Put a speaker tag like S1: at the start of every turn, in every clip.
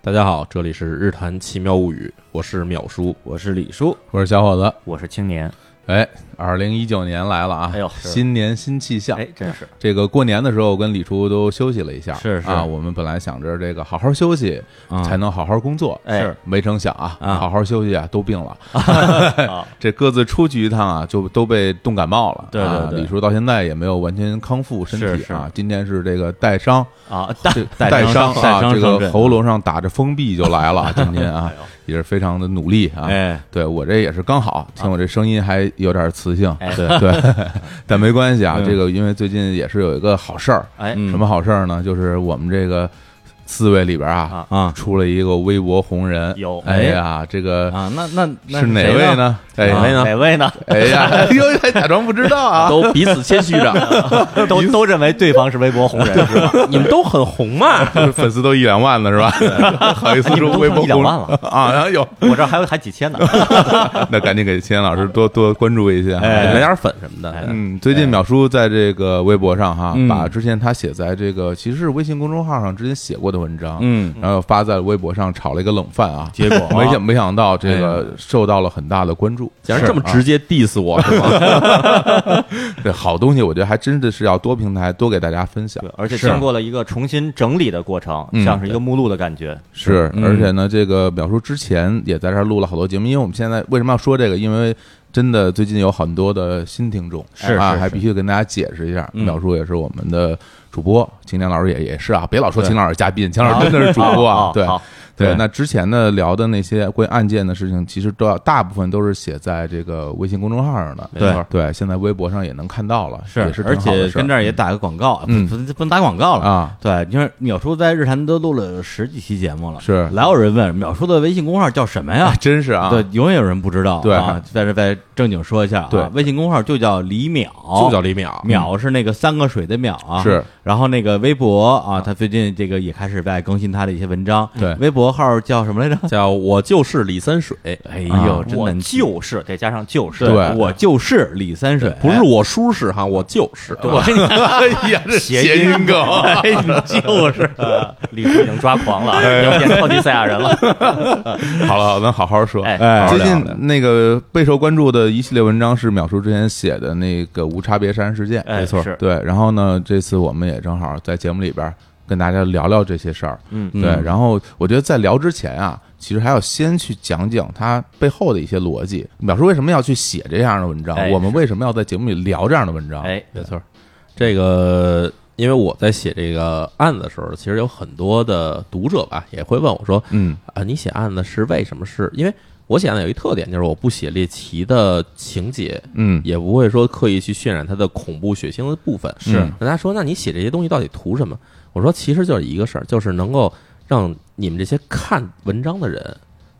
S1: 大家好，这里是《日谈奇妙物语》，我是淼叔。
S2: 我是李叔，
S3: 我是小伙子。
S2: 我是青年，
S3: 哎，二零一九年来了啊！
S2: 哎呦是
S3: 新年新气象。
S2: 哎，真是
S3: 这个过年的时候，我跟李叔都休息了一下，
S2: 是是
S3: 啊。我们本来想着这个好好休息，
S2: 嗯
S3: 才能好好工作，
S2: 哎是
S3: 没成想啊，
S2: 啊
S3: 好好休息啊，都病了，
S2: 啊，
S3: 这各自出去一趟啊，就都被冻感冒了。
S2: 对对
S3: 啊
S2: 对
S3: 李叔到现在也没有完全康复身体
S2: 是是
S3: 啊，今天是这个带伤，
S2: 啊， 带
S3: 这
S2: 带
S3: 伤
S2: 带
S3: 啊，这
S2: 上
S3: 个
S2: 阵
S3: 喉咙上打着封闭就来了，今天 啊
S2: 哎呦
S3: 也是非常的努力啊。
S2: 哎
S3: 对我这也是刚好，听我这声音还有点磁性，
S2: 哎
S3: 对 对，但没关系啊，
S2: 嗯
S3: 这个因为最近也是有一个好事儿，
S2: 哎
S1: 嗯
S3: 什么好事儿呢？就是我们这个四位里边啊，
S1: 啊
S3: 出了一个微博红人，
S2: 有
S3: 哎呀，这个
S1: 啊，那那那
S3: 是哪位？呢？哎
S1: 哪位呢
S2: 啊哪位呢？
S3: 哎呀，哎呦，还假装不知 道啊，
S1: 都彼此谦虚着，
S2: 都都认为对方是微博红人是吧？
S1: 你们都很红嘛。
S3: 粉丝都一两万呢是吧？ 好意思说微博
S2: 一两
S3: 红
S2: 万了
S3: 啊，然后有，
S2: 我这还有还几千呢，
S3: 那赶紧给秦岩老师多多关注一下，
S2: 哎
S1: 买点粉什么的，
S3: 嗯，最近淼叔在这个微博上哈，
S1: 嗯
S3: 把之前他写在这个其实是微信公众号上之前写过的文章，
S1: 嗯，
S3: 然后发在微博上炒了一个冷饭啊，
S1: 结果啊哎
S3: 没想没想到这个受到了很大的关注，
S1: 竟然这么
S3: 是啊
S1: 直接 diss 我，是吗？
S3: 对好东西，我觉得还真的是要多平台多给大家分享
S2: 对，而且
S3: 是
S2: 经过了一个重新整理的过程，
S3: 嗯
S2: 像是一个目录的感觉。
S3: 是，
S1: 嗯
S3: 而且呢，这个淼叔之前也在这儿录了好多节目，因为我们现在为什么要说这个？因为真的最近有很多的新听众，
S1: 是
S3: 啊，
S1: 是
S3: 还
S1: 是
S3: 必须跟大家解释一下，
S1: 嗯
S3: 淼叔也是我们的主播，秦亮老师也也是啊，别老说
S1: 对
S3: 秦老师嘉宾，秦老师真的是主播啊，
S2: 哦
S3: 对
S2: 好
S1: 对
S3: 对。那之前呢聊的那些关于案件的事情，其实都要大部分都是写在这个微信公众号上的，
S1: 没错
S3: 对，现在微博上也能看到了，也是挺
S4: 而
S3: 好
S4: 且
S3: 的事
S4: 跟这
S3: 儿
S4: 儿也打个广告，
S3: 嗯
S4: 不不不能打广告了。
S3: 啊，
S4: 对，因为淼叔在日坛都录了十几期节目了，
S3: 是
S4: 老有人问淼叔的微信公号叫什么呀？
S3: 真是啊，
S4: 对，永远有人不知道。
S3: 对
S4: 啊，在这再正经说一下啊，
S3: 对
S4: 微信公号就叫李淼，
S1: 就叫李淼，
S4: 淼是那个三个水的淼啊，
S3: 是。
S4: 然后那个微博啊，他最近这个也开始在更新他的一些文章。
S3: 对
S4: 微博号叫什么来着？
S1: 叫我就是李三水，
S4: 哎
S3: 啊
S4: 呦，真
S2: 我
S4: 难记，
S2: 就是得加上就是，
S3: 对
S4: 我就是李三水，
S1: 不是我舒适哈，我就是。
S2: 我跟你讲，
S3: 哎呀，这
S2: 谐音
S3: 音梗。
S4: 哎，你就是。
S2: 呃 李叔已经抓狂了，要变超级赛亚人了。
S3: 好了，咱好好说。
S2: 哎
S3: 哎，
S1: 好
S3: 最
S1: 聊
S3: 近
S1: 聊
S3: 那个备受关注的一系列文章是淼叔之前写的那个无差别杀人事件，
S2: 哎没错是
S3: 对。然后呢，这次我们也正好在节目里边跟大家聊聊这些事儿，
S2: 嗯
S3: 对。然后我觉得在聊之前啊，其实还要先去讲讲它背后的一些逻辑。淼叔为什么要去写这样的文章？
S2: 哎
S3: 我们为什么要在节目里聊这样的文章？
S2: 哎，
S1: 没错儿，这个因为我在写这个案子的时候，其实有很多的读者吧也会问我说
S3: 嗯，
S1: 啊，你写案子是为什么是？因为我写案子有一特点，就是我不写猎奇的情节，
S3: 嗯
S1: 也不会说刻意去渲染它的恐怖血腥的部分。
S3: 是
S1: 嗯大家说，那你写这些东西到底图什么？我说，其实就是一个事儿，就是能够让你们这些看文章的人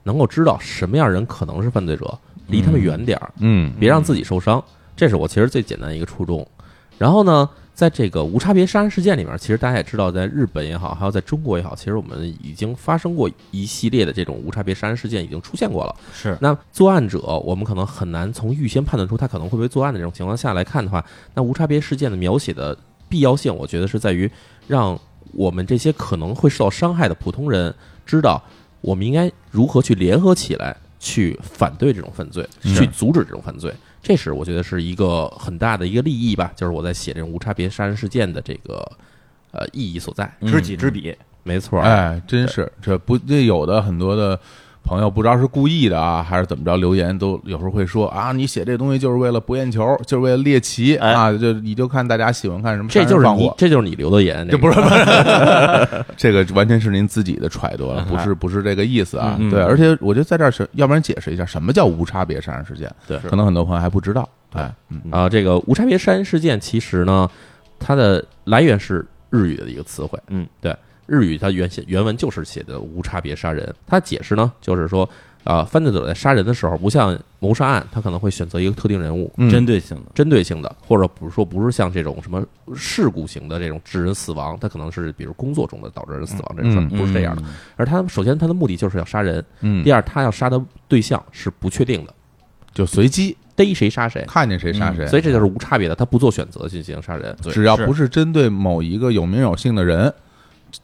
S1: 能够知道什么样人可能是犯罪者，离他们远点儿。
S3: 嗯
S1: 别让自己受伤，这是我其实最简单的一个初衷。然后呢，在这个无差别杀人事件里面，其实大家也知道，在日本也好，还有在中国也好，其实我们已经发生过一系列的这种无差别杀人事件，已经出现过了。
S4: 是
S1: 那作案者，我们可能很难从预先判断出他可能会不会作案的这种情况下来看的话，那无差别事件的描写的必要性，我觉得是在于让我们这些可能会受到伤害的普通人知道，我们应该如何去联合起来去反对这种犯罪，
S3: 是
S1: 去阻止这种犯罪。这是我觉得是一个很大的一个利益吧，就是我在写这种无差别杀人事件的这个呃意义所在。
S2: 知己知彼，
S1: 没错，，
S3: 嗯哎，真是这不这有的很多的朋友不知道是故意的啊，还是怎么着，留言都有时候会说啊，你写这东西就是为了博眼球，就是为了猎奇、
S2: 哎
S3: 啊，就你就看大家喜欢看什么杀
S1: 这就
S3: 人放
S1: 是
S3: 火，
S1: 你，这就是你留的言，
S3: 这不
S1: 是
S3: 是， 这个完全是您自己的揣度
S1: 嗯
S3: 了，不是不是这个意思啊。对，而且我觉得在这儿是，要不然解释一下什么叫无差别杀人事件，
S1: 对
S3: 可能很多朋友还不知道。哎对，
S1: 啊、这个无差别杀人事件其实呢，它的来源是日语的一个词汇。
S2: 嗯，
S1: 对，日语它原写原文就是写的无差别杀人。它解释呢，就是说，啊，犯罪者在杀人的时候，不像谋杀案，他可能会选择一个特定人物，
S3: 嗯
S4: 针对性的，
S1: 针对性的，或者不是说不是像这种什么事故型的这种致人死亡，它可能是比如工作中的导致人死亡这种
S3: 嗯
S1: 事儿，不是这样的。而他首先他的目的就是要杀人，
S3: 嗯
S1: 第，二他要杀的对象是不确定的，
S3: 就随机
S1: 逮谁杀谁。
S3: 看见谁杀
S4: 嗯
S3: 谁，
S1: 所以这就是无差别的，他不做选择进行杀人。
S3: 只要
S4: 是
S3: 不是针对某一个有名有姓的人，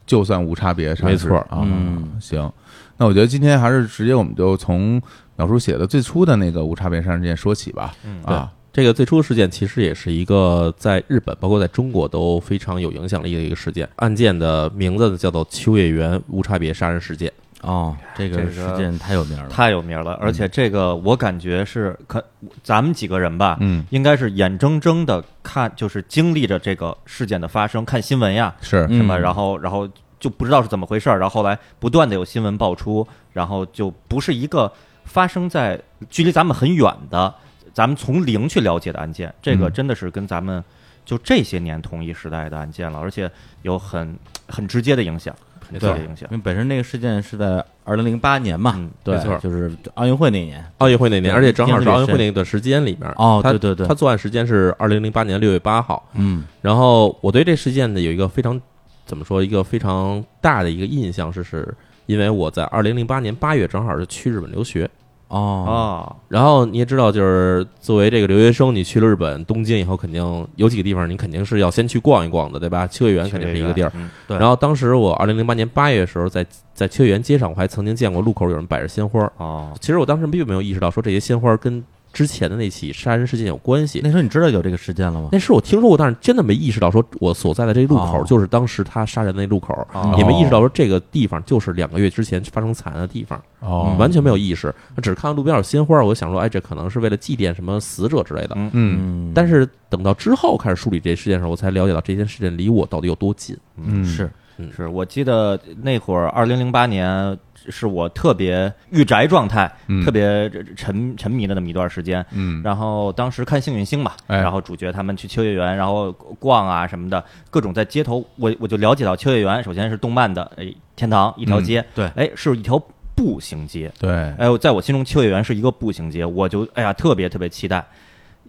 S3: 就算无差别杀
S1: 没
S3: 制
S1: 错
S3: 啊。
S4: 嗯
S3: 行，那我觉得今天还是直接我们就从老叔写的最初的那个无差别杀人事件说起吧。
S2: 嗯
S3: 啊，
S1: 这个最初的事件其实也是一个在日本，包括在中国都非常有影响力的一个事件。案件的名字叫做秋叶原无差别杀人事件。
S4: 哦，这
S2: 这
S4: 个
S2: 个
S4: 事件太有名了，
S2: 太有名了，而且这个我感觉是可咱们几个人吧，
S3: 嗯，
S2: 应该是眼睁睁的看，就是经历着这个事件的发生，看新闻呀
S3: 是，
S4: 嗯
S2: 什么，然后然后就不知道是怎么回事儿，然后后来不断的有新闻爆出，然后就不是一个发生在距离咱们很远的，咱们从零去了解的案件，这个
S3: 嗯
S2: 真的是跟咱们就这些年同一时代的案件了，而且有很很直接的影响，很直接的影响
S4: 因。为本身那个事件是在二零零八年嘛，
S1: 啊
S2: 嗯
S4: 对
S1: 没错，
S4: 就是奥运会那年，
S1: 奥运会那年，
S4: 对
S1: 而且正好
S4: 印
S1: 是
S4: 象
S1: 奥
S4: 特别
S1: 运会那段时间里面。
S4: 哦
S1: 他
S4: 对对对
S1: 他作案时间是二零零八年六月八号。
S4: 嗯
S1: 然后我对这事件呢有一个非常怎么说一个非常大的一个印象是，是因为我在二零零八年八月正好是去日本留学。啊
S4: 哦
S2: 哦，
S1: 然后你也知道，就是作为这个留学生，你去了日本东京以后，肯定有几个地方你肯定是要先去逛一逛的，对吧？秋叶原肯定是一个地儿。
S2: 嗯
S4: 对
S1: 然后当时我二零零八年八月的时候在，在秋叶原街上，我还曾经见过路口有人摆着鲜花儿。
S2: 哦，
S1: 其实我当时并没有意识到说这些鲜花儿跟之前的那起杀人事件有关系。
S4: 那时候你知道有这个事件了吗？
S1: 那是我听说过，但是真的没意识到，说我所在的这路口
S4: 哦
S1: 就是当时他杀人的那路口，
S2: 哦
S1: 也没意识到说这个地方就是两个月之前发生惨案的地方，
S3: 哦，
S1: 完全没有意识，只是看到路边有鲜花，我就想说，哎，这可能是为了祭奠什么死者之类的。
S2: 嗯
S3: 嗯
S4: 嗯，
S1: 但是等到之后开始梳理这些事件的时候，我才了解到这件事件离我到底有多近。
S3: 嗯
S4: 是
S2: 是我记得那会儿，二零零八年是我特别御宅状态，
S3: 嗯
S2: 特别沉沉迷的那么一段时间。
S3: 嗯
S2: 然后当时看《幸运星》嘛，
S3: 哎
S2: 然后主角他们去秋叶原，然后逛啊什么的，各种在街头，我我就了解到秋叶原首先是动漫的哎天堂一
S3: 嗯
S2: 条街，
S4: 对
S2: 哎是一条步行街，
S3: 对，
S2: 哎，我在我心中秋叶原是一个步行街，我就哎呀特别特别期待。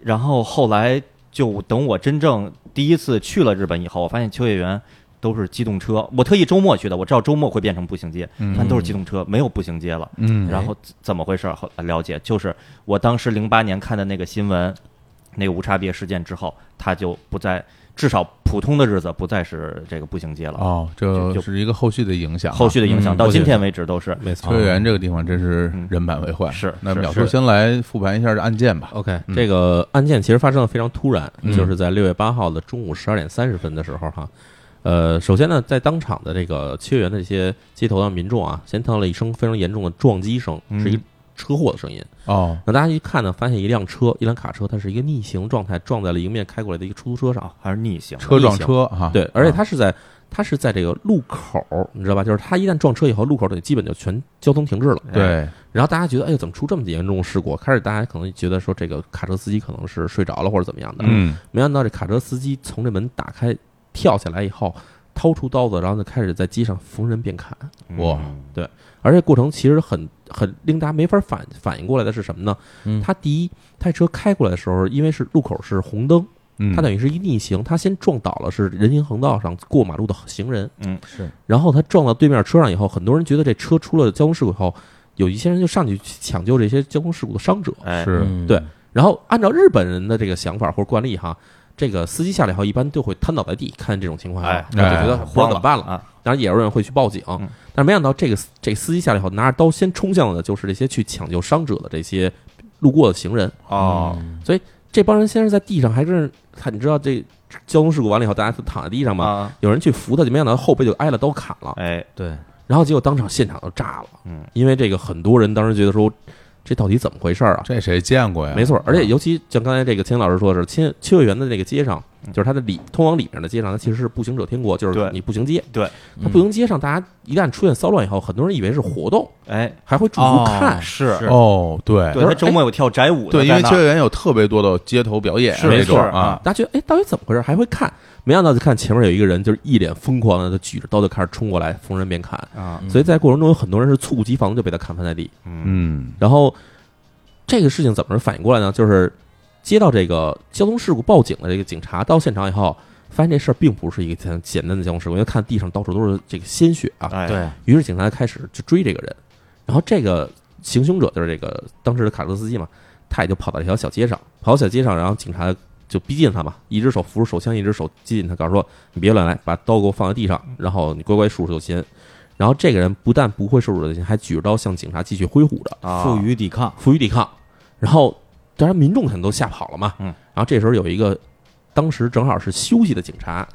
S2: 然后后来就等我真正第一次去了日本以后，我发现秋叶原都是机动车。我特意周末去的，我知道周末会变成步行街，
S3: 嗯
S2: 但都是机动车，没有步行街了。
S3: 嗯
S2: 然后怎怎么回事儿？后来了解就是我当时零八年看的那个新闻，那个无差别事件之后，它就不再至少普通的日子不再是这个步行街了。
S3: 哦，
S2: 就
S3: 这
S2: 就是
S3: 一个后续的影响啊，
S2: 后续的
S1: 嗯
S2: 影响到
S1: 我觉
S2: 今
S1: 得
S2: 天为止都是
S1: 没
S3: 秋叶原这个地方真是人满为患。
S2: 嗯
S3: 啊
S2: 是
S3: 那
S2: 是
S3: 淼叔
S2: 是
S3: 先来复盘一下这案件吧。
S1: OK，
S3: 嗯
S1: 这个案件其实发生的非常突然，
S3: 嗯
S1: 就是在六月八号的中午十二点三十分的时候哈。呃，首先呢，在当场的这个秋叶原的这些街头的民众啊，先听到了一声非常严重的撞击声，
S2: 嗯
S1: 是一个车祸的声音。
S3: 哦，
S1: 那大家一看呢，发现一辆车，一辆卡车，它是一个逆行状态，撞在了迎面开过来的一个出租车上。
S2: 啊，还是逆行。
S3: 车撞车哈，
S1: 对，而且
S3: 啊
S1: 它是在它是在这个路口，你知道吧？就是它一旦撞车以后，路口就基本就全交通停滞了。
S3: 啊对，
S1: 然后大家觉得，哎呦，怎么出这么严重的事故？开始大家可能觉得说，这个卡车司机可能是睡着了或者怎么样的。
S3: 嗯
S1: 没想到这卡车司机从这门打开跳下来以后，掏出刀子，然后就开始在街上逢人便砍。
S3: 哇
S2: 嗯
S1: 而这过程其实很很令大家没法反反应过来的是什么呢？
S4: 嗯
S1: 他第一，他车开过来的时候，因为是路口是红灯，
S3: 嗯，
S1: 他等于是一逆行，他先撞倒了是人行横道上过马路的行人，
S2: 嗯
S4: 是
S1: 然后他撞到对面车上以后，很多人觉得这车出了交通事故以后，有一些人就上去去抢救这些交通事故的伤者。
S2: 哎
S3: 是
S4: 嗯
S1: 对然后按照日本人的这个想法或者惯例哈，这个司机下来以后一般都会瘫倒在地，看见这种情况以后，
S2: 哎
S1: 然后就觉得不知道
S2: 慌
S1: 怎么办了。
S2: 啊！
S1: 当然，也有人会去报警，
S2: 嗯
S1: 但是没想到这个这司机下来以后，拿着刀先冲向的就是这些去抢救伤者的这些路过的行人。
S2: 哦，
S4: 嗯
S1: 这帮人先是在地上，还是看你知道这交通事故完了以后，大家都躺在地上嘛，
S2: 啊，
S1: 有人去扶他，就没想到后背就挨了刀砍了，
S2: 哎，
S4: 对，
S1: 然后结果当场现场就炸了，
S2: 嗯，
S1: 因为这个很多人当时觉得说这到底怎么回事儿啊？
S3: 这谁见
S2: 哎
S3: 过呀？
S1: 没错，而且尤其像刚才这个秦老师说的是，青秋叶原的那个街上，
S2: 嗯
S1: 就是它的里通往里面的街上，它其实是步行者天国，就是
S2: 对
S1: 你步行街。它
S4: 嗯
S1: 步行街上，大家一旦出现骚乱以后，很多人以为是活动，
S2: 哎，
S1: 还会驻足
S4: 哦
S1: 看。
S2: 是，
S4: 是
S3: 哦，对
S2: 对他周末有跳宅舞的
S3: 对，因
S2: 在
S3: 为
S2: 那
S3: 秋叶原有特别多的街头表演
S2: 是
S3: 那种
S2: 是
S3: 啊，
S1: 大家觉得哎，到底怎么回事？还会看，没想到就看前面有一个人，就是一脸疯狂的，就举着刀就开始冲过来，逢人便砍。
S2: 啊，
S1: 所以在过程中有很多人是猝不及防就被他砍翻在地。
S2: 嗯
S3: 嗯
S1: 然后这个事情怎么反应过来呢？就是接到这个交通事故报警的这个警察到现场以后，发现这事儿并不是一个简简单的交通事故，因为看地上到处都是这个鲜血啊。
S2: 哎，
S4: 对，
S1: 于是警察开始去追这个人，然后这个行凶者就是这个当时的卡车司机嘛，他也就跑到一条小街上，跑到小街上，然后警察就逼近他嘛，一只手扶着手枪，一只手接近他，告诉说你别乱来，把刀给我放在地上，然后你乖乖束手就擒。然后这个人不但不会束手就擒，还举着刀向警察继续挥舞着，
S2: 啊，
S4: 负隅抵抗，
S1: 负隅抵抗。然后当然民众肯定都吓跑了嘛，
S2: 嗯
S1: 然后这时候有一个当时正好是休息的警察，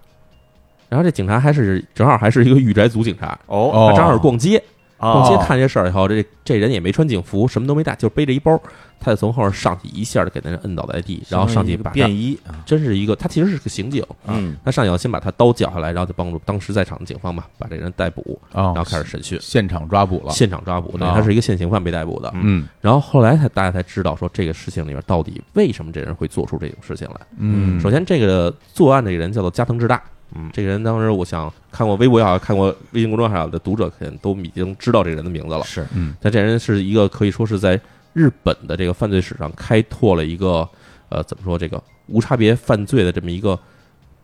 S1: 然后这警察还是正好还是一个御宅族警察，
S2: 哦
S1: 他正好逛街，逛
S2: 哦
S1: 街看这事儿以后，这这人也没穿警服，什么都没带，就背着一包，他就从后面上去一下就给那人摁倒在地，然后上去把他
S4: 便，衣啊，
S1: 真是一个他其实是个刑警，啊
S4: 嗯，
S1: 他上去要先把他刀绞下来，然后就帮助当时在场的警方嘛把这人逮捕，
S3: 啊
S1: 然后开始审讯，
S3: 现场抓捕了，
S1: 现场抓捕，对，
S3: 啊
S1: 他是一个现行犯被逮捕的。
S3: 嗯
S1: 然后后来才大家才知道说这个事情里面到底为什么这人会做出这种事情来。
S3: 嗯，
S1: 首先，这个作案的这个人叫做加藤智大。
S2: 嗯
S1: 这个人当时我想看过微博也好，看过微信公众号的读者肯定都已经知道这个人的名字了。
S4: 是
S3: 嗯
S1: 但这人是一个可以说是在日本的这个犯罪史上开拓了一个呃怎么说这个无差别犯罪的这么一个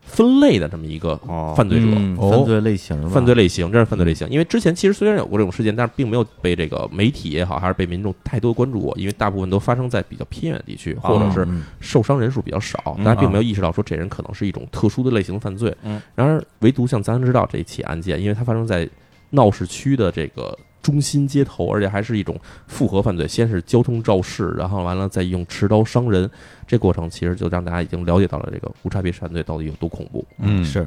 S1: 分类的这么一个
S2: 哦
S1: 犯罪者。
S4: 嗯
S3: 哦
S4: 犯罪类嗯型吧，
S1: 犯罪类型，这是犯罪类型。因为之前其实虽然有过这种事件，但是并没有被这个媒体也好，还是被民众太多关注过，因为大部分都发生在比较偏远地区，或者
S2: 啊
S1: 是
S4: 嗯
S1: 受伤人数比较少，
S2: 嗯
S1: 大家并没有意识到说这人可能是一种特殊的类型犯罪。
S2: 嗯，
S1: 然而唯独像咱知道这一起案件，因为它发生在闹市区的这个中心街头，而且还是一种复合犯罪，先是交通肇事，然后完了再用持刀伤人，这过程其实就让大家已经了解到了这个无差别犯罪到底有多恐怖。
S3: 嗯
S4: 是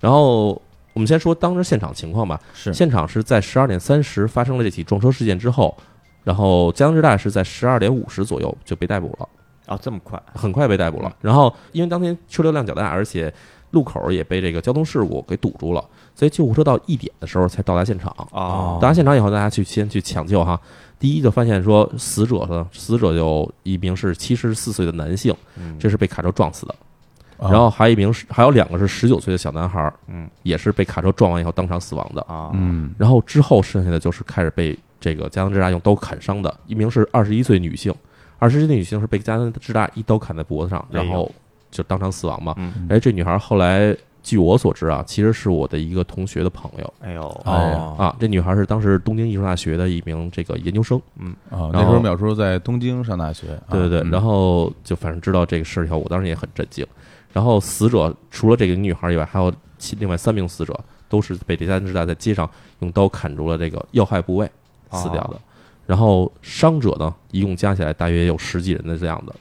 S1: 然后我们先说当时现场情况吧。
S4: 是
S1: 现场是在十二点三十发生了这起撞车事件之后，然后江之大是在十二点五十左右就被逮捕了，
S2: 啊，这么快
S1: 很快被逮捕了。
S2: 嗯
S1: 然后因为当天车流量较大，而且路口也被这个交通事故给堵住了，所以救护车到一点的时候才到达现场。
S2: 哦
S1: 到达现场以后，大家去先去抢救哈。第一就发现说死者呢，死者有一名是七十四岁的男性，
S2: 嗯哦
S1: 这是被卡车撞死的。
S3: 啊
S1: 然后还有一名是还有两个是十九岁的小男孩，
S2: 嗯，
S1: 也是被卡车撞完以后当场死亡的。
S2: 啊，
S3: 嗯
S1: 然后之后剩下的就是开始被这个加藤智大用刀砍伤的，一名是二十一岁女性，二十一岁女性是被加藤智大一刀砍在脖子上，
S2: 哎呦
S1: 然后就当场死亡嘛。
S2: 嗯
S1: 哎，这女孩后来据我所知啊，其实是我的一个同学的朋友。
S2: 哎呦，
S3: 啊
S4: 哦
S1: 啊，这女孩是当时东京艺术大学的一名这个研究生，
S3: 啊，
S1: 然后
S3: 那时候淼叔在东京上大学，啊
S1: 对对对，
S3: 嗯
S1: 然后就反正知道这个事儿以后，我当时也很震惊。然后死者除了这个女孩以外，还有其另外三名死者都是被第三支大在街上用刀砍住了这个要害部位死掉的。然后伤者呢，一共加起来大约有十几人的这样的。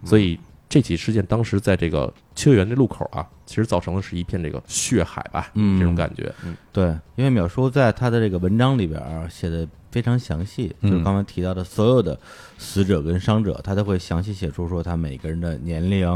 S2: 嗯
S1: 所以这起事件当时在这个秋叶原这路口啊，其实造成的是一片这个血海吧，
S4: 嗯
S1: 这种感觉。
S4: 对，因为淼叔在他的这个文章里边儿写的非常详细，
S3: 嗯
S4: 就是刚才提到的所有的死者跟伤者，他都会详细写出说他每个人的年龄，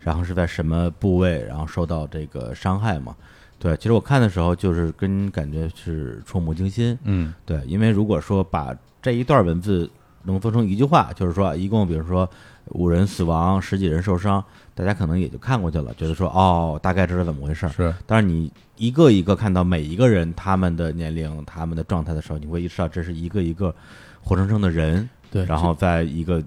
S4: 然后是在什么部位，然后受到这个伤害嘛。对，其实我看的时候就是跟感觉是触目惊心，
S3: 嗯
S4: 对，因为如果说把这一段文字浓缩成一句话，就是说一共比如说五人死亡，十几人受伤，大家可能也就看过去了，觉得说哦，大概知道怎么回事儿。
S3: 是
S4: 但是你一个一个看到每一个人他们的年龄、他们的状态的时候，你会意识到这是一个一个活生生的人，
S3: 对
S4: 然后在一个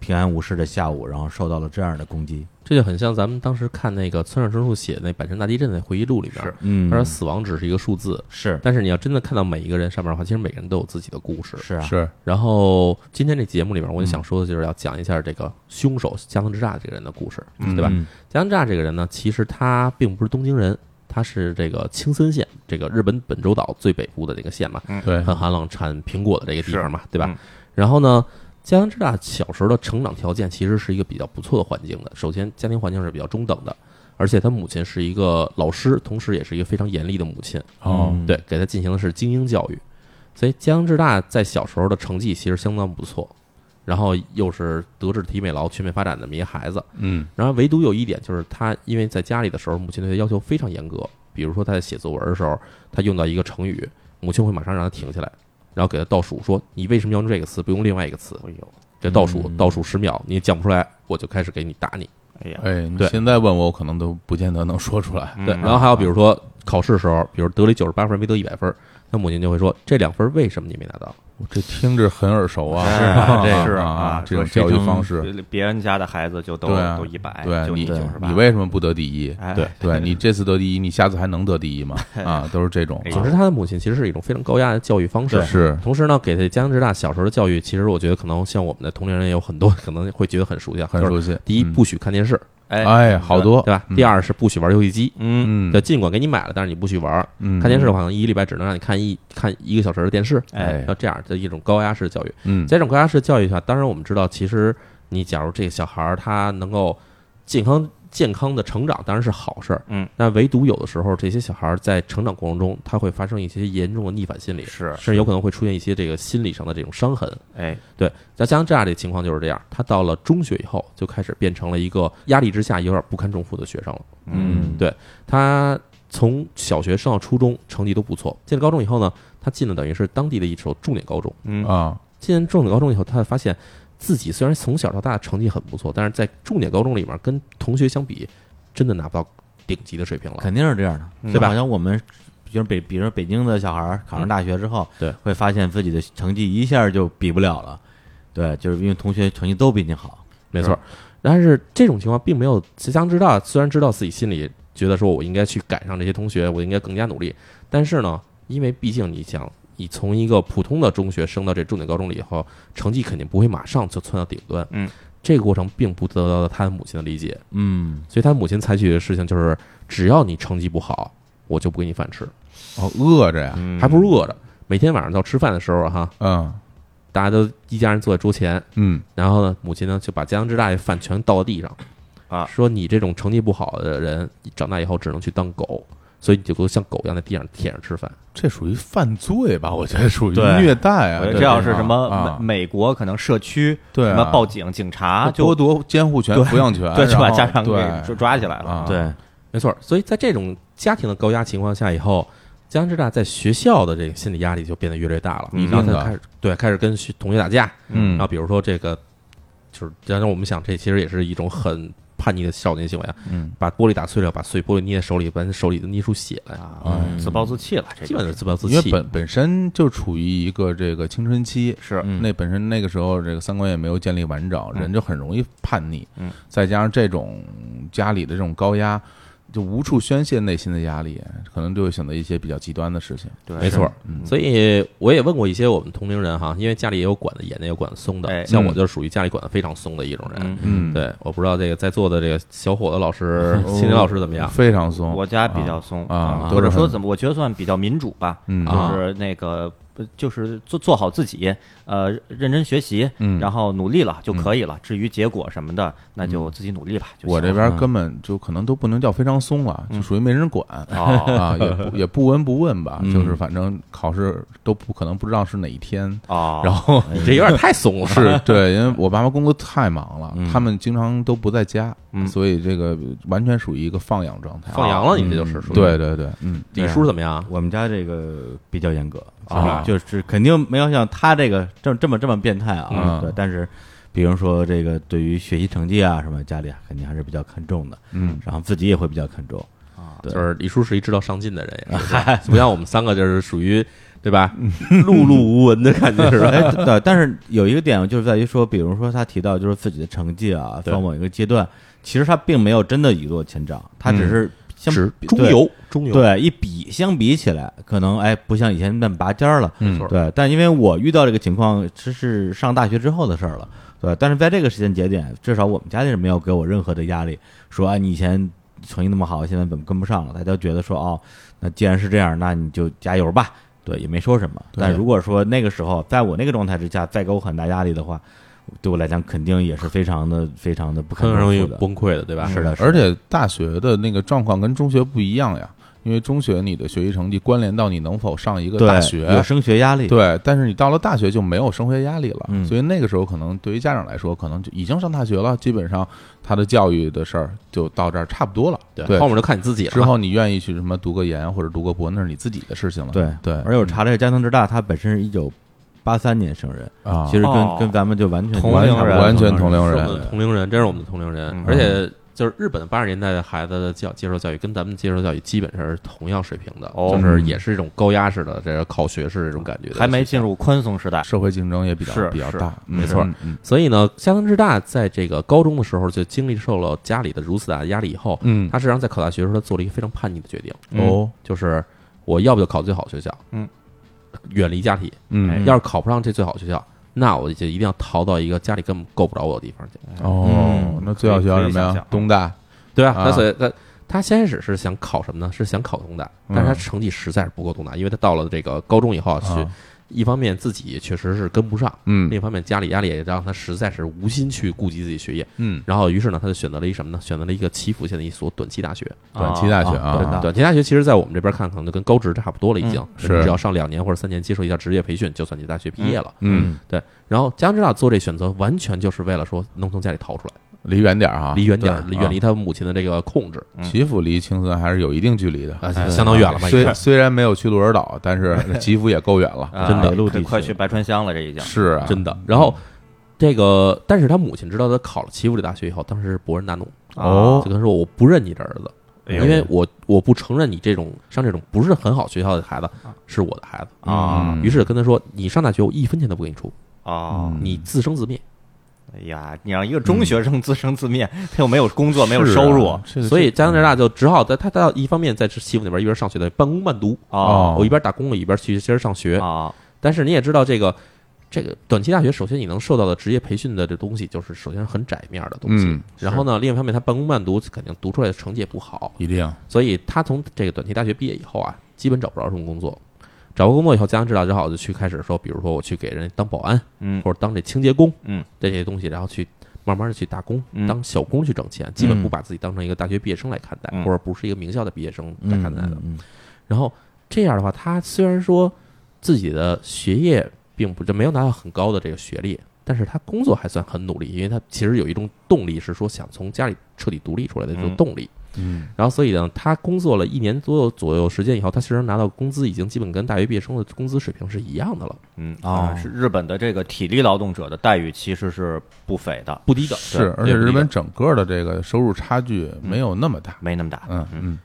S4: 平安无事的下午，然后受到了这样的攻击，
S1: 这就很像咱们当时看那个村上春树写那《阪神大地震》的回忆录里面
S2: 是，
S4: 嗯
S1: 他说死亡只是一个数字，
S4: 是
S1: 但是你要真的看到每一个人上面的话，其实每个人都有自己的故事。
S4: 是啊，
S3: 是
S1: 然后今天这节目里面，我就想说的就是要讲一下这个凶手加藤之大这个人的故事，对吧？
S4: 嗯
S1: 加藤之大这个人呢，其实他并不是东京人，他是这个青森县，这个日本本州岛最北部的这个县嘛，
S3: 对
S1: 很寒冷，产苹果的这个地方嘛，对吧？
S2: 嗯
S1: 然后呢，加藤之大小时候的成长条件其实是一个比较不错的环境的。首先，家庭环境是比较中等的，而且他母亲是一个老师，同时也是一个非常严厉的母亲。
S3: 哦
S4: 嗯
S1: 对，给他进行的是精英教育，所以江志大在小时候的成绩其实相当不错，然后又是德智体美劳全面发展的这么一个孩子。
S3: 嗯
S1: 然而唯独有一点就是他因为在家里的时候，母亲对他要求非常严格，比如说他在写作文的时候，他用到一个成语，母亲会马上让他停下来，然后给他倒数说你为什么要用这个词，不用另外一个词？
S2: 哎呦，
S1: 这倒数
S4: 嗯
S1: 倒数十秒，你讲不出来，我就开始给你打你。
S2: 哎呀，
S3: 哎，你
S1: 对
S3: 现在问我，我可能都不见得能说出来。
S2: 嗯
S1: 对，然后还有比如说考试时候，比如得了九十八分没得一百分，那母亲就会说这两分为什么你没拿到？
S3: 这听着很耳熟啊，
S2: 是啊
S3: 这
S2: 是
S3: 啊
S2: 啊，
S3: 这种
S2: 说谁
S3: 教育
S2: 成
S3: 方式，
S2: 别人家的孩子就都
S3: 对啊
S2: 都一百，
S3: 对
S2: 哎就
S3: 你
S2: 九十八，
S3: 你为什么不得第一？
S2: 哎
S4: 对
S3: 对你这次得第一，你下次还能得第一吗？啊，都是这种
S2: 哎，
S1: 总之，他的母亲其实是一种非常高压的教育方式。
S3: 是
S1: 同时呢，给他江之大小时候的教育，其实我觉得可能像我们的同龄人也有很多可能会觉得很熟悉啊，
S3: 很
S1: 就是
S3: 熟悉。
S1: 第一，
S3: 嗯
S1: 不许看电视，
S2: 哎
S3: 哎，好多
S1: 对吧？
S3: 嗯
S1: 第二是不许玩游戏机，
S2: 嗯
S3: 嗯，
S1: 对，尽管给你买了，但是你不许玩儿。
S3: 嗯，
S1: 看电视的话，可能一个礼拜只能让你看一看一个小时的电视，
S2: 哎
S1: 要这样的一种高压式教育。
S3: 嗯，
S1: 在这种高压式教育下，当然我们知道，其实你假如这个小孩儿他能够健康健康的成长，当然是好事儿。
S2: 嗯，
S1: 但唯独有的时候，这些小孩儿在成长过程中，他会发生一些严重的逆反心理，
S2: 是
S1: 甚至有可能会出现一些这个心理上的这种伤痕。
S2: 哎
S1: 对，那像这样的情况就是这样，他到了中学以后，就开始变成了一个压力之下有点不堪重负的学生了。
S2: 嗯
S1: 对他从小学升到初中，成绩都不错。进了高中以后呢，他进了等于是当地的一所重点高中。
S2: 嗯
S3: 啊，
S1: 进了重点高中以后，他发现自己虽然从小到大成绩很不错，但是在重点高中里面跟同学相比，真的拿不到顶级的水平了。
S4: 肯定是这样的，
S2: 嗯
S4: 就
S1: 对吧嗯
S4: 好像我们，比如北，比如北京的小孩儿考上大学之后，
S1: 对，
S4: 会发现自己的成绩一下就比不了了，对，就是因为同学成绩都比你好，
S1: 没错，但是这种情况并没有慈祥知道，虽然知道自己心里觉得说我应该去赶上这些同学，我应该更加努力，但是呢，因为毕竟你想。你从一个普通的中学升到这重点高中了以后，成绩肯定不会马上就窜到顶端。
S2: 嗯，
S1: 这个过程并不得到了他的母亲的理解，
S4: 嗯，
S1: 所以他母亲采取的事情就是，只要你成绩不好，我就不给你饭吃。
S3: 哦，饿着呀，
S2: 嗯
S1: 还不如饿着。每天晚上到吃饭的时候啊哈，
S3: 嗯
S1: 大家都一家人坐在桌前，
S3: 嗯，
S1: 然后呢，母亲呢就把家乡之大的饭全倒到地上，
S2: 啊
S1: 说你这种成绩不好的人，长大以后只能去当狗，所以你就给我像狗一样在地上舔着吃饭。
S3: 这属于犯罪吧？我觉得属于
S4: 对
S3: 虐待啊
S2: 我觉，得
S3: 对
S2: 这要是
S3: 吧
S2: 什么
S3: 啊
S2: 美美国可能社区
S3: 对
S2: 什
S3: 啊
S2: 么报警警察就
S3: 剥夺监护权、
S2: 对
S3: 抚养权，
S2: 对就把
S3: 然后
S2: 家长给
S3: 对
S2: 抓抓起来了，
S3: 啊，
S4: 对，
S1: 没错，所以在这种家庭的高压情况下以后，家乡之大在学校的这个心理压力就变得越来越大了，
S2: 嗯
S1: 然后
S3: 一定
S1: 他
S3: 的
S1: 开始对开始跟学同学打架，
S3: 嗯
S1: 然后比如说这个就是，当然我们想这其实也是一种很叛逆的少年行为啊，
S3: 嗯，
S1: 把玻璃打碎了，把碎玻璃捏在手里，把人手里都捏出血来，
S2: 啊，自暴自弃了，这
S1: 基本上是自暴自
S3: 因为
S1: 弃。
S3: 本本身就处于一个这个青春期，
S2: 是
S4: 嗯
S3: 那本身那个时候这个三观也没有建立完整，人就很容易叛逆，
S2: 嗯，
S3: 再加上这种家里的这种高压，就无处宣泄内心的压力，可能就会选择一些比较极端的事情。
S2: 对，
S1: 没错，
S3: 嗯
S1: 所以我也问过一些我们同龄人哈，因为家里也有管的严的，也有管的松
S2: 哎
S1: 的，像我就是属于家里管的非常松的一种人。
S2: 嗯，
S3: 嗯，
S1: 对，我不知道这个在座的这个小伙子老师、心理老师怎么样？
S3: 非常松，
S2: 哎我家比较松
S3: 啊
S2: 或者
S3: 都是
S2: 说
S3: 很
S2: 怎么，我觉得算比较民主吧，
S3: 嗯
S1: 啊
S2: 就是那个呃就是做做好自己，呃，认真学习，
S3: 嗯嗯
S2: 然后努力了就可以了。至于结果什么的，那就自己努力吧。就
S3: 我
S2: 行
S3: 这
S2: 了
S3: 边根本就可能都不能叫非常松了，就属于没人管
S2: 嗯 哦嗯
S3: 啊，也不也不闻不问吧，就是反正考试都不可能不知道是哪一 天，
S2: 哦，
S3: 然后
S1: 你这有点太松了。
S3: 是对，因为我爸妈工作太忙了，
S2: 嗯
S3: 他们经常都不在家，所以这个完全属于一个放养状态。
S1: 放羊了，你这就是
S3: 嗯
S1: 属于。
S3: 对，对对，嗯，
S1: 李叔怎么样？
S4: 我们家这个比较严格
S1: 啊
S4: 就是肯定没有像他这个这这么这么变态啊。
S3: 嗯
S4: 对，但是比如说这个对于学习成绩啊什么，家里肯定还是比较看重的。
S3: 嗯，
S4: 然后自己也会比较看重。对
S1: 就是李叔是一知道上进的人，也是吧不像我们三个就是属于对吧，碌碌无闻的感觉是 吧？
S4: 哎，对，但是有一个点就是在于说，比如说他提到就是自己的成绩啊，
S1: 对
S4: 到某一个阶段，其实他并没有真的一落千丈，他只是相
S1: 嗯只
S4: 比
S1: 中
S4: 对
S1: 游，中游。
S4: 对，一比相比起来，可能哎不像以前那么拔尖儿了，
S1: 没错
S4: 对。但因为我遇到这个情况，这是上大学之后的事儿了，对。但是在这个时间节点，至少我们家里人没有给我任何的压力，说哎你以前成绩那么好，现在怎么跟不上了？大家都觉得说哦，那既然是这样，那你就加油吧，对，也没说什么。
S3: 对
S4: 但如果说那个时候，在我那个状态之下，再给我很大压力的话，对我来讲肯定也是非常的、非常的不堪
S1: 很
S4: 重
S1: 容易
S4: 负嗯的。
S1: 崩溃的，对吧？
S4: 是的，是的
S3: 而且大学的那个状况跟中学不一样呀，因为中学你的学习成绩关联到你能否上一个
S4: 对
S3: 大
S4: 有
S3: 学。
S4: 升学压力，
S3: 对，但是你到了大学就没有升学压力了，
S4: 嗯
S3: 所以那个时候可能对于家长来说，可能就已经上大学了，基本上他的教育的事儿就到这儿差不多了。对，
S1: 后面就看你自己了。
S3: 之后你愿意去什么读个研或者读个博，那是你自己的事情了。
S4: 对
S3: 对，
S4: 而且我查了一下，加藤之大他本身是一九八三年生人，
S3: 啊，
S4: 其实跟、
S2: 哦
S4: 跟咱们就完全
S2: 同
S3: 完
S2: 龄人
S3: 完全同龄
S1: 是我
S3: 人
S1: 们的同龄人，真是我们的同龄人
S2: 嗯。
S1: 而且就是日本八十年代的孩子的教接受教育跟咱们接受教育基本上是同样水平的，
S2: 哦
S1: 就是也是这种高压式的，这个考学式这种感觉的，
S2: 还没进入宽松时代。
S3: 社会竞争也比较
S2: 是
S3: 比较
S2: 是
S3: 大，嗯
S1: 没错，
S3: 嗯嗯
S1: 所以呢，香港之大在这个高中的时候就经历受了家里的如此大的压力以后，
S3: 嗯
S1: 他实际上在考大学的时候，他做了一个非常叛逆的决定，
S3: 哦，
S1: 就是我要不就考最好学校，
S2: 嗯，
S1: 远离家里；
S3: 嗯，
S1: 要是考不上这最好学校，那我就一定要逃到一个家里根本够不着我的地方去。
S3: 哦
S2: 嗯，
S3: 那最好学校什么
S2: 可以想
S3: 呀
S2: 象？
S3: 东大，
S1: 对啊，
S3: 啊
S1: 他所以他他先开始是想考什么呢？是想考东大，但是他
S3: 嗯
S1: 成绩实在是不够东大，因为他到了这个高中以后啊，去
S3: 啊
S1: 一方面自己确实是跟不上，
S3: 嗯
S1: 另一方面家里压力也让他实在是无心去顾及自己学业。
S3: 嗯，
S1: 然后，于是呢，他就选择了一什么呢？选择了一个祈福县的一所短期大学。
S3: 短期大学
S4: 啊对
S3: 啊，嗯
S4: 的
S1: 短期大学其实，在我们这边看，可能就跟高职差不多了，已经。
S3: 是
S1: 你只要上两年或者三年，接受一下职业培训，就算你大学毕业了。
S3: 嗯，
S1: 然后，江之大做这选择，完全就是为了说能从家里逃出来，
S3: 离远点儿哈，
S1: 离远点儿，
S3: 对
S1: 离远。
S3: 啊
S1: 离他母亲的这个控制
S2: 嗯
S3: 祈福离青森还是有一定距离的，
S1: 啊，相当远了吧？已
S3: 虽
S1: 经
S3: 虽然没有去鹿儿岛，但是 祈福也够远了。
S2: 啊
S4: 真的
S2: 可以
S4: 北陆地区
S2: 快去白川乡了，这已经
S3: 是啊，
S1: 真的。然
S2: 嗯
S1: 后，这个，但是他母亲知道他考了齐福里大学以后，当时是勃然大怒，
S3: 哦
S1: 就跟他说：“我不认你这儿子，
S2: 哎呦
S1: 因为我我不承认你这种上这种不是很好学校的孩子是我的孩子。”
S2: 啊
S3: 嗯
S1: 于是跟他说：“你上大学，我一分钱都不给你出，
S2: 哦，
S3: 嗯
S1: 你自生自灭。
S2: 哎呀，你让一个中学生自生自灭，他又没有工作，没有
S3: 是啊
S2: 收入，
S3: 这个
S1: 所以加拿大就只好在他他到一方面在西部那边一边上学的半工半读，
S2: 哦
S1: 我一边打工了一边去接着上学。
S2: 啊，
S1: 但是你也知道这个。这个短期大学，首先你能受到的职业培训的这东西，就是首先是很窄面的东西。
S3: 嗯
S1: 然后呢，另一方面他半工半读，肯定读出来的成绩也不好，
S3: 一定
S1: 所以他从这个短期大学毕业以后啊，基本找不着什么工作。找过工作以后，家长知道之后，就去开始说，比如说我去给人当保安，
S2: 嗯
S1: 或者当这清洁工，
S2: 嗯，
S1: 这些东西，然后去慢慢的去打工，
S2: 嗯
S1: 当小工去挣钱，基本不把自己当成一个大学毕业生来看待，
S2: 嗯
S1: 或者不是一个名校的毕业生来
S4: 嗯
S1: 看待的。
S4: 嗯
S1: 然后这样的话，他虽然说自己的学业并不就没有拿到很高的这个学历，但是他工作还算很努力，因为他其实有一种动力是说想从家里彻底独立出来的这种
S2: 嗯
S1: 动力。
S4: 嗯
S1: 然后所以呢，他工作了一年左右左右时间以后，他其实拿到工资已经基本跟大学毕业生的工资水平是一样的了，
S2: 嗯
S4: 哦
S2: 啊，是日本的这个体力劳动者的待遇其实是不菲的，
S1: 不低的。
S3: 是，而
S1: 对
S3: 且
S1: 不低嗯
S3: 日
S1: 的
S3: 本整个的这个收入差距没有那么大。
S2: 没那么大。
S3: 嗯嗯，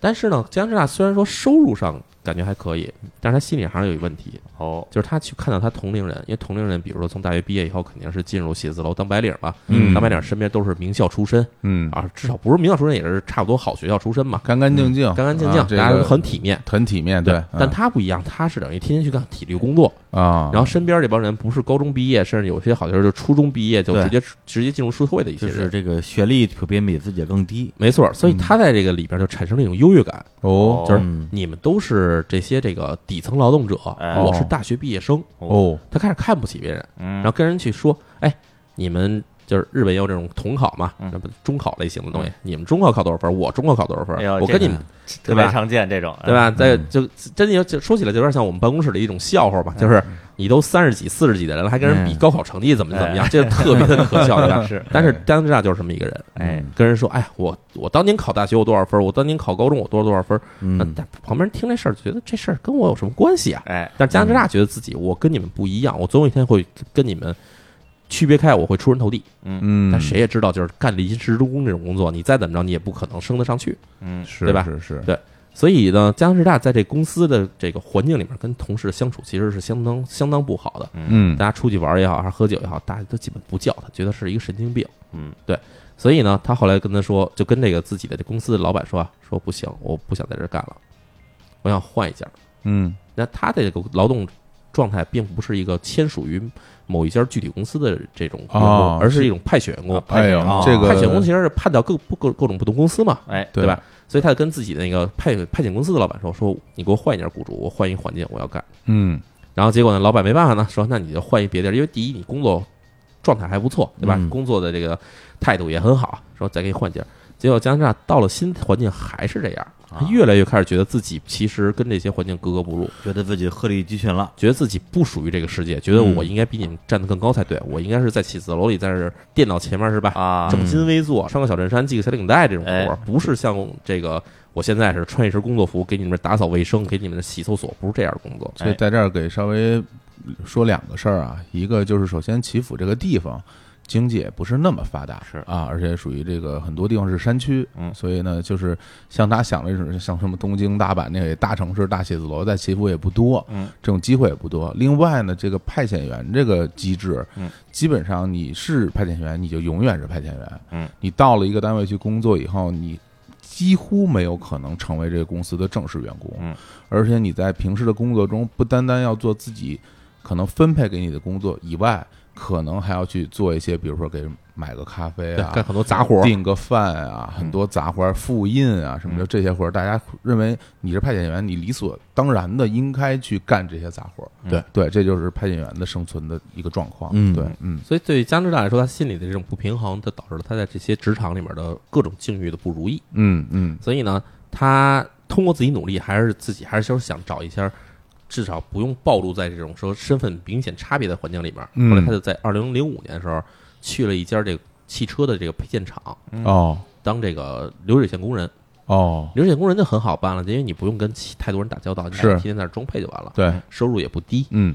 S1: 但是呢，江之大虽然说收入上感觉还可以，但是他心里还是有一个问题，
S2: 哦，
S1: 就是他去看到他同龄人，因为同龄人比如说从大学毕业以后肯定是进入写字楼当白领嘛，
S3: 嗯
S1: 当白领身边都是名校出身
S3: 嗯，
S1: 啊，至少不是名校出身也是差不多好学校出身嘛，
S3: 干干净净，
S1: 嗯干干净净，
S3: 啊这
S1: 大家都
S3: 个
S1: 很体面。
S3: 很体面，对。
S1: 但他不一样，他是等于天天去干体力工作，
S3: 嗯啊，
S1: 然后身边这帮人不是高中毕业，甚至有些好像是就初中毕业就
S4: 对
S1: 直接直接进入社会的一些
S4: 就
S1: 人，
S4: 是这个学历普遍比自己更低，
S1: 没错。
S3: 嗯
S1: 所以他在这个里边就产生了一种优越感，
S3: 哦
S1: 就是
S4: 嗯
S1: 你们都是这些这个底层劳动者，
S2: 哎
S1: 我是大学毕业生，
S3: 哦，
S1: 他开始看不起别人，
S2: 嗯
S1: 然后跟人去说，哎，你们。就是日本也有这种统考嘛，
S2: 嗯
S1: 那不中考类型的东西。你们中考考多少分？我中考考多少分
S2: 哎呦？
S1: 我
S2: 这
S1: 跟
S2: 个
S1: 你们
S2: 特
S1: 对
S2: 别嗯
S1: 吧
S2: 常见这种，
S1: 对吧？在就真的有就说起来，就有点像我们办公室的一种笑话
S2: 嗯
S1: 吧，就是你都三十几、四十几的人了，还跟人比
S4: 嗯
S1: 高考成绩怎么怎么样，
S2: 哎
S1: 这特别的可笑，对吧？
S2: 是。
S1: 但是张之大就是这么一个人，
S2: 哎，
S1: 跟人说，哎，我我当年考大学我多少分，我当年考高中我多少多少分，那
S4: 嗯
S1: 但旁边人听这事儿就觉得这事儿跟我有什么关系啊？
S2: 哎，
S1: 但是
S3: 嗯
S1: 加之大觉得自己我跟你们不一样，我总有一天会跟你们区别开，我会出人头地。
S3: 嗯，
S1: 但谁也知道，就是干临时工这种工作，你再怎么着，你也不可能升得上去。
S2: 嗯，
S3: 是
S1: 对吧
S3: 是是，
S1: 所以呢，加拿大在这公司的这个环境里面，跟同事相处其实是相当相当不好的。
S3: 嗯
S1: 大家出去玩也好，还是喝酒也好，大家都基本不叫他，觉得是一个神经病。
S2: 嗯，
S1: 对。所以呢，他后来跟他说，就跟这个自己的这公司的老板说啊，说不行，我不想在这儿干了，我想换一家。
S3: 嗯
S1: 那他的这个劳动状态并不是一个签属于某一家具体公司的这种员工，
S3: 哦
S1: 而是一种派遣员工。
S3: 哎呦
S4: 啊，
S3: 这个
S1: 派遣工其实是派到各各各种不同公司嘛，
S2: 哎，
S1: 对吧？？所以他就跟自己的那个派派遣公司的老板说：“说你给我换一家雇主，我换一环境，我要干。
S3: 嗯，”
S1: 然后结果呢，老板没办法呢，说：“那你就换一别地儿，因为第一你工作状态还不错，对吧？
S4: 嗯
S1: 工作的这个态度也很好，说再给你换地儿。”结果加拿大到了新环境还是这样，他越来越开始觉得自己其实跟这些环境格格不入，
S4: 觉得自己鹤立鸡群了，
S1: 觉得自己不属于这个世界，觉得我应该比你们站得更高才对，我应该是在写字楼里，在这儿电脑前面是吧？
S2: 啊，
S1: 正襟危坐，穿个小衬衫，系个小领带这种活儿
S2: 哎，
S1: 不是像这个我现在是穿一身工作服给你们打扫卫生，给你们洗厕所，不是这样的工作。
S3: 所以在这儿给稍微说两个事儿啊，一个就是首先祈福这个地方。经济也不是那么发达，
S2: 是
S3: 啊，而且属于这个很多地方是山区，
S2: 嗯
S3: 所以呢，就是像他想的那种，像什么东京、大阪那些大城市、大写字楼，在祈福也不多，
S2: 嗯，
S3: 这种机会也不多。另外呢，这个派遣员这个机制，
S2: 嗯，
S3: 基本上你是派遣员，你就永远是派遣员，
S2: 嗯，
S3: 你到了一个单位去工作以后，你几乎没有可能成为这个公司的正式员工，
S2: 嗯，
S3: 而且你在平时的工作中，不单单要做自己可能分配给你的工作以外，可能还要去做一些，比如说给买个咖啡
S1: 对
S3: 啊，
S1: 干很多杂活儿嗯
S3: 订个饭啊，很多杂活儿、复印啊什么的
S2: 嗯
S3: 这些活儿，大家认为你是派遣员，你理所当然的应该去干这些杂活儿。
S1: 嗯
S2: 对
S3: 对，这就是派遣员的生存的一个状况。
S4: 嗯
S3: 对，嗯，
S1: 所以对于加拿大来说，他心里的这种不平衡，它导致了他在这些职场里面的各种境遇的不如意。
S3: 嗯嗯，
S1: 所以呢，他通过自己努力，还是自己还是就是想找一下，至少不用暴露在这种说身份明显差别的环境里面。
S3: 嗯
S1: 后来他就在二零零五年的时候去了一家这个汽车的这个配件厂
S2: 嗯
S3: 哦
S1: 当这个流水线工人。
S3: 哦，
S1: 流水线工人就很好办了，因为你不用跟其太多人打交道，你
S3: 是
S1: 天天在那儿装配就完了，
S3: 对，
S1: 收入也不低。
S3: 嗯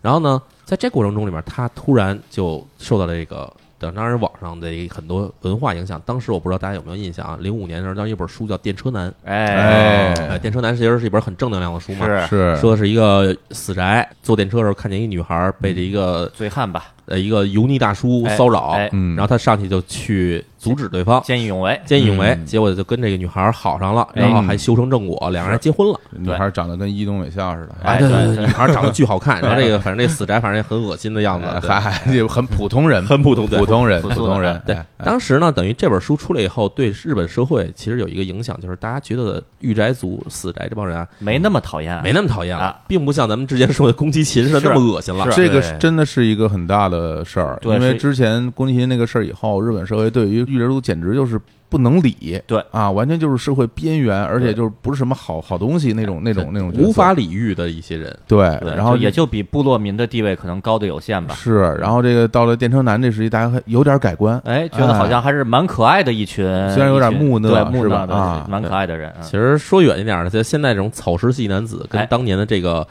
S1: 然后呢，在这过程中里面，他突然就受到了这个，当然网上的很多文化影响。当时我不知道大家有没有印象啊，零五年的时候，当时有一本书叫《电车男》，
S2: 哎
S3: 哎
S1: 呃，《电车男》其实是一本很正能量的书嘛，
S2: 是
S3: 是
S1: 说的是一个死宅坐电车的时候看见一女孩被这一个
S2: 醉汉吧？
S1: 呃一个油腻大叔
S2: 嗯哎
S1: 骚扰，
S2: 哎
S3: 嗯，
S1: 然后他上去就去阻止对方。
S2: 见义勇为，
S1: 见义勇为，
S4: 嗯
S1: 结果就跟这个女孩好上了，
S2: 哎
S1: 然后还修成正果，两个人还结婚了。
S3: 女孩长得跟伊东美孝似的，
S2: 哎
S1: 对
S2: 对
S1: 对对，
S2: 对
S1: 女孩长得巨好 看，然后这个反正这死宅反正也很恶心的样子，
S2: 哎
S1: 对
S3: 还还哎 就很普通人，
S1: 很普通，对
S3: 普通人，普
S2: 普通
S3: 通人，
S1: 对
S3: 哎，哎
S1: 当时呢，等于这本书出来以后，对日本社会其实有一个影响，就是大家觉得御宅族、死宅这帮人啊，
S2: 没那么讨厌啊，
S1: 没那么讨厌了
S2: 啊，
S1: 并不像咱们之前说的宫崎勤似的
S2: 是
S1: 那么恶心了。
S2: 是
S3: 这个
S2: 对
S3: 是真的是一个很大的事儿，
S2: 对
S3: 因为
S2: 是
S3: 之前宫崎勤那个事儿以后，日本社会对于绿人族简直就是不能理，
S2: 对
S3: 啊，完全就是社会边缘，而且
S2: 对
S3: 就是不是什么好好东西那种那种那种角色
S1: 无法理喻的一些人，
S3: 对，
S2: 对，
S3: 然后
S2: 就也就比部落民的地位可能高的有限吧。
S3: 是，然后这个到了电车男这时期，大家还有点改观，
S2: 哎，觉得好像还是蛮可爱的一群，
S3: 虽然有点木讷
S2: 一群对木
S3: 是吧
S2: 讷的
S3: 啊
S2: 蛮可爱的人。
S1: 其实说远一点呢，就现在这种草食系男子跟
S2: 嗯哎
S1: 当年的这个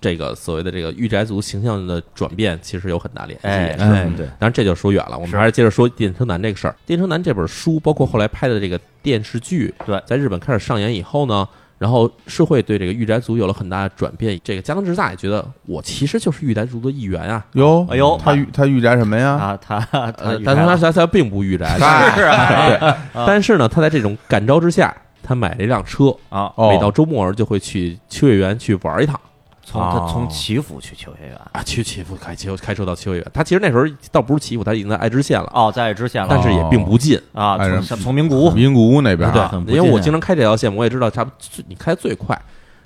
S1: 这个所谓的这个御宅族形象的转变，其实有很大联系。
S2: 哎
S3: 嗯
S1: 当
S4: 哎，对，
S1: 然这就说远了，我们
S2: 是
S1: 还是接着说《电车男》这个事儿。《电车男》这本书，包括后来拍的这个电视剧，
S2: 对
S1: 在日本开始上演以后呢，然后社会对这个御宅族有了很大的转变。这个加藤直大也觉得，我其实就是御宅族的一员啊。
S3: 哟，
S2: 哎呦
S3: 他御他御宅什么呀？
S2: 啊，他他
S1: 呃，
S2: 他
S1: 但他他他并不御宅，
S2: 是啊
S1: 但是呢，他在这种感召之下，他买了一辆车，
S2: 啊，
S3: 哦
S1: 每到周末就会去秋叶原去玩一趟
S2: 从他
S4: 哦
S2: 从祈福去秋叶原
S1: 啊，去祈福开秋开车到秋叶原。他其实那时候倒不是祈福，他已经在爱知县了，
S2: 哦，在知县了
S1: 但是也并不近。
S2: 啊，
S3: 哎
S2: 从
S3: 呀
S2: 从名古屋
S3: 名古屋那边
S1: 对
S3: 啊，
S4: 很不
S1: 因为
S4: 近
S1: 我
S4: 啊
S1: 经常开这条线，我也知道差不最你开最快，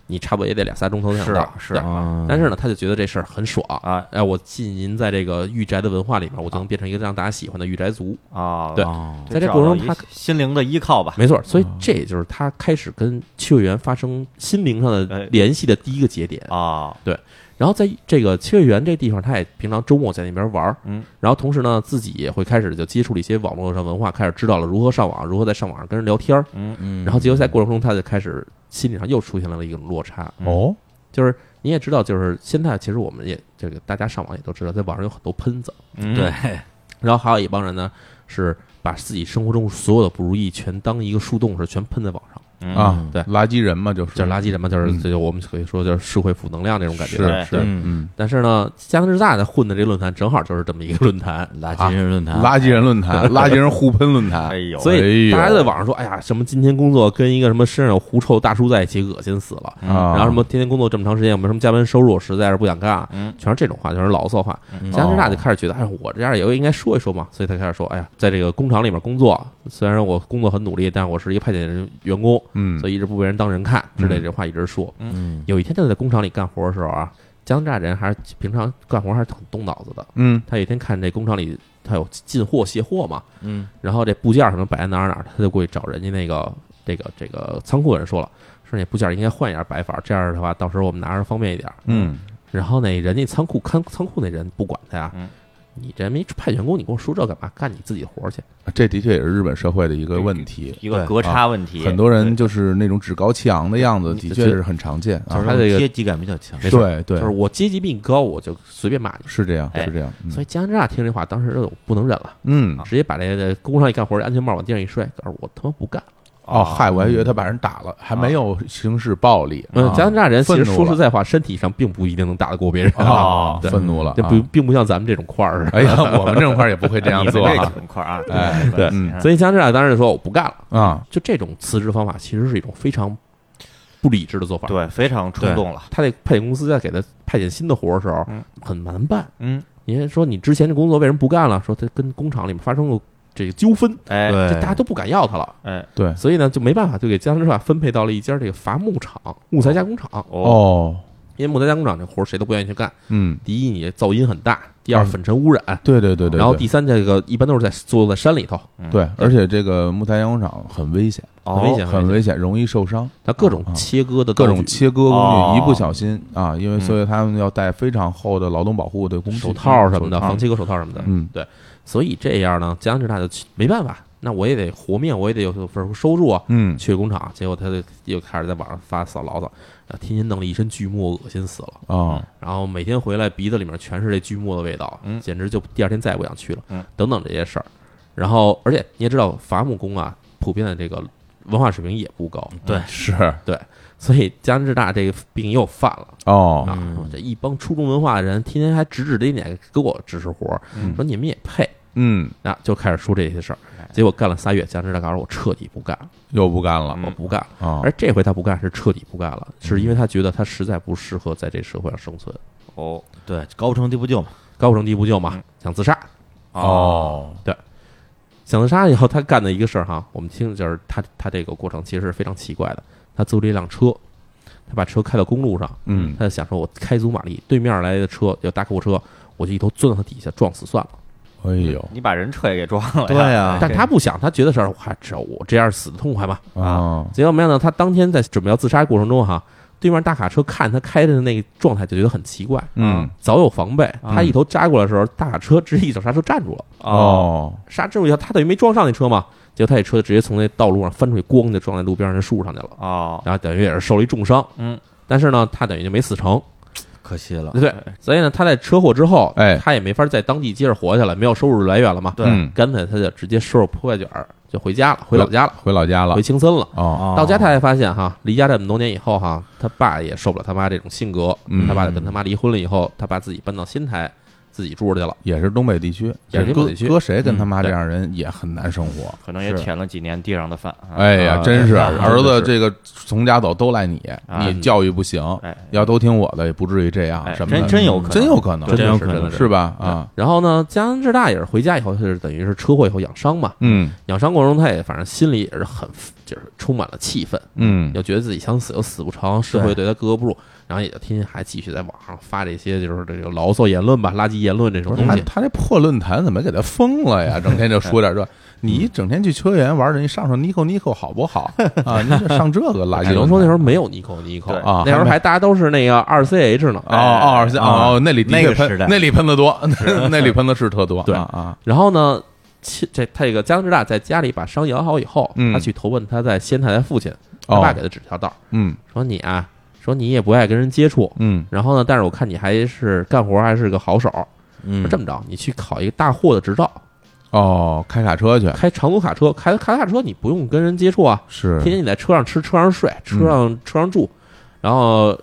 S1: 你差不多也得俩仨钟头才能
S2: 是
S1: 到。
S2: 是
S1: 对
S4: 啊，
S1: 但是呢，他就觉得这事儿很爽。
S2: 啊
S1: 哎，我浸淫在这个御宅的文化里面，我就能变成一个让大家喜欢的御宅族。
S2: 啊，
S1: 对
S4: 哦
S1: 在这过程中
S2: 找到一心灵的依靠吧，
S1: 没错，所以这也就是他开始跟秋叶原发生心灵上的
S2: 哎
S1: 联系的第一个节点。
S2: 啊，
S1: 然后在这个秋叶原这地方，他也平常周末在那边玩儿，
S2: 嗯，
S1: 然后同时呢，自己也会开始就接触了一些网络上文化，开始知道了如何上网，如何在上网上跟人聊天儿。
S4: 嗯，
S1: 然后结果在过程中，他就开始心理上又出现了一种落差，
S3: 哦，
S1: 就是你也知道，就是现在其实我们也这个大家上网也都知道，在网上有很多喷子，
S2: 嗯
S4: 对，
S1: 然后还有一帮人呢是把自己生活中所有的不如意全当一个树洞是全喷在网上，
S2: 嗯
S3: 啊，
S1: 对
S3: 垃圾人嘛，就是
S1: 就是垃圾人嘛，就是
S3: 嗯
S1: 这就我们可以说就是社会负能量那种感觉。
S3: 是是
S2: 对
S4: 嗯，
S3: 嗯，
S1: 但是呢，加拿大在混的这论坛正好就是这么一个论坛，啊
S4: 垃圾人论坛，
S3: 垃圾人论 坛，垃圾人互喷论坛
S2: 哎，呦，
S1: 所
S3: 哎
S1: 以
S3: 呦
S1: 大家在网上说，哎呀，什么今天工作跟一个什么身上有狐臭大叔在一起，恶心死了。
S3: 啊，
S1: 然后什么天天工作这么长时间，有没有什么加班收入，实在是不想干啊，
S2: 嗯
S1: 全是这种话，全是牢骚话。
S4: 嗯
S1: 加拿大就开始觉得，哎，我这样也应该说一说嘛，所以他开始说，哎呀，在这个工厂里面工作，虽然我工作很努力，但我是一个派遣人员工，
S3: 嗯
S1: 所以一直不被人当人看之类这话一直说。
S4: 嗯
S1: 有一天他在工厂里干活的时候啊，加拿大人还是平常干活还是很动脑子的。
S3: 嗯
S1: 他有一天看这工厂里他有进货卸货嘛，
S4: 嗯
S1: 然后这部件什么摆在哪儿哪儿，他就过去找人家那个这个这个仓库人说了，说那部件应该换一下摆法，这样的话到时候我们拿着方便一点。
S3: 嗯，
S1: 然后呢，人家仓库看仓库那人不管他呀，
S2: 嗯
S1: 你这没派员工，你跟我说这干嘛？干你自己的活儿去。
S3: 这的确也是日本社会的一个问题。
S1: 哎
S2: 一个
S4: 对
S2: 隔差问题，
S3: 啊很多人就是那种趾高气昂的样子，的确是很常见
S4: 就
S3: 啊。
S4: 是
S1: 还有一个
S4: 阶级感比较强。
S1: 没事
S3: 对对
S1: 就是，我阶级比你高，我就随便骂你。
S3: 是这样，
S2: 哎
S3: 是这样。嗯
S1: 所以啊加拿大听这话，当时就不能忍了，
S3: 嗯，
S1: 直接把这个工上一干活，安全帽往地上一摔，告诉我他妈不干。
S3: 哦，嗨，我还以为他把人打了，还没有刑事暴力。
S1: 嗯
S3: 啊，
S1: 加拿大人其实
S3: 愤怒
S1: 说
S3: 了
S1: 实在话，身体上并不一定能打得过别人，
S3: 啊，
S1: 对
S3: 愤怒了，
S1: 嗯这
S3: 啊
S1: 不并不像咱们这种块儿似的。
S3: 哎呀，我们这种块儿也不 会这样做
S2: 这
S3: 啊
S2: 很快啊，
S3: 哎
S2: 对
S3: 嗯
S1: 所以加拿大当时就说我不干了。
S3: 啊！
S1: 就这种辞职方法，其实是一种非常不理智的做法。，
S2: 对，非常冲动了，
S1: 他得派遣公司在给他派遣新的活儿的时候
S2: 嗯，
S1: 很难办。
S2: 嗯，
S1: 您说你之前这工作为什么不干了？说他跟工厂里面发生过这个纠纷，
S2: 哎
S4: 对
S1: 这大家都不敢要他了，
S2: 哎
S3: 对，
S1: 所以呢就没办法，就给江之化分配到了一家这个伐木厂、木材加工厂。
S2: 哦
S3: 哦，
S1: 因为木材加工厂这活儿谁都不愿意去干，
S3: 嗯，
S1: 第一你噪音很大，第二
S3: 嗯
S1: 粉尘污染，
S3: 对对对对。
S1: 然后
S3: 对
S1: 第三这个一般都是在坐在山里头，
S3: 对，而且这个木材加工厂很危险，
S1: 很危
S2: 哦
S1: 险，
S3: 很危险，容易受伤，
S1: 它各种
S3: 啊
S1: 切割的
S3: 各
S1: 道具
S3: 种切割工
S2: 哦
S3: 具，一不小心啊，因为
S2: 嗯
S3: 所以他们要戴非常厚的劳动保护的工具
S1: 手套什么的，
S3: 手套
S1: 防切割手套什么的。
S3: 嗯，
S1: 所以这样呢，江之大就去没办法，那我也得和面，我也得有份收入啊。
S3: 嗯，
S1: 去工厂，结果他就又开始在网上发扫牢骚，然后天天弄了一身锯末，恶心死了。
S3: 啊，
S1: 然后每天回来鼻子里面全是这锯末的味道，
S2: 嗯
S1: 简直就第二天再也不想去了。
S2: 嗯
S1: 等等这些事儿，然后而且你也知道伐木工啊，普遍的这个文化水平也不高，
S3: 嗯
S4: 对，
S3: 是
S1: 所以加之大这个病又犯了。
S3: 哦，
S1: 啊
S4: 嗯！
S1: 这一帮初中文化的人，天天还指指点点给我指示活儿，
S2: 嗯
S1: 说你们也配，
S3: 嗯，
S1: 啊，就开始说这些事儿
S2: 哎。
S1: 结果干了仨月，江之大告诉我彻底不干了，
S3: 又不干了
S2: 嗯
S1: 我不干了。
S3: 啊
S1: 而，这回他不干是彻底不干了，是因为他觉得他实在不适合在这社会上生存，
S2: 哦
S4: 对，高不成低不就嘛。
S1: 高不成低不就嘛
S2: 嗯，
S1: 想自杀。
S3: 哦，
S1: 想自杀以后，他干的一个事儿哈，我们听就是他他这个过程其实是非常奇怪的。他租了一辆车，他把车开到公路上，
S3: 嗯
S1: 他就想说，我开足马力，对面来的车有大客户车，我就一头钻到他底下撞死算了。
S3: 哎呦
S2: 你把人车也给撞了呀，
S4: 对呀
S1: 但他不想，他觉得是，我还只要我这样死的痛快嘛，
S3: 啊，
S1: 结果没想到，他当天在准备要自杀的过程中，哈，对面大卡车看他开的那个状态，就觉得很奇怪，
S3: 嗯，
S1: 早有防备。
S2: 嗯
S1: 他一头扎过来的时候，大卡车直接一脚刹车站住了，
S2: 哦
S3: 哦，
S1: 刹住以后，他等于没撞上那车嘛，结果他这车直接从那道路上翻出去，咣就撞在路边上那树上去了，
S2: 哦，
S1: 然后等于也是受了一重伤。
S2: 嗯，
S1: 但是呢，他等于就没死成，
S4: 可惜了，
S1: 对，所以呢，他在车祸之后，
S3: 哎
S1: 他也没法在当地接着活下来，没有收入来源了嘛，
S2: 对
S3: 嗯
S1: 干脆他就直接收拾破败卷儿就回家了，回老家了，
S3: 回老家了
S1: 回，青森了。
S3: 哦，
S1: 到家他才发现哈，离家这么多年以后哈，他爸也受不了他妈这种性格，
S3: 嗯
S1: 他爸就跟他妈离婚了以后，他爸自己搬到新台自己住去了。
S3: 也是东北地区，
S1: 也是
S3: 这
S1: 东
S3: 搁
S1: 北地区
S3: 搁谁跟他
S1: 嗯
S3: 妈这
S1: 对
S3: 样人也很难生活。
S2: 可能也
S1: 是
S2: 舔了几年地上的饭，啊
S3: 哎呀，
S1: 啊
S3: 真是
S1: 啊
S3: 儿
S1: 真
S3: 子
S1: 的是
S3: 这个从家走都赖你，
S2: 啊
S3: 你教育不行，
S2: 哎，
S3: 要都听我的也不至于这样
S2: 哎
S3: 什么的，
S2: 真真有可能
S3: 真有可能，
S1: 对
S4: 真有
S1: 是
S4: 可能
S1: 真的
S3: 是吧？啊，
S1: 然后呢，江南志大也是回家以后，就是等于是车祸以后养伤嘛，
S3: 嗯
S1: 养伤过程中他也反正心里也是很就是充满了气愤，
S3: 嗯，
S1: 又觉得自己想死又死不成，社会对他格格不入，然后也就天天还继续在网上发这些就是这个牢骚言论吧、垃圾言论这种
S3: 不是
S1: 东
S3: 他
S1: 西。
S3: 他这破论坛怎么给他封了呀？整天就说点这，你整天去秋叶原玩，人家上上 Nico Nico 好不好啊？你这上这个垃圾论坛，
S1: 只能哎说那时候没有啊 Nico Nico
S2: 对
S3: 啊
S1: 那时候
S3: 还没
S1: 还大家都是那个二 CH 呢。
S3: 哦哦是哦，那里的
S4: 那
S3: 确
S4: 个
S3: 喷
S4: 时代
S3: 那里喷的多， 那里喷的是特多，
S1: 对
S3: 啊啊，
S1: 然后呢，其这他这个加藤之大在家里把伤养好以后，
S3: 嗯
S1: 他去投奔他在仙台的父亲，他爸
S3: 哦
S1: 给，他指条道儿，
S3: 嗯
S1: 说你啊，说你也不爱跟人接触，
S3: 嗯
S1: 然后呢，但是我看你还是干活还是个好手儿，
S4: 嗯
S1: 说，这么着，你去考一个大货的执照，
S3: 哦，开卡车去
S1: 开长途卡车，开卡卡车你不用跟人接触啊，
S3: 是嗯
S1: 天，天你在车上吃，车上睡，车上车上住，然后。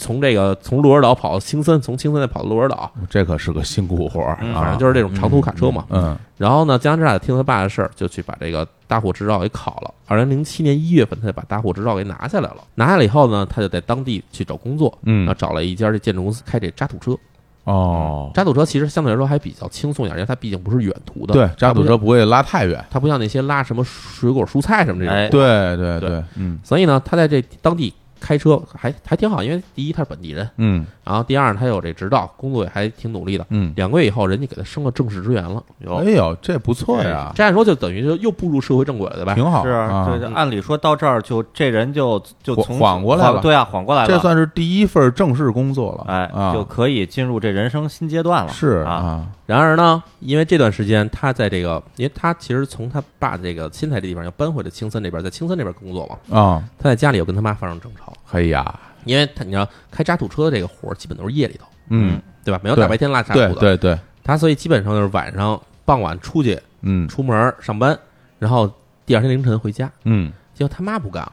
S1: 从这个从鹿儿岛跑到青森，从青森再跑到鹿儿岛，
S3: 这可是个辛苦活儿
S2: 嗯
S1: 反
S3: 啊
S1: 正，就是这种长途卡车嘛。
S3: 嗯
S1: 然后呢，江之大听他爸的事儿，就去把这个大火执照给考了。二零零七年一月份，他就把大火执照给拿下来了。拿下来以后呢，他就在当地去找工作，然后
S3: 嗯
S1: 找了一家这建筑公司开这渣土车。
S3: 哦，
S1: 渣土车其实相对来说还比较轻松一点，因为它毕竟不是远途的，
S3: 对，渣土车不会拉太远，
S1: 它不像那些拉什么水果、蔬菜什么这种。
S2: 哎
S3: 对对
S1: 对，
S3: 嗯
S1: 所以呢，他在这当地开车还还挺好，因为第一他是本地人，
S3: 嗯
S1: 然后第二他有这执照，工作也还挺努力的。
S3: 嗯，
S1: 两个月以后，人家给他升了正式职员了，
S2: 有
S3: 哎呦，这不错呀，
S1: 这按说就等于就又步入社会正轨了，对吧？
S3: 挺好
S2: 是
S3: 啊
S2: 对，，按理说到这儿就这人就就
S3: 缓
S2: 从
S3: 缓过来了
S2: 对啊，缓过来了，
S3: 这算是第一份正式工作了，
S2: 哎
S3: 啊，
S2: 就可以进入这人生新阶段了。
S3: 是
S2: 啊，
S3: 啊，
S1: 然而呢，因为这段时间他在这个，因为他其实从他爸这个钦台这地方要搬回到青森这边，在青森这边工作嘛，
S3: 啊，
S1: 他在家里又跟他妈发生争吵，
S3: 哎呀，
S1: 因为他你知道开渣土车的这个活儿基本都是夜里头，
S3: 嗯，
S1: 对吧？没有
S3: 对
S1: 大白天拉渣土
S3: 对
S1: 的，
S3: 对对，
S1: 他所以基本上就是晚上傍晚出去
S3: 嗯
S1: 出门儿上班，然后第二天凌晨回家，
S3: 嗯，
S1: 结果他妈不干了，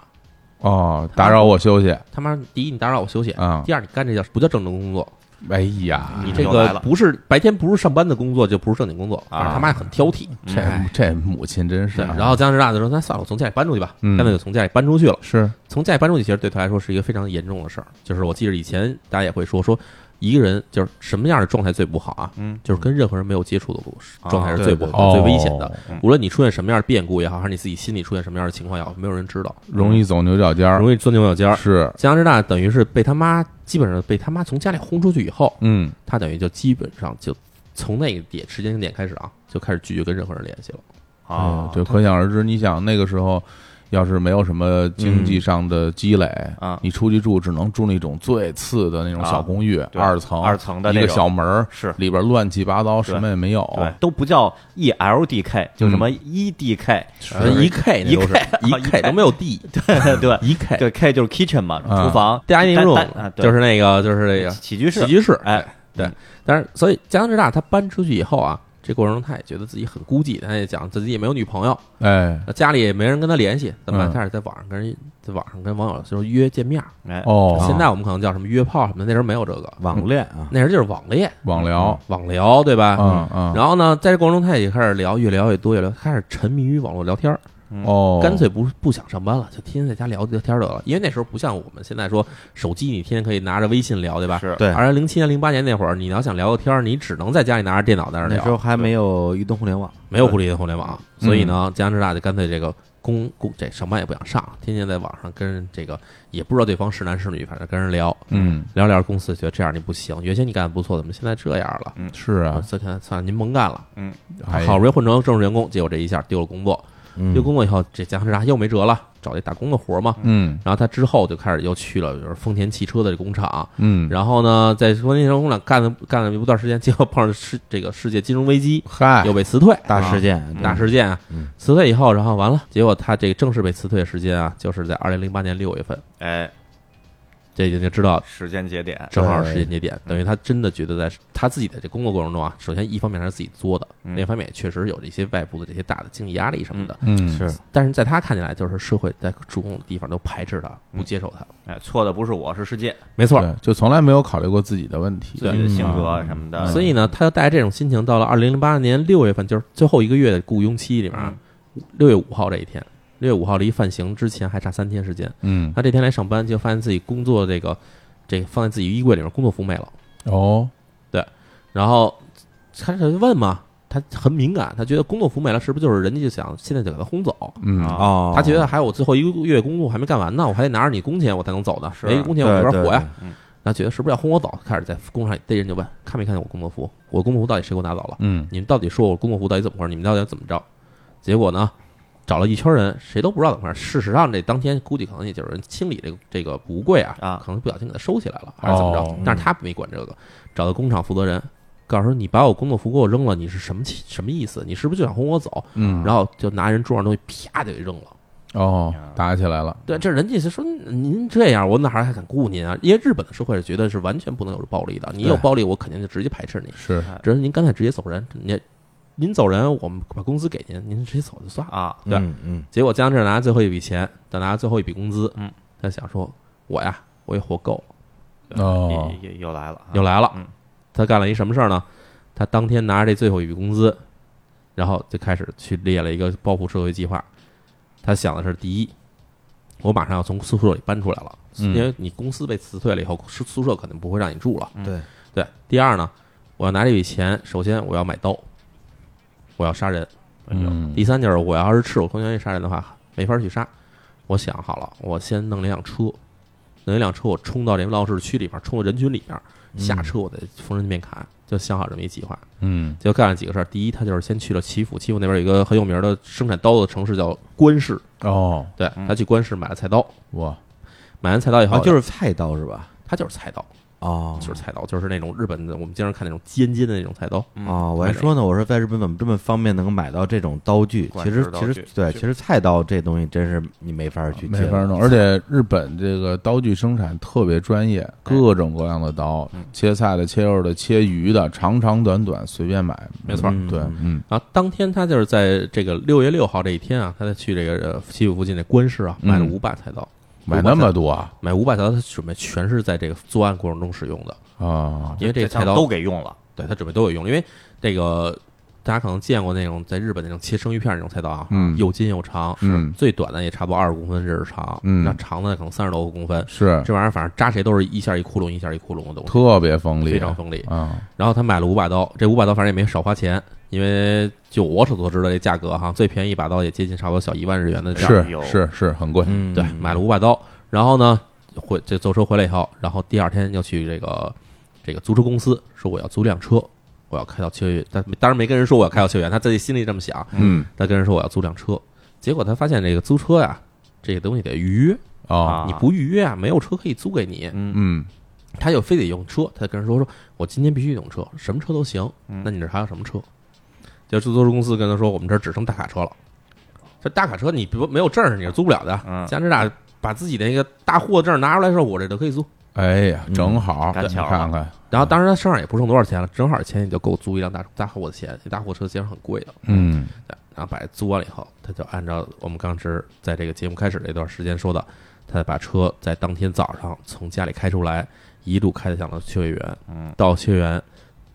S3: 哦，打扰我休息
S1: 他妈第一你打扰我休息，
S3: 啊，
S1: 第二你干这叫不叫正经工作？
S3: 哎呀，
S1: 你这
S2: 又来
S1: 个
S2: 了
S1: 不是白天不是上班的工作就不是正经工作，
S2: 啊
S1: 反正他妈很挑剔。
S3: 嗯这这母亲真是
S1: 哎对，
S3: 啊，
S1: 然后姜时大就说：“那算了，我从家里搬出去吧。”
S3: 嗯
S1: 干脆就从家里搬出去了。
S3: 是
S1: 从家里搬出去，其实对他来说是一个非常严重的事儿。就是我记得以前大家也会说，说一个人就是什么样的状态最不好啊？
S2: 嗯，
S1: 就是跟任何人没有接触的故事状态是最不
S3: 哦
S1: 好、最危险的。
S2: 嗯
S1: 无论你出现什么样的变故也好，还是你自己心里出现什么样的情况也好，没有人知道，嗯
S3: 容易走牛角尖儿，
S1: 容易钻牛角尖儿。
S3: 是，
S1: 姜之大等于是被他妈，基本上被他妈从家里轰出去以后，
S3: 嗯，
S1: 他等于就基本上就从那个点时间点开始啊，就开始拒绝跟任何人联系了。哎
S2: 啊，
S3: 就可想而知，你想那个时候。要是没有什么经济上的积累
S2: 啊
S3: 你出去住只能住那种最次的那种小公寓，
S2: 对
S3: 二层，
S2: 二层的
S3: 一
S2: 那
S3: 个
S2: 种
S3: 小门儿，
S2: 是
S3: 里边乱七八糟，
S2: 对
S3: 什么也没有。
S1: 哦
S3: 哎
S2: 对，都不叫 E L D K，就什么
S1: 嗯
S2: E D K，
S1: 呃一 K 那都是一 K 都没有 D，
S2: 对对
S1: 一 K
S2: 对 K 就是 kitchen 嘛，
S3: 啊
S2: 厨房
S1: 大家 i n
S2: 单
S1: g
S2: 单啊
S1: room
S2: 对
S1: 就是那个就是这个
S2: 起居室
S1: 起，居室。
S2: 哎，
S1: 对，但是所以加拿大他搬出去以后啊，这过程中他也觉得自己很孤寂，他也讲自己也没有女朋友，
S3: 哎，
S1: 那家里也没人跟他联系，怎么
S3: 嗯
S1: 办？开始在网上跟人在网上跟网友就是约见面儿。
S2: 哎，
S3: 哦，
S1: 现在我们可能叫什么约炮什么的，那时候没有这个，
S4: 网恋啊，
S1: 那时候就是网恋、
S3: 网聊，
S1: 网聊，对吧？
S3: 嗯嗯，
S1: 然后呢，在这过程中，他也开始聊，越聊越多，越聊开始沉迷于网络聊天儿，
S3: 哦，
S1: 干脆不不想上班了，就天天在家聊聊天儿得了。因为那时候不像我们现在说手机，你天天可以拿着微信聊，对吧？
S2: 哎是
S4: 对
S1: 而零七年、零八年那会儿，你要想聊个天儿，你只能在家里拿着电脑在那儿
S4: 那时候
S1: 聊，
S4: 还没有移动互联网，
S1: 没有互联互联网，所以呢，加拿大就干脆这个工工这上班也不想上，天天在网上跟这个也不知道对方是男是女，反正跟人聊，
S3: 嗯，
S1: 聊着聊着公司就觉得这样你不行，原先你干的不错，怎么现在这样了？
S3: 是
S1: 啊，
S3: 啊，
S1: 算了算了，您甭干了，
S3: 哎
S1: 嗯好不容易混成正式员工，结果这一下丢了工作，
S4: 嗯
S1: 丢工作以后，这加拿大又没辙了，找这打工的活儿嘛。
S3: 嗯
S1: 然后他之后就开始又去了，就是丰田汽车的这工厂，
S3: 嗯，
S1: 然后呢，在丰田工厂干了干了一段时间，结果碰上世这个世界金融危机，
S3: 嗨
S1: 又，被辞退，
S4: 哎大事件，
S1: 大事件啊
S4: 嗯。
S1: 辞退以后，然后完了，结果他这个正式被辞退的时间啊，就是在二零零八年六月份，
S2: 哎，
S1: 这已经知道
S2: 时间节点，
S1: 正好是时间节
S4: 嗯
S1: 点，等于他真的觉得在他自己的这工作过程中啊，首先一方面他是自己作的，
S2: 嗯
S1: 另一方面也确实有这些外部的这些大的经济压力什么的，
S3: 嗯
S4: 是
S1: 但是在他看起来，就是社会在主控的地方都排斥他，
S4: 嗯
S1: 不接受他。
S2: 哎，错的不是我，是世界，
S1: 没错，
S3: 对，就从来没有考虑过自己的问题，
S2: 自己的性
S3: 嗯
S2: 格
S3: 啊
S2: 什么的，
S1: 所以呢，他就带着这种心情，到了二零零八年六月份，就是最后一个月的雇佣期里面啊，
S4: 嗯
S1: 六月五号这一天，六月五号离犯刑之前还差三天时间，
S3: 嗯，
S1: 他这天来上班，就发现自己工作这个这个放在自己衣柜里面工作服没了，
S3: 哦，
S1: 然后开始问嘛，他很敏感，他觉得工作服没了，是不是就是人家就想现在就给他轰走？
S3: 嗯，
S2: 啊，
S4: 哦，
S1: 他觉得还有我最后一个月工作还没干完呢，我还得拿着你工钱我才能走呢，
S2: 是
S1: 没工钱我
S4: 对
S1: 没法
S4: 对
S1: 活呀。
S4: 对
S1: 那觉得是不是要轰我走？开始在工厂里逮人就问，看没看见我工作服？我工作服到底谁给我拿走了？
S3: 嗯，
S1: 你们到底说我工作服到底怎么回事？你们到底怎么着？结果呢，找了一圈人，谁都不知道怎么回事。事实上，这当天估计可能也就是人清理这个这个不柜啊，
S2: 啊
S1: 可能不小心给他收起来了，还是怎么着？
S3: 哦
S1: 但是他没管这个，找到工厂负责人，告诉说你把我工作服给我扔了，你是什么起什么意思？你是不是就想轰我走？
S3: 嗯
S1: 然后就拿人桌上东西啪就给扔了。
S3: 哦，打起来了，
S1: 对，这人家是说您这样，我哪还敢雇您啊？因为日本的社会是觉得是完全不能有暴力的，你有
S3: 对
S1: 暴力，我肯定就直接排斥你。
S3: 是，
S1: 只是您干脆直接走人，您您走人，我们把工资给您，您直接走就算了。
S2: 啊，
S1: 对
S4: 嗯嗯，
S1: 结果江浙拿最后一笔钱，再拿最后一笔工资，
S2: 嗯，
S1: 他想说，我呀，我也活够了，
S3: 哦
S2: 又又又来了啊，
S1: 又来了。
S2: 嗯
S1: 他干了一什么事儿呢？他当天拿着这最后一笔工资，然后就开始去列了一个报复社会计划。他想的是，第一，我马上要从宿舍里搬出来了，
S3: 嗯
S1: 因为你公司被辞退了以后，宿宿舍肯定不会让你住了。
S4: 对，
S1: 对，第二呢，我要拿这笔钱，首先我要买刀，我要杀人。
S3: 嗯
S1: 第三就是我要是赤手空拳去杀人的话，没法去杀。我想好了，我先弄了一辆车，弄一辆车我冲到这闹市区里边，冲到人群里边，
S4: 嗯
S1: 下车我再逢人便砍，就想好这么一计划。
S3: 嗯
S1: 就干了几个事儿。第一，他就是先去了祈福，祈福那边有一个很有名的生产刀的城市叫关市，
S3: 哦
S1: 对
S2: 嗯
S1: 他去关市买了菜刀，
S3: 哇
S1: 买完菜刀以后，
S4: 啊，就是是菜刀是吧？
S1: 他就是菜刀，
S4: 哦，
S1: 就是菜刀，就是那种日本的我们经常看那种尖尖的那种菜刀。
S4: 哦，我还说呢，我说在日本怎么这么方便能够买到这种刀具？
S2: 管
S4: 其
S2: 制
S4: 实
S2: 刀
S4: 其
S2: 具
S4: 实对，其实菜刀这东西真是你没法去
S3: 没
S4: 接
S3: 法
S4: 的
S3: 弄，而且日本这个刀具生产特别专业，各种各样的刀，切菜的、切肉的、切鱼的，长长短短随便买，
S1: 没错
S3: 嗯对，嗯
S1: 然后当天他就是在这个六月六号这一天啊，他在去这个呃西部附近的关市啊，
S3: 嗯
S1: 买了五把菜刀，
S3: 买那么多啊
S1: 买五把菜刀，他准备全是在这个作案过程中使用的，
S3: 啊
S1: 因为这个
S2: 这
S1: 菜
S2: 菜
S1: 刀
S2: 都给用了，
S1: 对他准备都有用，因为这个大家可能见过那种在日本那种切生鱼片那种菜刀啊，
S3: 嗯
S1: 又筋又长，
S3: 嗯
S1: 最短的也差不多二十公分这是长，
S3: 嗯
S1: 那长的可能三十多公分，
S3: 是
S1: 这玩意儿反正扎谁都是一下一窟窿一下一窟窿的东西，
S3: 特啊别锋利，
S1: 非常锋利。
S3: 啊，
S1: 然后他买了五把刀，这五把刀反正也没少花钱，因为就我所知道这价格哈，最便宜一把刀也接近差不多小一万日元的价格，
S3: 是
S2: 有
S3: 是是很贵，
S4: 嗯，
S1: 对，买了五把刀，然后呢，回这坐车回来以后，然后第二天要去这个这个租车公司，说我要租辆车，我要开到秋叶原，但当然没跟人说我要开到秋叶原，他自己心里这么想，
S3: 嗯
S1: 他跟人说我要租辆车，结果他发现这个租车呀，这个东西得预约，
S3: 哦
S2: 啊
S1: 你不预约啊，没有车可以租给你，
S2: 嗯，
S3: 嗯
S1: 他就非得用车，他跟人说说我今天必须用车，什么车都行，那你这还有什么车？就租车公司跟他说我们这儿只剩大卡车了，这大卡车你不没有证儿你是租不了的，
S2: 嗯
S1: 加拿大。把自己的那个大货证拿出来的时候，我这都可以租。
S3: 哎呀，正好，
S2: 赶
S3: 你
S2: 巧了
S3: 看看，
S1: 然后当时他身上也不剩多少钱了，正好钱也就够租一辆大大货的钱，大货车其实很贵的。
S3: 嗯
S1: 对，然后把租完了以后，他就按照我们刚才在这个节目开始这段时间说的，他把车在当天早上从家里开出来，一路开向了秋叶原。
S2: 嗯，
S1: 到秋叶原，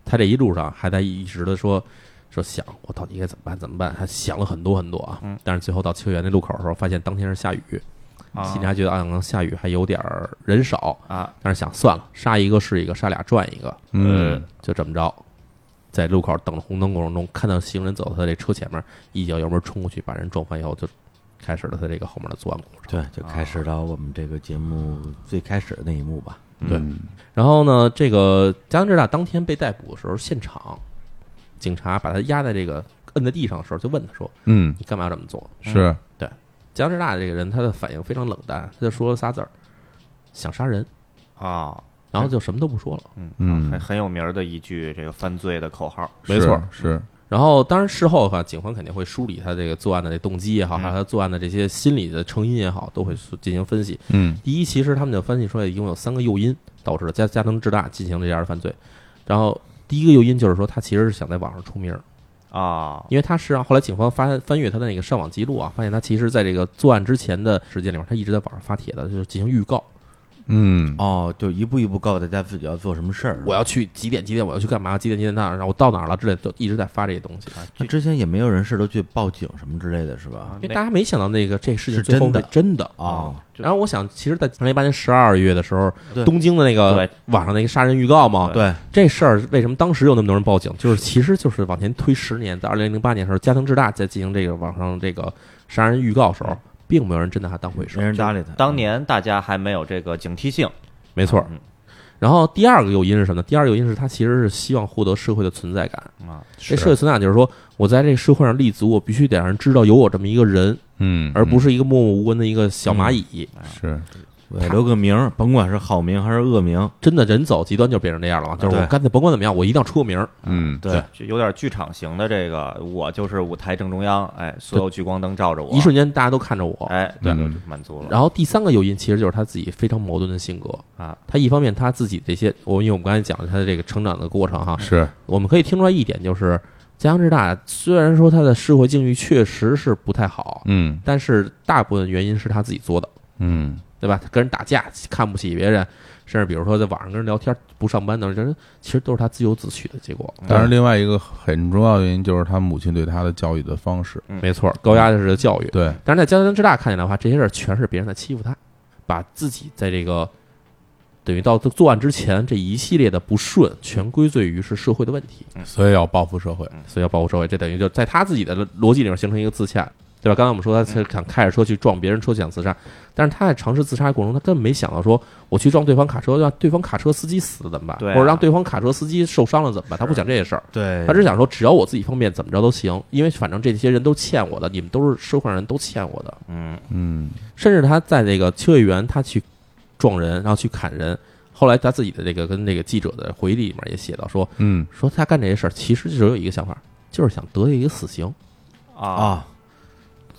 S1: 他这一路上还在一直的说说想我到底该怎么办怎么办，他想了很多很多啊。
S2: 嗯
S1: 但是最后到秋叶原那路口的时候，发现当天是下雨，
S2: 啊
S1: 心里还觉得啊，可能下雨还有点儿人少，
S2: 啊，
S1: 但是想算了，杀一个是一个，杀俩赚一个。
S3: 嗯，
S1: 就这么着，在路口等着红灯过程中，看到行人走到他这车前面，一脚油门冲过去，把人撞翻以后，就开始了他这个后面的作案过程。
S4: 对，就开始到我们这个节目最开始的那一幕吧。
S1: 对，然后呢，这个加藤智大当天被逮捕的时候，现场警察把他压在这个摁在地上的时候，就问他说
S3: 嗯：“
S1: 你干嘛要这么做
S3: 是，？”
S1: 加藤智大这个人，他的反应非常冷淡，他就说了仨字儿：“想杀人。
S2: 啊，”
S1: 然后就什么都不说了。
S3: 嗯
S2: 很很有名儿的一句这个犯罪的口号，
S1: 没错
S3: 是是，
S1: 然后，当然事后的话，警方肯定会梳理他这个作案的这动机也好，
S2: 嗯
S1: 还有他作案的这些心理的成因也好，都会进行分析。
S3: 嗯
S1: 第一，其实他们就分析出来，一共有三个诱因导致了加加藤智大进行这样的犯罪。然后第一个诱因就是说，他其实是想在网上出名，
S2: 啊，
S1: 因为他是让后来警方翻翻阅他的那个上网记录啊，发现他其实在这个作案之前的时间里面，他一直在网上发帖的，就是进行预告，
S3: 嗯
S4: 哦，就一步一步告诉大家自己要做什么事儿。
S1: 我要去几点几点，我要去干嘛，几点几点那儿，然后我到哪儿了之类的，就一直在发这些东西。
S4: 那之前也没有人试着去报警什么之类的，是吧？
S1: 因为大家没想到那个这事情
S4: 是
S1: 最后
S4: 真的
S1: 是真的
S4: 哦，
S2: 就
S1: 然后我想，其实，在二零一八年十二月的时候，
S4: 对
S1: 东京的那个
S2: 对
S1: 网上那个杀人预告嘛，
S4: 哦对，
S1: 这事儿为什么当时有那么多人报警？就是其实就是往前推十年，在二零零八年的时候，加藤智大在进行这个网上这个杀人预告的时候，并没有人真的还当回事
S4: 没
S1: 儿。
S4: 人搭理他。
S2: 当年大家还没有这个警惕性，
S1: 没错儿
S2: 嗯。
S1: 然后第二个诱因是什么呢？第二个诱因是他其实是希望获得社会的存在感。
S2: 啊，
S1: 这社会存在感就是说，我在这个社会上立足，我必须得让人知道有我这么一个人，
S3: 嗯，
S1: 而不
S3: 是
S1: 是一个默默无闻的一个小蚂蚁。
S3: 是，
S4: 我得留个名儿，甭管是好名还是恶名，
S1: 真的人走极端就变成这样了嘛？就是我
S4: 对
S1: 干脆甭管怎么样，我一定要出个名儿。
S3: 嗯
S4: 对，
S2: 就有点剧场型的这个，我就是舞台正中央，哎，所有聚光灯照着我，
S1: 一瞬间大家都看着我。
S2: 哎，对，
S3: 嗯
S2: 就满足了。
S1: 然后第三个诱因其实就是他自己非常矛盾的性格
S2: 啊。
S1: 他一方面他自己这些，我因为我们刚才讲了他的这个成长的过程哈，
S3: 是，
S1: 我们可以听出来一点就是，江之大虽然说他的社会境遇确实是不太好，
S3: 嗯
S1: 但是大部分原因是他自己作的，
S3: 嗯
S1: 对吧？他跟人打架，看不起别人，甚至比如说在网上跟人聊天不上班等等，这其实都是他自由自取的结果。
S3: 当然，另外一个很重要的原因就是他母亲对他的教育的方式。
S1: 没错，高压式的教育。
S3: 对，
S1: 但是在江南之大看起来的话，这些事儿全是别人在欺负他，把自己在这个等于到作案之前这一系列的不顺，全归罪于是社会
S2: 嗯
S1: 的问题，
S3: 所以要报复社会。
S1: 所以要保护社会。这等于就在他自己的逻辑里面形成一个自洽。对吧？刚才我们说他是
S2: 嗯
S1: 想开着车去撞别人车去想自杀，但是他在尝试自杀的过程中，他根本没想到说我去撞对方卡车，让对方卡车司机死了怎么办，
S2: 对啊
S1: 或者让对方卡车司机受伤了怎么办？他不想这些事儿，
S4: 对
S1: 他只想说只要我自己方便怎么着都行，因为反正这些人都欠我的，你们都是社会上人都欠我的。
S2: 嗯，
S3: 嗯，
S1: 甚至他在那个秋叶原，他去撞人，然后去砍人。后来他自己的这个跟那个记者的回忆里面也写到说，
S3: 嗯，
S1: 说他干这些事儿其实只有一个想法，就是想得一个死刑。
S2: 啊，
S4: 啊，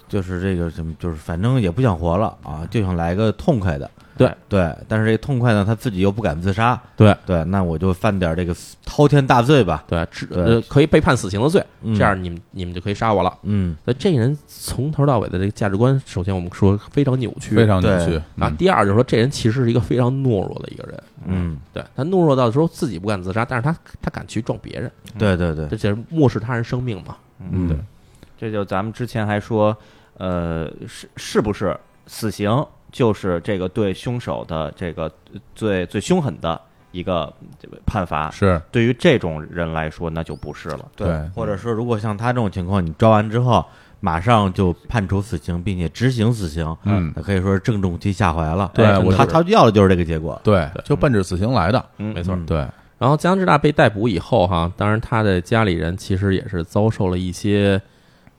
S4: 就是这个什么，就是反正也不想活了啊，就想来个痛快的。
S1: 对
S4: 对，但是这个痛快呢，他自己又不敢自杀。
S1: 对
S4: 对，那我就犯点这个滔天大罪吧。
S1: 对，只
S4: 对
S1: 呃可以被判死刑的罪，
S4: 嗯
S1: 这样你们你们就可以杀我了。
S4: 嗯，
S1: 所以这个人从头到尾的这个价值观，首先我们说非常扭曲，
S3: 非常扭
S4: 对
S3: 曲
S1: 啊。
S3: 嗯
S1: 第二就是说，这人其实是一个非常懦弱的一个人，
S4: 嗯，
S1: 对他懦弱到说自己不敢自杀，但是他他敢去撞别人，
S4: 嗯对对对
S1: 这，就是漠视他人生命嘛。
S3: 嗯
S4: 对
S2: 这就咱们之前还说，呃，是是不是死刑就是这个对凶手的这个最最凶狠的一个判罚？
S3: 是
S2: 对于这种人来说，那就不是了。
S3: 对
S4: 或者说，如果像他这种情况，你抓完之后，马上就判处死刑，并且执行死刑，
S3: 嗯
S4: 那可以说是正中其下怀了。
S3: 对
S4: 哎
S3: 我
S4: 他
S3: 是
S4: 他要的就是这个结果。
S3: 对，就奔着死刑来的，
S2: 嗯，
S1: 没错
S4: 嗯
S3: 对，
S1: 然后江之大被逮捕以后，哈，当然他的家里人其实也是遭受了一些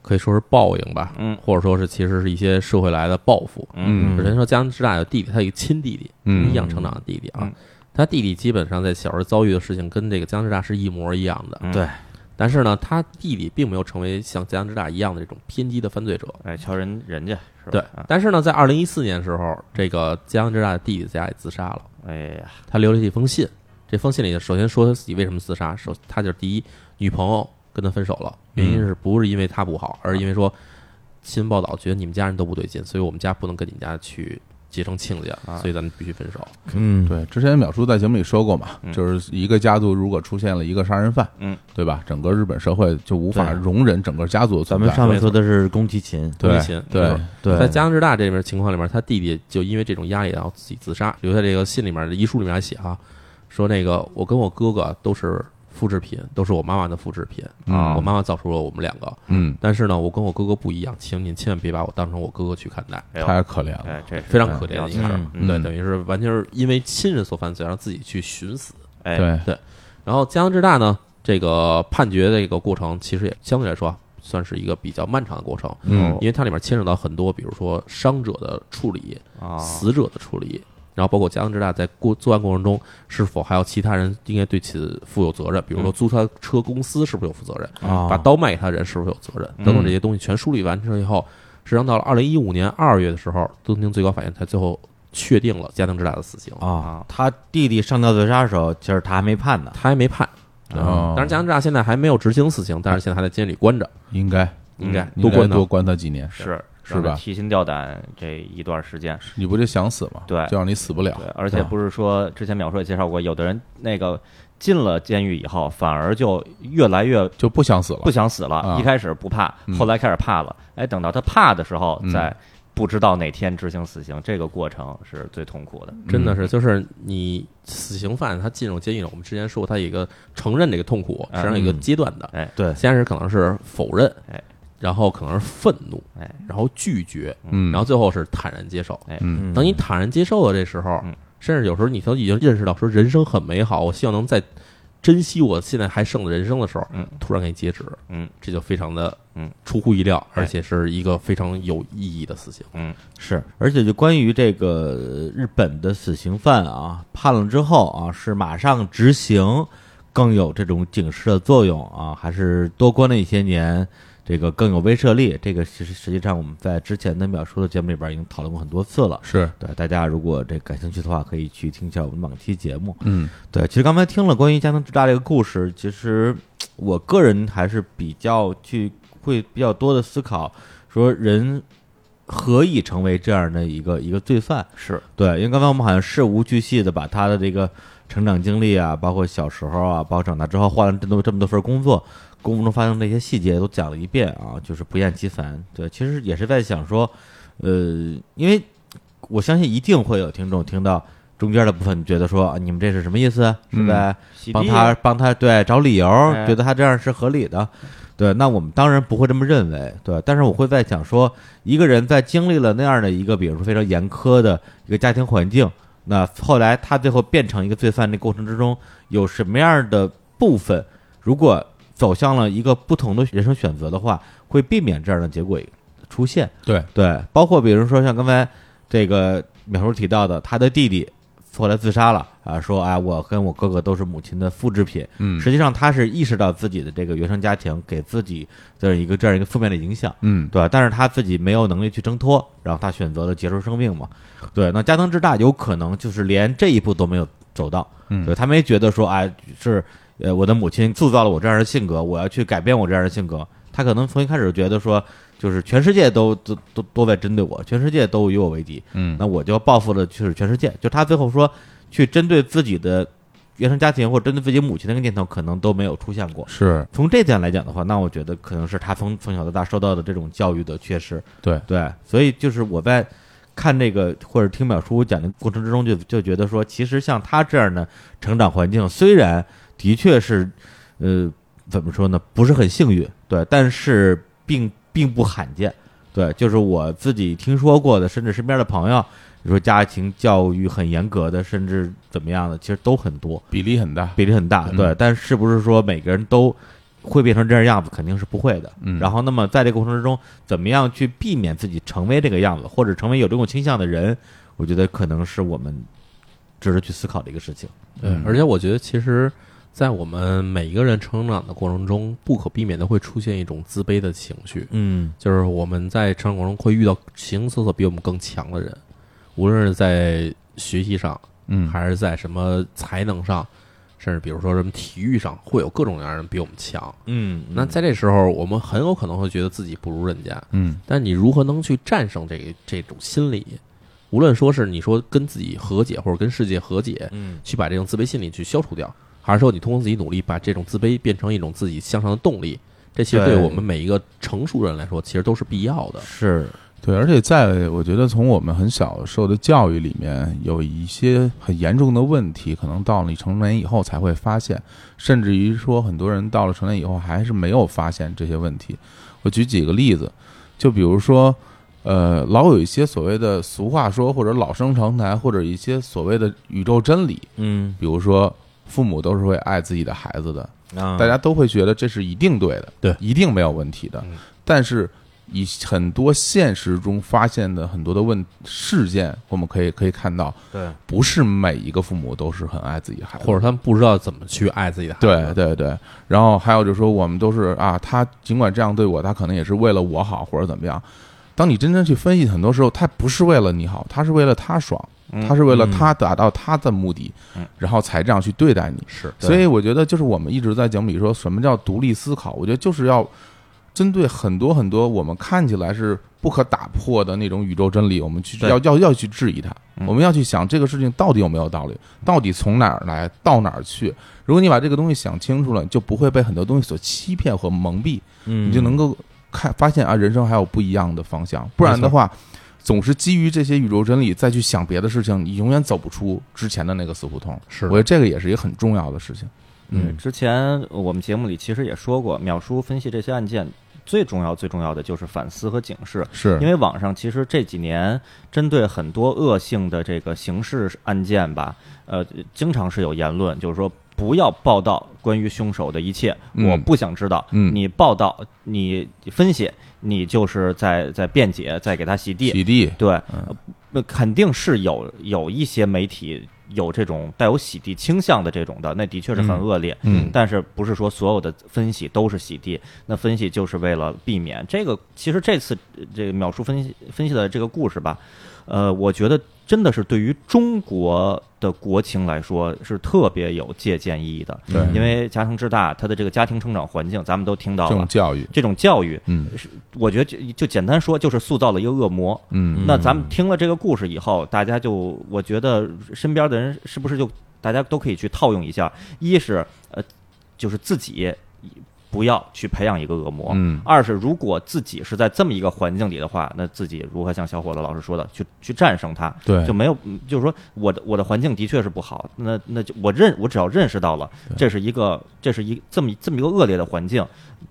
S1: 可以说是报应吧，
S2: 嗯
S1: 或者说是其实是一些社会来的报复。
S2: 嗯
S1: 首先说江之大有弟弟，他有一个亲弟弟，
S3: 嗯
S1: 一样成长的弟弟啊
S2: 嗯。
S1: 他弟弟基本上在小时候遭遇的事情跟这个江之大是一模一样的，
S2: 嗯
S4: 对，
S1: 但是呢，他弟弟并没有成为像江之大一样的这种偏激的犯罪者。
S2: 哎，瞧人人家是吧？
S1: 对
S2: 啊，
S1: 但是呢，在二零一四年的时候，这个江之大的弟弟在家里自杀了。
S2: 哎呀，
S1: 他留了一封信，这封信里首先说他自己为什么自杀，首他就是第一女朋友跟他分手了，原因是不是因为他不好，而是因为说新闻报道觉得你们家人都不对劲，所以我们家不能跟你们家去结成亲家，所以咱们必须分手。
S4: 嗯，
S3: 对，之前淼叔在节目里说过嘛，
S2: 嗯
S3: 就是一个家族如果出现了一个杀人犯，
S2: 嗯，
S3: 对吧？整个日本社会就无法
S4: 对
S3: 容忍整个家族的
S4: 咱
S3: 存
S4: 们
S3: 在。
S4: 上面说的是宫崎勤，
S1: 宫
S3: 对
S1: 崎勤没
S3: 对
S1: 错
S4: 对，
S1: 在加拿大这边情况里面，他弟弟就因为这种压力，然后自己自杀，留下这个信里面的遗书里面还写哈、说那个我跟我哥哥都是复制品，都是我妈妈的复制品
S3: 啊
S1: 我妈妈造出了我们两个，
S3: 嗯，
S1: 但是呢，我跟我哥哥不一样，请您千万别把我当成我哥哥去看待，
S2: 哎呦，
S3: 太可怜了。
S2: 哎，这是
S1: 非常可怜的一个事
S4: 嗯
S1: 儿。
S3: 嗯
S1: 对，等于是完全是因为亲人所犯罪，让自己去寻死。
S2: 哎，
S3: 对，
S1: 然后江之大呢，这个判决的这个过程，其实也相对来说啊算是一个比较漫长的过程，
S3: 嗯
S1: 因为它里面牵扯到很多，比如说伤者的处理、
S2: 啊，
S1: 死者的处理。然后包括江之大在过作案过程中，是否还有其他人应该对此负有责任？比如说租他车公司是不是有负责任？
S4: 啊，
S1: 把刀卖给他的人是不是有责任
S2: 嗯
S1: 等等这些东西全梳理完成以后，实际上到了二零一五年二月的时候，东京最高法院才最后确定了加藤之大的死刑，
S4: 啊，他弟弟上吊自杀的时候，其实他还没判呢。
S1: 他还没判。啊
S3: 哦
S1: 当然，加藤之大现在还没有执行死刑，但是现在还在监狱里关着，
S3: 应该
S1: 应该
S3: 应
S1: 多
S3: 该
S1: 关
S3: 多
S1: 呢。
S3: 关他几年，
S2: 是
S3: 是
S2: 让他
S3: 吧
S2: 提心吊胆这一段时间，
S3: 你不就想死吗？
S2: 对
S3: 就让你死不了
S2: 对，。而且不是说之前淼叔也介绍过，有的人那个进了监狱以后，反而就越来越
S3: 就不想死了
S2: 不。想死了
S3: 啊。
S2: 一开始不怕，
S1: 嗯
S2: 后来开始怕了。哎，等到他怕的时候，
S3: 嗯
S2: 再不知道哪天执行死刑，这个过程是最痛苦的。
S1: 真的是，就是你死刑犯他进入监狱了，我们之前说过，他有一个承认这个痛苦，实际上有一个
S4: 嗯
S1: 阶段的，
S2: 哎，
S4: 对，
S1: 先是可能是否认
S2: 哎，
S1: 然后可能是愤怒，
S2: 哎，
S1: 然后拒绝，
S3: 嗯，
S1: 然后最后是坦然接受。
S3: 嗯
S1: 等你坦然接受的这时候，
S2: 嗯
S1: 甚至有时候你都已经认识到说人生很美好，我希望能在珍惜我现在还剩的人生的时候，
S2: 嗯
S1: 突然给你截止，
S2: 嗯
S1: 这就非常的
S2: 嗯
S1: 出乎意料，
S2: 哎
S1: 而且是一个非常有意义的事情。
S2: 嗯
S4: 是，而且就关于这个呃日本的死刑犯啊，判了之后啊，是马上执行，更有这种警示的作用啊，还是多关了一些年，这个更有威慑力。这个其实实际上我们在之前的秒叔的节目里边已经讨论过很多次了。
S3: 是，
S4: 对，大家如果这感兴趣的话，可以去听一下我们往期节目。
S3: 嗯
S4: 对，其实刚才听了关于加藤之大这个故事，其实我个人还是比较去会比较多的思考，说人何以成为这样的一个一个罪犯？
S2: 是
S4: 对，因为刚才我们好像事无巨细的把他的这个成长经历啊，包括小时候啊，包括长大之后换了这么这么多份工作，工作中发生这些细节都讲了一遍啊，就是不厌其烦。对，其实也是在想说，呃，因为我相信一定会有听众听到中间的部分，觉得说、啊、你们这是什么意思？是在、
S2: 洗
S4: 帮
S2: 地啊
S4: 他帮他对找理由，
S2: 哎
S4: 觉得他这样是合理的。对，那我们当然不会这么认为，对，但是我会在想说，一个人在经历了那样的一个，比如说非常严苛的一个家庭环境，那后来他最后变成一个罪犯的过程之中，有什么样的部分，如果走向了一个不同的人生选择的话，会避免这样的结果出现。
S3: 对，
S4: 对，包括比如说像刚才这个淼叔提到的，他的弟弟后来自杀了啊，说啊，我跟我哥哥都是母亲的复制品。
S3: 嗯
S4: 实际上他是意识到自己的这个原生家庭给自己的一个这样一个负面的影响，
S3: 嗯，
S4: 对吧？但是他自己没有能力去挣脱，然后他选择了结束生命嘛。对，那加藤之大有可能就是连这一步都没有走到，
S3: 嗯
S4: 对他没觉得说啊、是呃我的母亲塑造了我这样的性格，我要去改变我这样的性格。他可能从一开始觉得说，就是全世界都都都都在针对我，全世界都与我为敌，
S3: 嗯
S4: 那我就要报复的就是全世界。就他最后说，去针对自己的原生家庭或者针对自己母亲那个念头，可能都没有出现过。
S3: 是
S4: 从这点来讲的话，那我觉得可能是他从从小到大受到的这种教育的缺失。
S3: 对
S4: 对，所以就是我在看这个或者听淼叔讲的过程之中就，就觉得说，其实像他这样的成长环境，虽然的确是，呃，怎么说呢，不是很幸运，对，但是并并不罕见。对，就是我自己听说过的，甚至身边的朋友，你说家庭教育很严格的，甚至怎么样的，其实都很多。
S3: 比例很大，
S4: 比例很大，
S3: 嗯
S4: 对。但是不是说每个人都会变成这样样子，肯定是不会的。
S3: 嗯
S4: 然后，那么在这个过程之中，怎么样去避免自己成为这个样子，或者成为有这种倾向的人，我觉得可能是我们值得去思考的一个事情。
S1: 对，而且我觉得其实，在我们每一个人成长的过程中，不可避免的会出现一种自卑的情绪，
S4: 嗯
S1: 就是我们在成长过程中会遇到形形色色比我们更强的人，无论是在学习上，
S3: 嗯，
S1: 还是在什么才能上，甚至比如说什么体育上，会有各种各样的人比我们强。
S4: 嗯，
S1: 那在这时候，我们很有可能会觉得自己不如人家，
S3: 嗯
S1: 但你如何能去战胜这个这种心理？无论说是你说跟自己和解，或者跟世界和解，
S4: 嗯
S1: 去把这种自卑心理去消除掉，还是说你通过自己努力把这种自卑变成一种自己向上的动力？这其实对
S4: 对
S1: 我们每一个成熟人来说，其实都是必要的。
S4: 是
S3: 对，而且在我觉得从我们很小受的教育里面，有一些很严重的问题，可能到了你成年以后才会发现，甚至于说很多人到了成年以后还是没有发现这些问题。我举几个例子，就比如说，呃，老有一些所谓的俗话说，或者老生常谈，或者一些所谓的宇宙真理，
S4: 嗯
S3: 比如说父母都是会爱自己的孩子的，
S4: 啊，
S3: 大家都会觉得这是一定对的，
S1: 嗯对
S3: 一定没有问题的
S1: 嗯。
S3: 但是以很多现实中发现的很多的问事件，我们可以可以看到，
S4: 对
S3: 不是每一个父母都是很爱自己孩子的，
S1: 或者他们不知道怎么去爱自己的孩子，
S3: 对对对。然后还有就是说，我们都是啊，他尽管这样对我，他可能也是为了我好，或者怎么样。当你真正去分析，很多时候他不是为了你好，他是为了他爽，
S1: 嗯
S3: 他是为了他达到他的目的，然后才这样去对待你。
S1: 是
S3: 所以我觉得，就是我们一直在节目里说什么叫独立思考，我觉得就是要针对很多很多我们看起来是不可打破的那种宇宙真理，我们去
S2: 对
S3: 要要要去质疑它，
S1: 嗯
S3: 我们要去想这个事情到底有没有道理，到底从哪儿来到哪儿去。如果你把这个东西想清楚了，你就不会被很多东西所欺骗和蒙蔽，
S4: 嗯
S3: 你就能够看发现啊，人生还有不一样的方向。不然的话。总是基于这些宇宙真理再去想别的事情，你永远走不出之前的那个死胡同。
S1: 是
S3: 我觉得这个也是一个很重要的事情。
S2: 嗯，之前我们节目里其实也说过，淼叔分析这些案件，最重要最重要的就是反思和警示。
S3: 是
S2: 因为网上其实这几年针对很多恶性的这个刑事案件吧，呃，经常是有言论，就是说不要报道关于凶手的一切，
S3: 嗯
S2: 我不想知道。
S3: 嗯
S2: 你报道，你分析，你就是在在辩解，在给他洗地。
S3: 洗地，
S2: 对，那、肯定是有有一些媒体有这种带有洗地倾向的这种的，那的确是很
S3: 嗯
S2: 恶劣。
S3: 嗯
S2: 但是不是说所有的分析都是洗地？那分析就是为了避免这个。其实这次呃这个淼叔分析分析的这个故事吧，呃，我觉得真的是对于中国的国情来说是特别有借鉴意义的，
S3: 对，
S2: 因为家庭之大，他的这个家庭成长环境咱们都听到
S3: 这种
S2: 了，
S3: 教育，
S2: 这种教育，
S3: 嗯
S2: 我觉得就就简单说就是塑造了一个恶魔。
S3: 嗯
S2: 那咱们听了这个故事以后，大家就我觉得身边的人是不是就大家都可以去套用一下？一是呃，就是自己不要去培养一个恶魔。
S3: 嗯
S2: 二是，如果自己是在这么一个环境里的话，那自己如何像小伙子老师说的，去去战胜它，
S3: 对
S2: 就没有，嗯就是说我的我的环境的确是不好，那那就我认我只要认识到了这是一个这是一这么一这么一个恶劣的环境，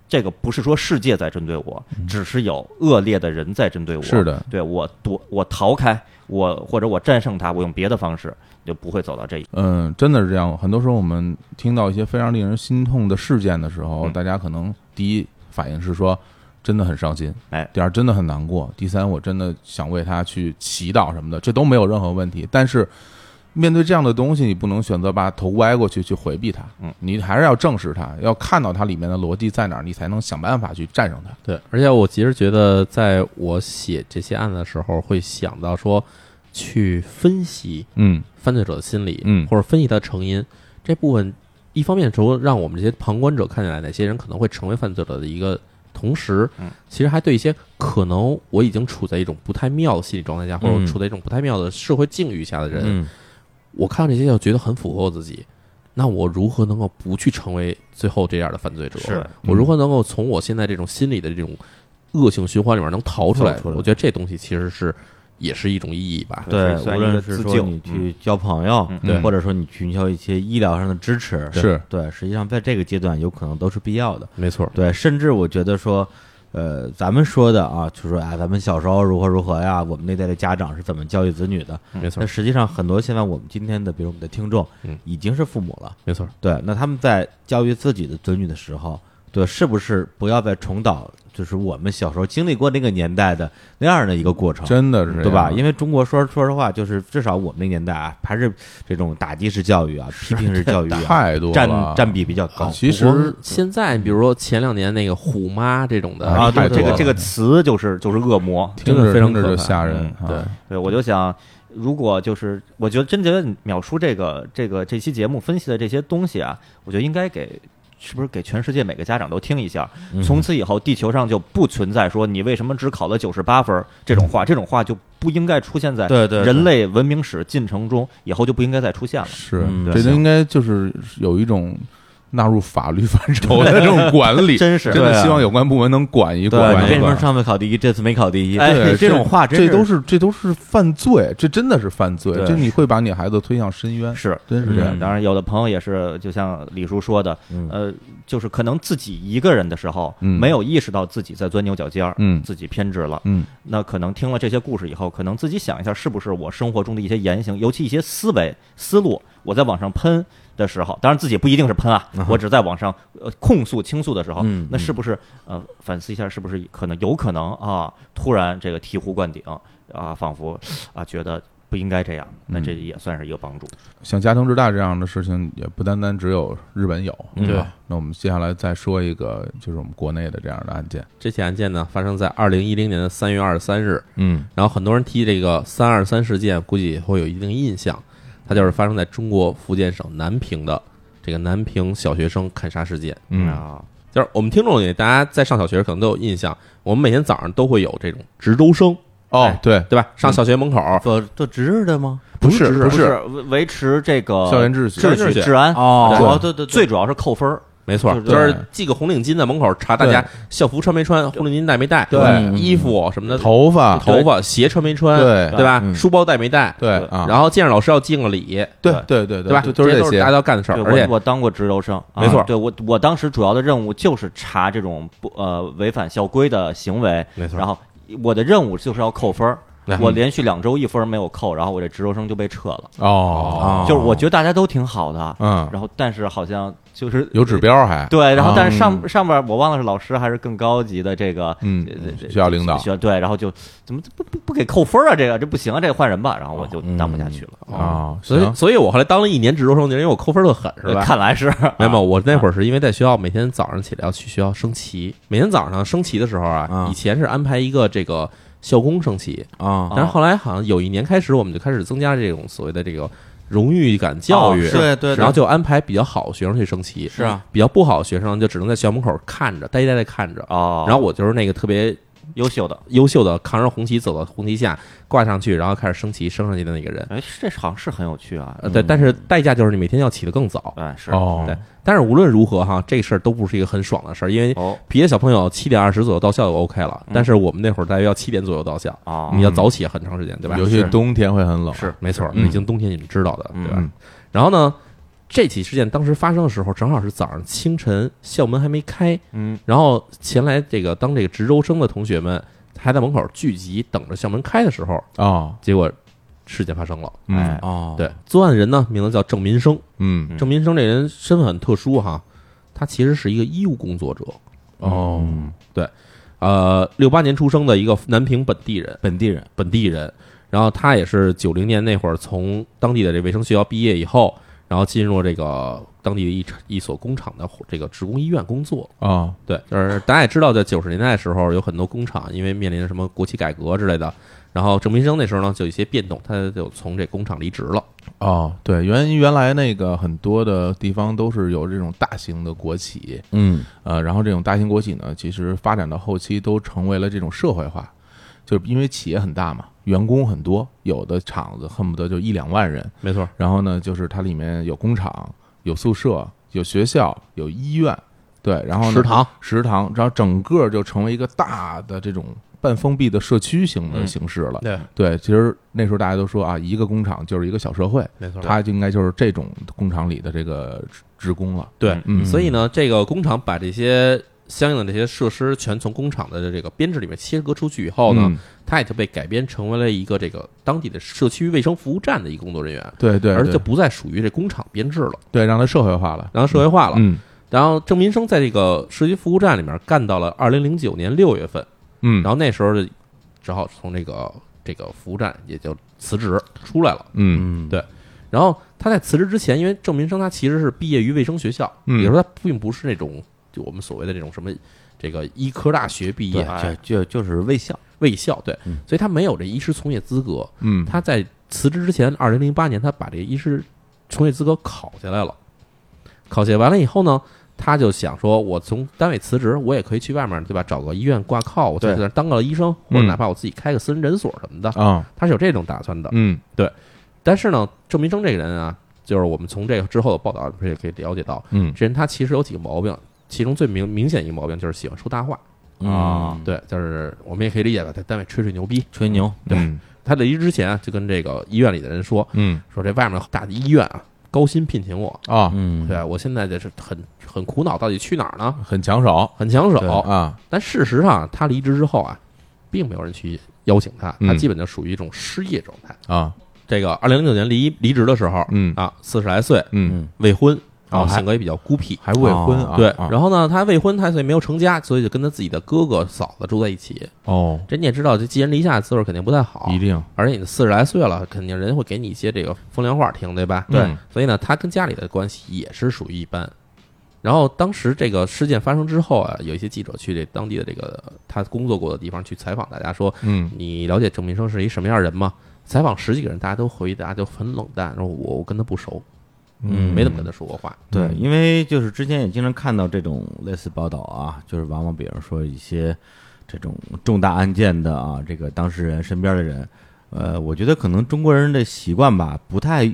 S2: 这个不是说世界在针对我，只是有恶劣的人在针对我。
S3: 嗯是的，
S2: 对我躲，我逃开，我或者我战胜他，我用别的方式就不会走到这一。
S3: 嗯，真的是这样。很多时候我们听到一些非常令人心痛的事件的时候，
S2: 嗯
S3: 大家可能第一反应是说真的很伤心，
S2: 哎
S3: 第二真的很难过，第三我真的想为他去祈祷什么的，这都没有任何问题。但是面对这样的东西，你不能选择把头歪过去去回避它，
S2: 嗯，
S3: 你还是要正视它，要看到它里面的逻辑在哪儿，你才能想办法去战胜它。
S1: 对，而且我其实觉得，在我写这些案子的时候，会想到说，去分析
S3: 嗯
S1: 犯罪者的心理，
S3: 嗯
S1: 或者分析他的成因这部分，一方面除了让我们这些旁观者看起来哪些人可能会成为犯罪者的一个，同时，
S2: 嗯
S1: 其实还对一些可能我已经处在一种不太妙的心理状态下，或者我
S4: 嗯
S1: 处在一种不太妙的社会境遇下的人，
S4: 嗯，
S1: 我看到这些就觉得很符合我自己。那我如何能够不去成为最后这样的犯罪者？
S2: 是
S1: 我如何能够从我现在这种心理的这种恶性循环里面能逃出来？
S4: 走出来
S1: 我觉得这东西其实是也是一种意义吧。
S4: 对，
S2: 算
S4: 无
S2: 一个
S4: 论是
S2: 自
S4: 说
S2: 救
S4: 你去交朋友
S2: 嗯，
S3: 对
S4: 或者说你寻求一些医疗上的支持，
S3: 是
S4: 对，实际上在这个阶段有可能都是必要的。
S1: 没错，
S4: 对，甚至我觉得说，呃，咱们说的啊，就说啊，咱们小时候如何如何呀，我们那代的家长是怎么教育子女的？
S1: 没错
S4: 那，实际上很多现在我们今天的，比如我们的听众
S1: 嗯，
S4: 已经是父母了。
S1: 没错。
S4: 对，那他们在教育自己的子女的时候，对，是不是不要再重蹈就是我们小时候经历过那个年代的那样的一个过程？
S3: 真的是这
S4: 对吧？
S3: 样啊
S4: 因为中国说说实话，就是至少我们那年代啊，还是这种打击式教育啊、批评式教育啊，
S3: 太多了
S4: 占占比比较高。
S3: 其
S1: 我
S3: 实
S1: 们现在比如说前两年那个虎妈这种的
S3: 啊
S2: 对，
S3: 太多
S2: 这个
S3: 了
S2: 这个词就是就是恶魔。
S3: 听
S1: 真的
S3: 着
S1: 非常
S3: 听着
S1: 可
S3: 就
S1: 怕
S3: 吓人，
S1: 嗯
S3: 啊
S1: 对
S2: 对，我就想，如果就是，我觉得真觉得淼叔这个这个这期节目分析的这些东西啊，我觉得应该给。是不是给全世界每个家长都听一下？
S4: 嗯
S2: 从此以后，地球上就不存在说你为什么只考了九十八分儿这种话，这种话就不应该出现在
S4: 对对对
S2: 人类文明史进程中，以后就不应该再出现了。
S3: 是
S4: 嗯，
S3: 这
S4: 对
S3: 就应该就是有一种纳入法律范畴的这种管理，
S2: 真是
S3: 真
S4: 对
S3: 的
S4: 啊
S3: 希望有关部门能管一
S4: 对，
S3: 管
S4: 你为
S3: 一
S4: 什么
S3: 管。
S4: 上次考第一，这次没考第一？
S2: 哎
S3: 对，
S4: 这种话真
S3: 这
S4: 是
S3: 都是这都是犯罪，这真的是犯罪，
S4: 对
S3: 这你会把你孩子推向深渊，
S2: 是，
S3: 真是这样
S4: 嗯。
S2: 当然，有的朋友也是，就像李叔说的，
S4: 嗯
S2: 呃，就是可能自己一个人的时候，
S3: 嗯
S2: 没有意识到自己在钻牛角尖儿，
S3: 嗯
S2: 自己偏执了，
S3: 嗯，
S2: 那可能听了这些故事以后，可能自己想一下，是不是我生活中的一些言行，尤其一些思维思路，我在往上喷的时候，当然自己不一定是喷啊，我只在网上呃控诉倾诉的时候，
S4: 嗯
S2: 那是不是呃反思一下，是不是可能有可能啊，突然这个醍醐灌顶啊，仿佛啊觉得不应该这样，那
S4: 嗯
S2: 这也算是一个帮助。
S3: 像家庭之大这样的事情，也不单单只有日本有。
S4: 嗯
S3: 吧那我们接下来再说一个，就是我们国内的这样的案件。
S1: 这起案件呢，发生在二零一零年的三月二十三日。
S4: 嗯
S1: 然后很多人提这个“三二三”事件，估计会有一定印象。它就是发生在中国福建省南平的这个南平小学生砍杀事件。
S4: 嗯
S2: 啊，
S1: 就是我们听众里，大家在上小学可能都有印象，我们每天早上都会有这种值周生，
S3: 哦
S1: 哎，
S3: 对，
S1: 对吧？上小学门口，
S4: 做做值日的吗？
S1: 不是不
S2: 不
S1: 是，
S2: 维维持这个
S3: 校园秩序
S2: 秩
S1: 秩序
S2: 治安。
S4: 哦，对对对，
S2: 最主要是扣分儿，
S1: 没错，
S2: 就是
S1: 就是系个红领巾在门口查大家校服穿没穿，红领巾带没带，
S3: 对
S1: 嗯衣服什么的，
S3: 头发，
S1: 头发鞋穿没穿，
S3: 对
S1: 对吧？
S4: 嗯
S1: 书包带没带，
S3: 对啊，
S1: 然后见着老师要敬个礼，
S3: 对对对
S1: 对吧？
S3: 就就是
S1: 这
S3: 这
S1: 都是
S3: 些
S1: 大家都要干的事儿，
S2: 对，
S1: 而且
S2: 我我当过值周生，啊
S1: 没错
S2: 对我我当时主要的任务就是查这种不呃违反校规的行为，
S1: 没错
S2: 然后我的任务就是要扣分儿
S1: 哎。
S2: 我连续两周一分儿没有扣，然后我这值周生就被撤了。
S3: 哦，
S2: 就是我觉得大家都挺好的，
S3: 嗯，
S2: 然后但是好像就是
S3: 有指标还
S2: 对，然后
S3: 啊
S2: 但是上上边我忘了是老师还是更高级的这个
S3: 嗯
S2: 这这这
S3: 学校领导
S2: 学校对，然后就怎么不不不给扣分儿啊？这个这不行啊，这个换人吧。然后我就当不下去了，
S3: 啊，
S1: 所以
S3: 行
S1: 所以我后来当了一年值周生，就是因为我扣分特狠，嗯是吧？
S2: 看来是
S1: 没有，没有我那会儿
S3: 啊
S1: 是因为在学校每天早上起来要去学校升旗，每天早上升旗的时候啊
S4: 啊，
S1: 以前是安排一个这个校工升旗，
S4: 啊，
S1: 但是后来好像有一年开始，我们就开始增加这种所谓的这个荣誉感教育，
S4: 哦是对对对
S1: 然后就安排比较好的学生去升旗，
S4: 是啊，
S1: 比较不好的学生就只能在校门口看着，呆呆的看着。
S2: 哦。
S1: 然后我就是那个特别
S2: 优秀的，
S1: 优秀的，扛着红旗走到红旗下，挂上去，然后开始升旗，升上去的那个人。
S2: 哎，这好像是很有趣啊。
S1: 呃，
S4: 嗯
S1: 对，但是代价就是你每天要起得更早。
S2: 哎，是
S3: 哦，
S1: 对，但是无论如何哈，这事儿都不是一个很爽的事儿，因为
S2: 哦
S1: 别的小朋友七点二十左右到校就 OK
S4: 嗯
S1: 了，但是我们那会儿大约要七点左右到校，
S2: 哦，
S1: 你要早起很长时间，对吧？
S3: 尤其冬天会很冷，
S1: 是没错，
S3: 嗯
S1: 北京冬天你是知道的，
S2: 嗯
S1: 对吧？然后呢，这起事件当时发生的时候，正好是早上清晨，校门还没开，
S2: 嗯
S1: 然后前来这个当这个值周生的同学们还在门口聚集等着校门开的时候，
S3: 哦，
S1: 结果事件发生了。
S2: 哎
S3: 嗯
S4: 哦，
S1: 对，作案人呢名字叫郑民生，
S3: 嗯
S2: 嗯
S1: 郑民生这人身份很特殊哈，他其实是一个医务工作者，
S3: 哦，
S1: 呃，六八年出生的一个南平本地人，
S4: 本地人，
S1: 本地人。然后他也是九零年那会儿从当地的这卫生学校毕业以后，然后进入这个当地的一一所工厂的这个职工医院工作。
S3: 哦，
S1: 对，就是大家也知道，在九十年代的时候，有很多工厂因为面临什么国企改革之类的，然后郑民生那时候呢就有一些变动，他就从这工厂离职了。
S3: 哦，对，原原来那个很多的地方都是有这种大型的国企，
S4: 嗯
S3: 呃，然后这种大型国企呢，其实发展到后期都成为了这种社会化，就是因为企业很大嘛，员工很多，有的厂子恨不得就一两万人，
S1: 没错，
S3: 然后呢，就是它里面有工厂、有宿舍、有学校、有医院，对，然后呢
S1: 食堂、
S3: 食堂，然后整个就成为一个大的这种半封闭的社区型的
S2: 嗯
S3: 形式了。
S1: 对，
S3: 对，其实那时候大家都说啊，一个工厂就是一个小社会，
S1: 没错
S3: 它就应该就是这种工厂里的这个职职工了。
S1: 对，
S3: 嗯
S1: 所以呢，这个工厂把这些相应的这些设施全从工厂的这个编制里面切割出去以后呢，
S3: 嗯
S1: 他也就被改编成为了一个这个当地的社区卫生服务站的一个工作人员，
S3: 对对，
S1: 而
S3: 对
S1: 就不再属于这工厂编制了，
S3: 对，让它社会化了，
S1: 然后社会化了。
S3: 嗯
S1: 然后郑民生在这个社区服务站里面干到了二零零九年六月份，
S3: 嗯，
S1: 然后那时候就只好从这个这个服务站也就辞职出来了。
S3: 嗯
S4: 嗯
S1: 对然后他在辞职之前，因为郑民生他其实是毕业于卫生学校，
S3: 嗯
S1: 也就是说他并不是那种就我们所谓的这种什么这个医科大学毕
S4: 对
S1: 业，
S4: 就就就是卫校，
S1: 卫校对
S4: 嗯，
S1: 所以他没有这医师从业资格。
S3: 嗯，
S1: 他在辞职之前，二零零八年他把这医师从业资格考下来了。考下完了以后呢，他就想说，我从单位辞职，我也可以去外面，对吧？找个医院挂靠，我在
S2: 对
S1: 那儿当个医生，或者
S3: 嗯
S1: 哪怕我自己开个私人诊所什么的，
S3: 啊，
S1: 他是有这种打算的。
S3: 嗯
S1: 但是呢，郑民生这个人啊，就是我们从这个之后的报道不是也可以了解到，
S3: 嗯
S1: 这人他其实有几个毛病，其中最明明显一个毛病就是喜欢说大话。
S3: 啊
S4: 嗯，
S1: 对，就是我们也可以理解吧，在单位吹吹牛逼。
S4: 吹牛，
S1: 对
S3: 嗯
S1: 他离职之前啊，就跟这个医院里的人说，
S3: 嗯
S1: 说这外面大的医院啊，高薪聘请我，
S3: 啊，
S4: 嗯，
S1: 对我现在就是很很苦恼，到底去哪儿呢？
S3: 很抢手
S1: 很抢
S3: 对
S1: 手。
S3: 啊，
S1: 但事实上，他离职之后啊，并没有人去邀请他，
S3: 嗯
S1: 他基本就属于一种失业状态。
S3: 啊，
S1: 这个二零零九年离离职的时候，
S3: 嗯
S1: 啊，四十来岁，
S3: 嗯，
S4: 嗯
S1: 未婚，然
S3: 哦
S1: 后
S3: 还
S1: 性格也比较孤僻。
S3: 还未婚啊，
S1: 对，
S3: 啊
S1: 然后呢，他未婚，他所以没有成家，所以就跟他自己的哥哥嫂子住在一起。
S3: 哦，
S1: 这你也知道，这寄人篱下的滋味肯定不太好
S3: 一，定，
S1: 而且你四十来岁了，肯定人会给你一些这个风凉话听，对吧？
S3: 对
S1: 嗯所以呢，他跟家里的关系也是属于一般。然后当时这个事件发生之后啊，有一些记者去这当地的这个他工作过的地方去采访大家说，
S3: 嗯
S1: 你了解郑民生是一什么样的人吗？采访十几个人，大家都回答就很冷淡，说我我跟他不熟，
S4: 嗯
S1: 没怎么跟他说过话。
S4: 对，
S3: 嗯
S4: 因为就是之前也经常看到这种类似报道啊，就是往往比如说一些这种重大案件的啊，这个当事人身边的人，呃，我觉得可能中国人的习惯吧，不太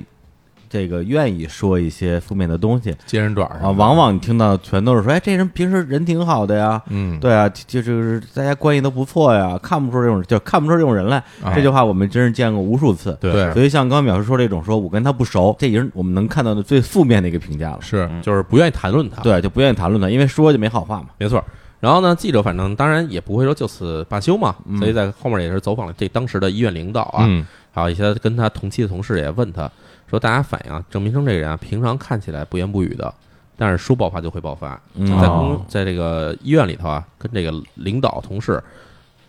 S4: 这个愿意说一些负面的东西
S3: 接人短儿
S4: 啊，往往你听到全都是说，哎，这人平时人挺好的呀。
S3: 嗯，
S4: 对啊，就就是大家关系都不错呀，看不出这种就看不出这种人来。
S3: 啊
S4: 这句话我们真是见过无数次。
S3: 对对
S4: 所以像刚刚表示说这种，说我跟他不熟，这已经是我们能看到的最负面的一个评价了。
S3: 是
S1: 就是不愿意谈论他。，
S4: 对，就不愿意谈论他，因为说就没好话嘛。
S1: 没错。然后呢，记者反正当然也不会说就此罢休嘛，所以在后面也是走访了这当时的医院领导啊，
S3: 嗯
S1: 还有一些跟他同期的同事也问他说，大家反映啊，郑民生这个人啊，平常看起来不言不语的，但是说爆发就会爆发，
S4: 嗯
S1: 在
S3: 哦
S1: 公在这个医院里头啊，跟这个领导同事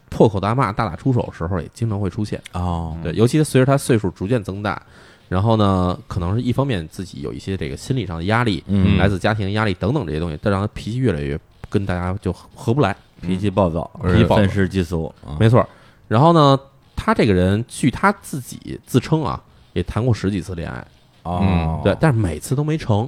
S1: 破口大骂、大打出手的时候也经常会出现。
S4: 哦，
S1: 对，尤其随着他岁数逐渐增大，然后呢，可能是一方面自己有一些这个心理上的压力，
S4: 嗯
S1: 来自家庭压力等等这些东西，再让他脾气越来越跟大家就合不来，
S4: 脾气暴躁，
S1: 脾气暴躁
S4: 愤世嫉俗啊，
S1: 没错儿。然后呢，他这个人据他自己自称啊，也谈过十几次恋爱，
S4: 哦，
S1: 对，但是每次都没成。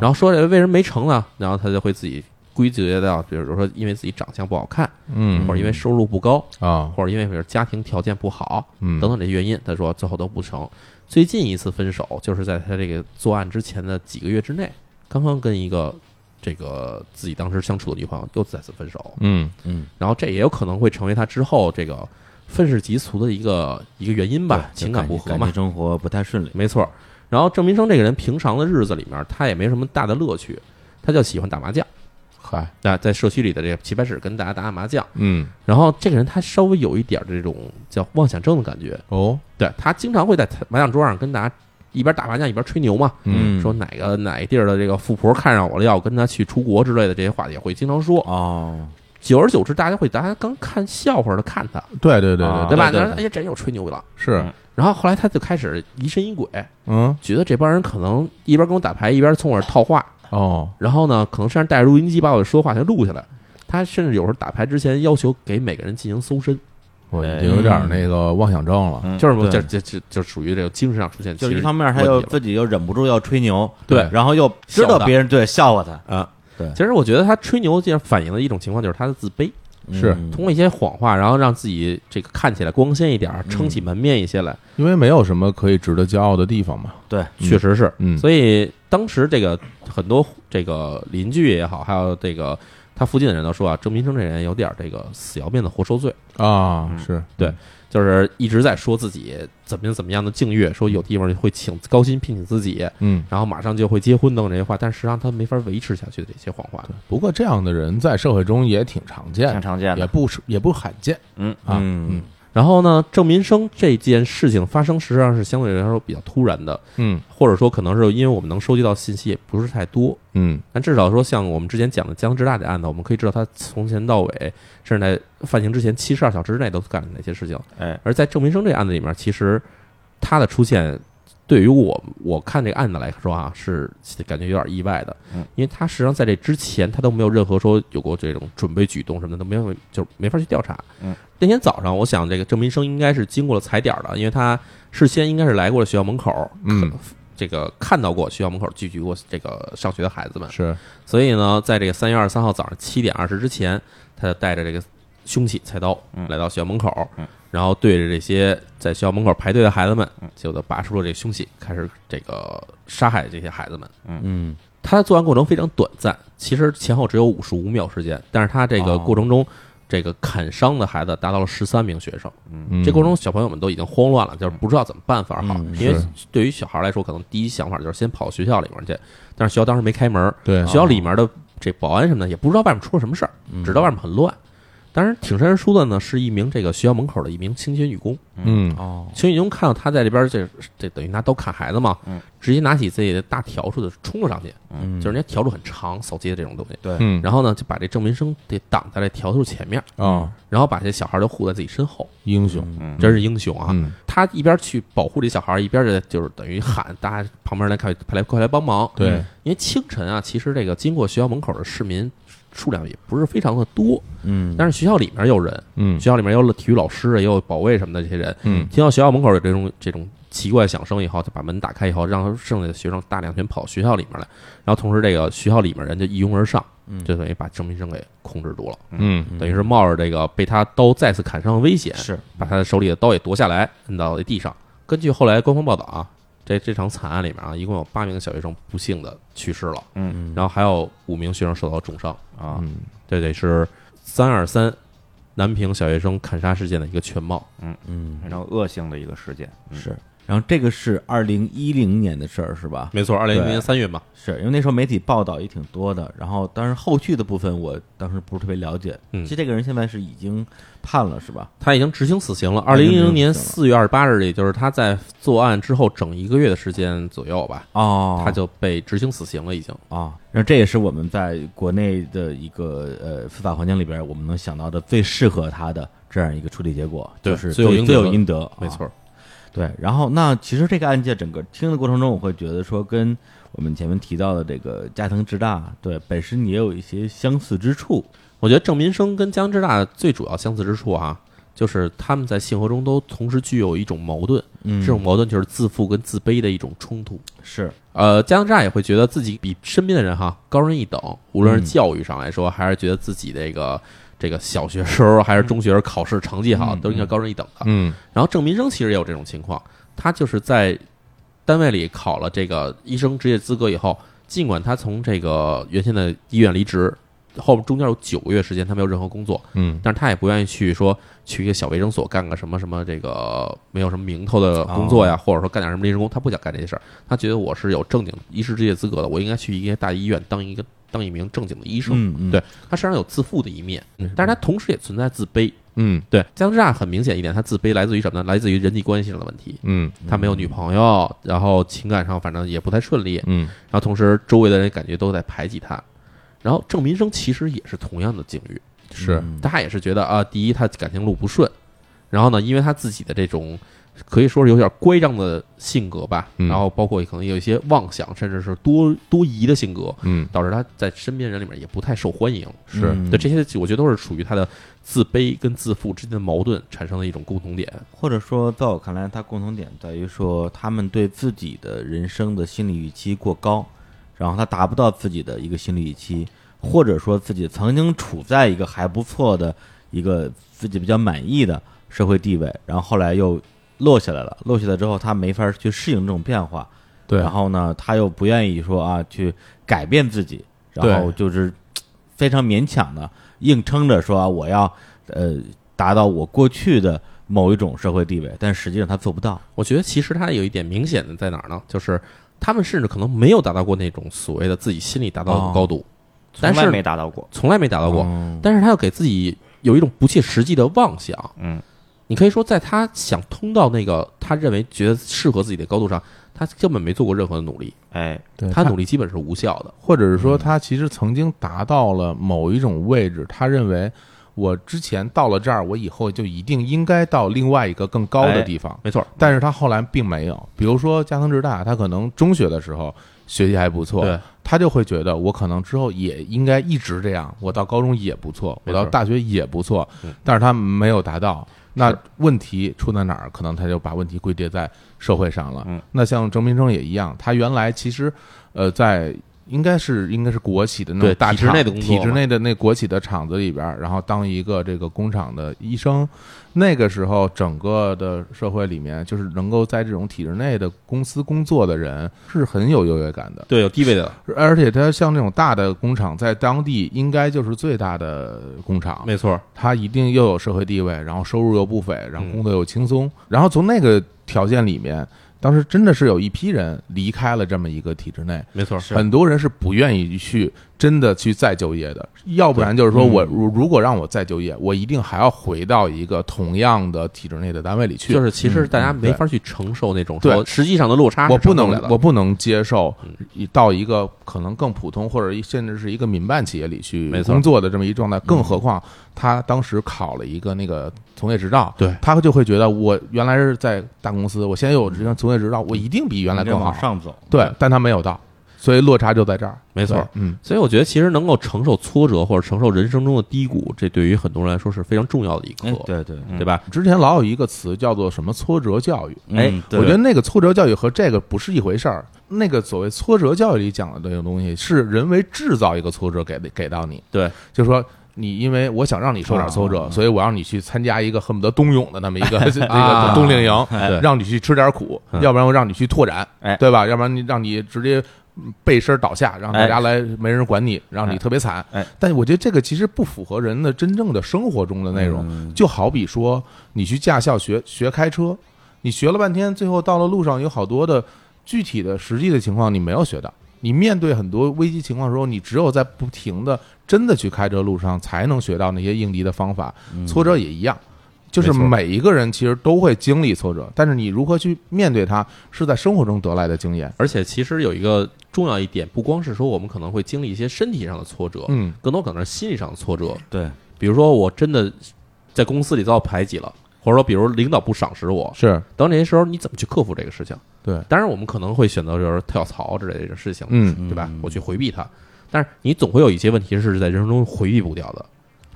S1: 然后说这为什么没成呢？然后他就会自己归结到，比如说因为自己长相不好看，
S3: 嗯
S1: 或者因为收入不高，
S3: 啊
S1: 或者因为比如家庭条件不好，
S3: 嗯
S1: 等等这些原因，他说最后都不成。最近一次分手就是在他这个作案之前的几个月之内，刚刚跟一个这个自己当时相处的女朋友又再次分手，
S3: 嗯
S4: 嗯，
S1: 然后这也有可能会成为他之后这个愤世嫉俗的一个一个原因吧，
S4: 对
S1: 情感不和
S4: 感
S1: 嘛
S4: 情，生活不太顺利，
S1: 没错。然后郑民生这个人平常的日子里面，他也没什么大的乐趣，他就喜欢打麻将。
S3: 嗨，
S1: 那在社区里的这个棋牌室跟大家打打麻将，
S5: 嗯
S1: 然后这个人他稍微有一点儿这种叫妄想症的感觉，
S3: 哦，
S1: 对他经常会在麻将桌上跟大家一边打麻将一边吹牛嘛，
S5: 嗯
S1: 说哪个哪个地儿的这个富婆看上我了，要跟他去出国之类的这些话也会经常说。
S4: 哦，
S1: 久而久之，大家会大家刚看笑话的看他，
S3: 对对对
S2: 啊
S3: 对
S1: 对吧？
S3: 对
S1: 然
S3: 对
S1: 后哎呀，真有吹牛了。
S3: 是
S2: 嗯
S1: 然后后来他就开始疑神疑鬼，
S5: 嗯
S1: 觉得这帮人可能一边跟我打牌，一边从我这儿套话，
S3: 哦，
S1: 然后呢，可能身上带着录音机把我说话全录下来。他甚至有时候打牌之前要求给每个人进行搜身，
S3: 我已经有点那个妄想症了。
S2: 嗯
S1: 就是
S4: 对
S1: 这这这就属于这种精神上出现，
S4: 就是一方面他又
S1: 有
S4: 自己又忍不住要吹牛，嗯
S1: 对
S4: 然后又知
S1: 笑
S4: 道
S1: 他
S4: 别人对笑话他，
S1: 啊。
S4: 对
S1: 其实我觉得他吹牛，这反映的一种情况就是他的自卑，
S3: 是
S4: 嗯
S1: 通过一些谎话，然后让自己这个看起来光鲜一点儿，撑起
S4: 嗯
S1: 门面一些来，
S3: 因为没有什么可以值得骄傲的地方嘛。
S4: 对，
S1: 确实是。
S3: 嗯，
S1: 所以当时这个很多这个邻居也好，还有这个他附近的人都说啊，郑民生这人有点儿这个死要面子活受罪，
S3: 啊，是
S1: 对就是一直在说自己怎么样怎么样的境遇，说有地方会请高薪聘请自己，
S3: 嗯。
S1: 然后马上就会结婚等这些话，但实际上他没法维持下去的这些谎话。
S3: 不过这样的人在社会中也挺常见
S2: 挺
S3: 的，
S2: 常见
S3: 也
S2: 的，
S3: 不是也不罕见。
S2: 嗯
S3: 啊，
S4: 嗯
S1: 然后呢，郑民生这件事情发生，实际上是相对来说比较突然的，
S3: 嗯
S1: 或者说可能是因为我们能收集到信息也不是太多，
S3: 嗯
S1: 但至少说像我们之前讲的江之大的案子，我们可以知道他从前到尾，甚至在犯行之前七十二小时之内都干了哪些事情。
S2: 哎，
S1: 而在郑民生这个案子里面，其实他的出现对于我我看这个案子来说啊，是感觉有点意外的
S2: 嗯，
S1: 因为他实际上在这之前他都没有任何说有过这种准备举动什么的，都没有就没法去调查。
S2: 嗯，
S1: 那天早上我想这个郑民生应该是经过了踩点儿的，因为他事先应该是来过了学校门口，
S3: 嗯，
S1: 这个看到过学校门口聚集过这个上学的孩子们，
S3: 是
S1: 所以呢，在这个三月二十三号早上七点二十之前，他就带着这个凶器菜刀
S2: 嗯
S1: 来到学校门口，
S2: 嗯
S1: 然后对着这些在学校门口排队的孩子们，就就拔出了这个凶器，开始这个杀害这些孩子们。
S4: 嗯
S1: 他的作案过程非常短暂，其实前后只有五十五秒时间，但是他这个
S4: 哦
S1: 过程中。这个砍伤的孩子达到了十三名学生，
S3: 嗯
S1: 这过程中小朋友们都已经慌乱了，就是不知道怎么办法好。
S4: 嗯
S1: 因为
S3: 是
S1: 对于小孩来说，可能第一想法就是先跑学校里面去，但是学校当时没开门，
S3: 对
S1: 学校里面的这保安什么的也不知道外面出了什么事儿，只知道外面很乱。当时挺身而出的呢，是一名这个学校门口的一名清洁女工。
S3: 嗯
S4: 哦，
S1: 清洁女工看到他在这边这这等于拿刀砍孩子嘛，
S2: 嗯
S1: 直接拿起自己的大笤帚就冲了上去，
S4: 嗯
S1: 就是人家笤帚很长，扫街这种东西。
S3: 嗯
S1: 然后呢，就把这郑民生给挡在这笤帚前面，
S4: 哦
S3: 啊
S1: 然后把这小孩就护在自己身后，
S3: 英雄
S2: 嗯
S1: 真是英雄啊！
S3: 嗯
S1: 他一边去保护这小孩，一边就就是等于喊大家旁边来看，快来快来帮忙。
S3: 对
S1: 因为清晨啊，其实这个经过学校门口的市民数量也不是非常的多，
S4: 嗯，
S1: 但是学校里面有人，
S3: 嗯
S1: 学校里面有体育老师，也有保卫什么的这些人，
S3: 嗯
S1: 听到学校门口有这种这种奇怪响声以后，就把门打开以后，让剩下的学生大量全跑学校里面来，然后同时这个学校里面人就一拥而上，就等于把郑民生给控制住了，
S3: 嗯
S1: 等于是冒着这个被他刀再次砍伤的危险，
S4: 嗯是
S1: 把他的手里的刀也夺下来，摁到了地上。根据后来官方报道啊，这这场惨案里面啊，一共有八名小学生不幸的去世了，
S2: 嗯，
S1: 然后还有五名学生受到重伤。
S2: 啊，
S3: 嗯
S1: 这得是三二三南平小学生砍杀事件的一个全貌。
S4: 嗯
S2: 非常恶性的一个事件，嗯
S4: 是。然后这个是二零一零年的事儿是吧？
S1: 没错，二零一零年三月嘛，
S4: 是因为那时候媒体报道也挺多的，然后当然后续的部分我当时不是特别了解。
S1: 嗯
S4: 其实这个人现在是已经判了是吧？
S1: 他已经执行死刑了。二
S4: 他已
S1: 零一
S4: 经执行死刑了
S1: 零年四月二十八日，也就是他在作案之后整一个月的时间左右吧，
S4: 哦
S1: 他就被执行死刑了，已经。
S4: 啊，那这也是我们在国内的一个呃司法环境里边，我们能想到的最适合他的这样一个处理结果，
S1: 对
S4: 就是
S1: 罪
S4: 罪
S1: 有应得
S4: 罪有应得，
S1: 没
S4: 啊
S1: 错，
S4: 对，然后那其实这个案件整个听的过程中，我会觉得说跟我们前面提到的这个加藤直大，对，本身也有一些相似之处。
S1: 我觉得郑民生跟江之大最主要相似之处啊，就是他们在性格中都同时具有一种矛盾，
S4: 嗯
S1: 这种矛盾就是自负跟自卑的一种冲突。
S4: 是，
S1: 呃，江之大也会觉得自己比身边的人哈高人一等，无论是
S4: 嗯
S1: 教育上来说，还是觉得自己这个这个小学时候还是中学时候考试成绩好，
S4: 嗯
S1: 都应该高人一等的。
S3: 嗯
S1: 然后郑民生其实也有这种情况，他就是在单位里考了这个医生执业资格以后，尽管他从这个原先的医院离职，后中间有九个月时间他没有任何工作，
S5: 嗯
S1: 但是他也不愿意去说去一个小卫生所干个什么什么这个没有什么名头的工作呀，或者说干点什么临时工，他不想干这些事儿。他觉得我是有正经医师职业资格的，我应该去一些大医院当一个当一名正经的医生。
S4: 嗯嗯，
S1: 对他身上有自负的一面，但是他同时也存在自卑。
S5: 嗯
S1: 对，姜之啊亚很明显一点，他自卑来自于什么呢？来自于人际关系上的问题。
S5: 嗯
S1: 他没有女朋友，然后情感上反正也不太顺利，
S5: 嗯
S1: 然后同时周围的人感觉都在排挤他。然后郑民生其实也是同样的境遇，
S3: 是
S4: 嗯
S1: 他也是觉得啊，第一他感情路不顺，然后呢，因为他自己的这种可以说是有点乖张的性格吧，
S5: 嗯
S1: 然后包括可能有一些妄想，甚至是多多疑的性格，
S5: 嗯
S1: 导致他在身边人里面也不太受欢迎。
S3: 是
S4: 嗯
S1: 对这些，我觉得都是属于他的自卑跟自负之间的矛盾产生的一种共同点。
S4: 或者说，在我看来，它共同点在于说，他们对自己的人生的心理预期过高，然后他达不到自己的一个心理预期，或者说自己曾经处在一个还不错的一个呃自己比较满意的社会地位，然后后来又落下来了，落下来之后，他没法去适应这种变化，
S3: 对，
S4: 然后呢，他又不愿意说啊去改变自己，然后就是嘖非常勉强的硬撑着说啊我要呃达到我过去的某一种社会地位，但实际上他做不到。
S1: 我觉得其实他有一点明显的在哪儿呢？就是他们甚至可能没有达到过那种所谓的自己心里达到的
S4: 哦
S1: 高度，
S2: 从
S1: 但
S2: 来
S1: 是
S2: 没达到过。
S1: 从来没达到过。
S4: 嗯
S1: 但是他又给自己有一种不切实际的妄想。
S2: 嗯，
S1: 你可以说，在他想通到那个他认为觉得适合自己的高度上，他根本没做过任何的努力，
S2: 哎，
S3: 对
S1: 他努力基本是无效的。
S3: 或者是说他其实曾经达到了某一种位置，他认为我之前到了这儿，我以后就一定应该到另外一个更高的地方，
S1: 没错，
S3: 但是他后来并没有。比如说加藤直大，他可能中学的时候学习还不错，
S1: 对，
S3: 他就会觉得我可能之后也应该一直这样，我到高中也不错，
S1: 没
S3: 我
S1: 错
S3: 到大学也不错
S1: 嗯，
S3: 但是他没有达到。那问题出在哪儿？可能他就把问题归结在社会上了。
S2: 嗯
S3: 那像郑明生也一样，他原来其实，呃，在应该是应该是国企的那
S1: 对
S3: 种大
S1: 体制
S3: 厂
S1: 内的工作
S3: 体制
S1: 嘛
S3: 内的那国企的厂子里边儿，然后当一个这个工厂的医生。那个时候，整个的社会里面，就是能够在这种体制内的公司工作的人是很有优越感的。
S1: 对，有地位的，
S3: 而且它像这种大的工厂，在当地应该就是最大的工厂，
S1: 没错，
S3: 它一定又有社会地位，然后收入又不菲，然后
S1: 嗯
S3: 工作又轻松。然后从那个条件里面，当时真的是有一批人离开了这么一个体制内，
S1: 没错，
S3: 很多人是不愿意去真的去再就业的，要不然就是说我如如果让我再就业，我一定还要回到一个同样的体制内的单位里去
S1: 就。是其实大家
S3: 嗯
S1: 没
S3: 对
S1: 法去承受那种
S3: 对
S1: 说实际上的落差是
S3: 我不
S1: 承受
S3: 能
S1: 来嗯的，
S3: 我不能接受一到一个可能更普通或者一甚至是一个民办企业里去
S1: 没错嗯
S3: 工作的这么一状态，更何况他当时考了一个那个从业执照，
S1: 对
S3: 他就会觉得我原来是在大公司，我现在有这个从业执照，我一定比原来更好
S4: 往，上走，
S3: 对，但他没有到，所以落差就在这儿，
S1: 没错
S3: 对，嗯，
S1: 所以我觉得其实能够承受挫折或者承受人生中的低谷，这对于很多人来说是非常重要的一课
S4: 哎，，对对，
S1: 对吧？
S3: 之前老有一个词叫做什么挫折教育，
S4: 嗯
S2: 哎
S4: 对
S3: 我觉得那个挫折教育和这个不是一回事儿。那个所谓挫折教育里讲的这个东西，是人为制造一个挫折给给到你。
S1: 对，啊
S3: 就是说你因为我想让你受点挫折，所以我让你去参加一个恨不得冬泳的那 么一个这个冬令营，
S1: 啊对
S3: 让你去吃点苦，
S1: 嗯
S3: 要不然我让你去拓展
S2: 哎，
S3: 对吧？要不然你让你直接背身倒下，让大
S2: 哎
S3: 家来没人管你，让你
S2: 哎
S3: 特别惨
S2: 哎。
S3: 但我觉得这个其实不符合人的真正的生活中的内容。
S4: 嗯
S3: 就好比说，你去驾校学学开车，你学了半天，最后到了路上有好多的具体的实际的情况你没有学到。你面对很多危机情况的时候，你只有在不停的真的去开车路上，才能学到那些应急的方法。
S2: 嗯
S3: 挫折也一样，就是
S1: 没错
S3: 每一个人其实都会经历挫折，但是你如何去面对它，是在生活中得来的经验。
S1: 而且其实有一个重要一点，不光是说我们可能会经历一些身体上的挫折，
S3: 嗯，
S1: 更多可能是心理上的挫折。
S4: 对，
S1: 比如说，我真的在公司里遭到排挤了，或者说，比如领导不赏识我，
S3: 是
S1: 等这些时候你怎么去克服这个事情？
S3: 对，
S1: 当然，我们可能会选择就是跳槽之类的事情，
S3: 嗯
S1: 对吧？我去回避它。但是你总会有一些问题是在人生中回避不掉的，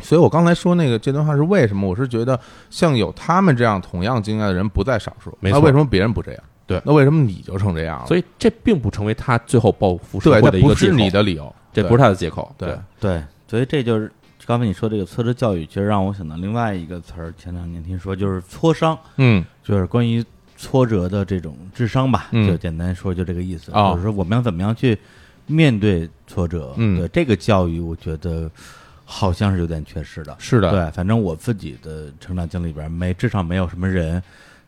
S3: 所以我刚才说那个这段话是为什么？我是觉得像有他们这样同样经验的人不在少数，
S1: 没
S3: 那
S1: 错
S3: 为什么别人不这样？
S1: 对
S3: 那为什么你就成这样了？
S1: 所
S3: 以
S1: 以这并不成为他最后报复社
S3: 啊对，
S1: 会的
S3: 这
S1: 一个
S3: 不
S1: 借
S3: 是
S1: 口。
S3: 你的理由，
S1: 这不是他的借口。
S3: 对
S1: 对，
S4: 对，所以这就是刚才你说这个挫折教育，其实让我想到另外一个词儿，前两年听说就是挫伤，
S3: 嗯
S4: 就是关于挫折的这种智商吧，
S3: 嗯
S4: 就简单说就这个意思，
S3: 哦
S4: 就是说我们要怎么样去面对挫折，
S3: 嗯
S4: 对这个教育，我觉得好像是有点缺失的。
S3: 是的，
S4: 对，反正我自己的成长经历里边没，至少没有什么人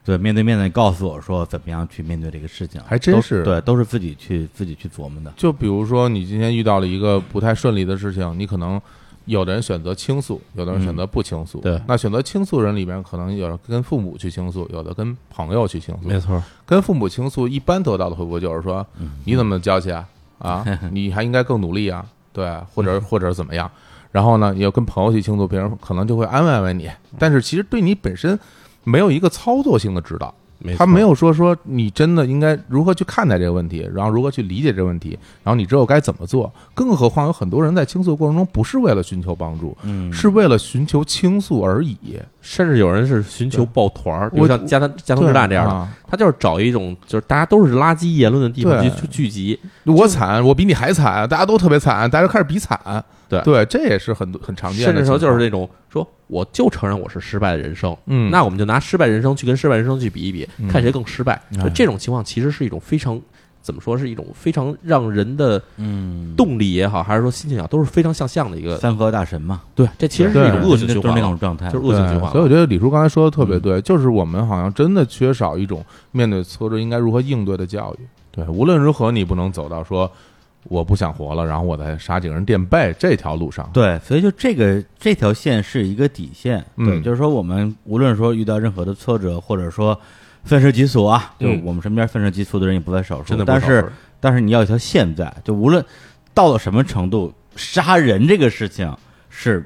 S4: 对面对面的告诉我说怎么样去面对这个事情，
S3: 还真
S4: 都
S3: 是
S4: 对，都是自己去自己去琢磨的。
S3: 就比如说，你今天遇到了一个不太顺利的事情，你可能有的人选择倾诉，有的人选择不倾诉。
S4: 对
S3: 那选择倾诉人里边，可能有人跟父母去倾诉，有的跟朋友去倾诉。
S1: 没错，
S3: 跟父母倾诉，一般得到的回复就是说：“你怎么娇气啊？啊，你还应该更努力啊，对，或者或者怎么样。”然后呢，你又跟朋友去倾诉，别人可能就会安慰安慰你，但是其实对你本身没有一个操作性的指导。
S1: 没
S3: 他
S1: 错
S3: 没有说说你真的应该如何去看待这个问题，然后如何去理解这个问题，然后你之后该怎么做。更何况有很多人在倾诉过程中不是为了寻求帮助，
S4: 嗯
S3: 是为了寻求倾诉而已。
S1: 甚至有人是寻求抱团儿，比如
S3: 我
S1: 像加藤加藤
S3: 对
S1: 之大这样的，
S3: 啊
S1: 他就是找一种就是大家都是垃圾言论的地方
S3: 对
S1: 去去聚集，
S3: 我惨，我比你还惨，大家都特别惨，大家就开始比惨。
S1: 对
S3: 对，这也是很多很常见的
S1: 甚
S3: 情况。
S1: 至说就是那种说我就承认我是失败的人生，
S3: 嗯，
S1: 那我们就拿失败人生去跟失败人生去比一比，
S3: 嗯
S1: 看谁更失败。
S4: 哎
S1: 就这种情况其实是一种非常怎么说，是一种非常让人的
S4: 嗯，
S1: 动力也好，还是说心情也好，都是非常向上的一个。
S4: 三和大神嘛，
S1: 对，这其实是一种
S3: 对
S1: 恶性
S4: 就
S1: 循
S4: 是
S1: 环啊
S4: 那
S1: 了，
S4: 种状态，
S1: 就是恶性循环
S3: 所
S1: 了。嗯
S3: 以我觉得李叔刚才说的特别对，就是我们好像真的缺少一种面对挫折应该如何应对的教育。对，无论如何你不能走到说我不想活了，然后我再杀几个人垫背这条路上。
S4: 对，所以就这个这条线是一个底线，对，
S3: 嗯
S4: 就是说我们无论说遇到任何的挫折，或者说愤世嫉俗啊，就
S1: 嗯
S4: 我们身边愤世嫉俗的人也不在少数，
S1: 真的不
S4: 但
S1: 少
S4: 是
S1: 数
S4: 但是你要有一条线在，就无论到了什么程度，杀人这个事情是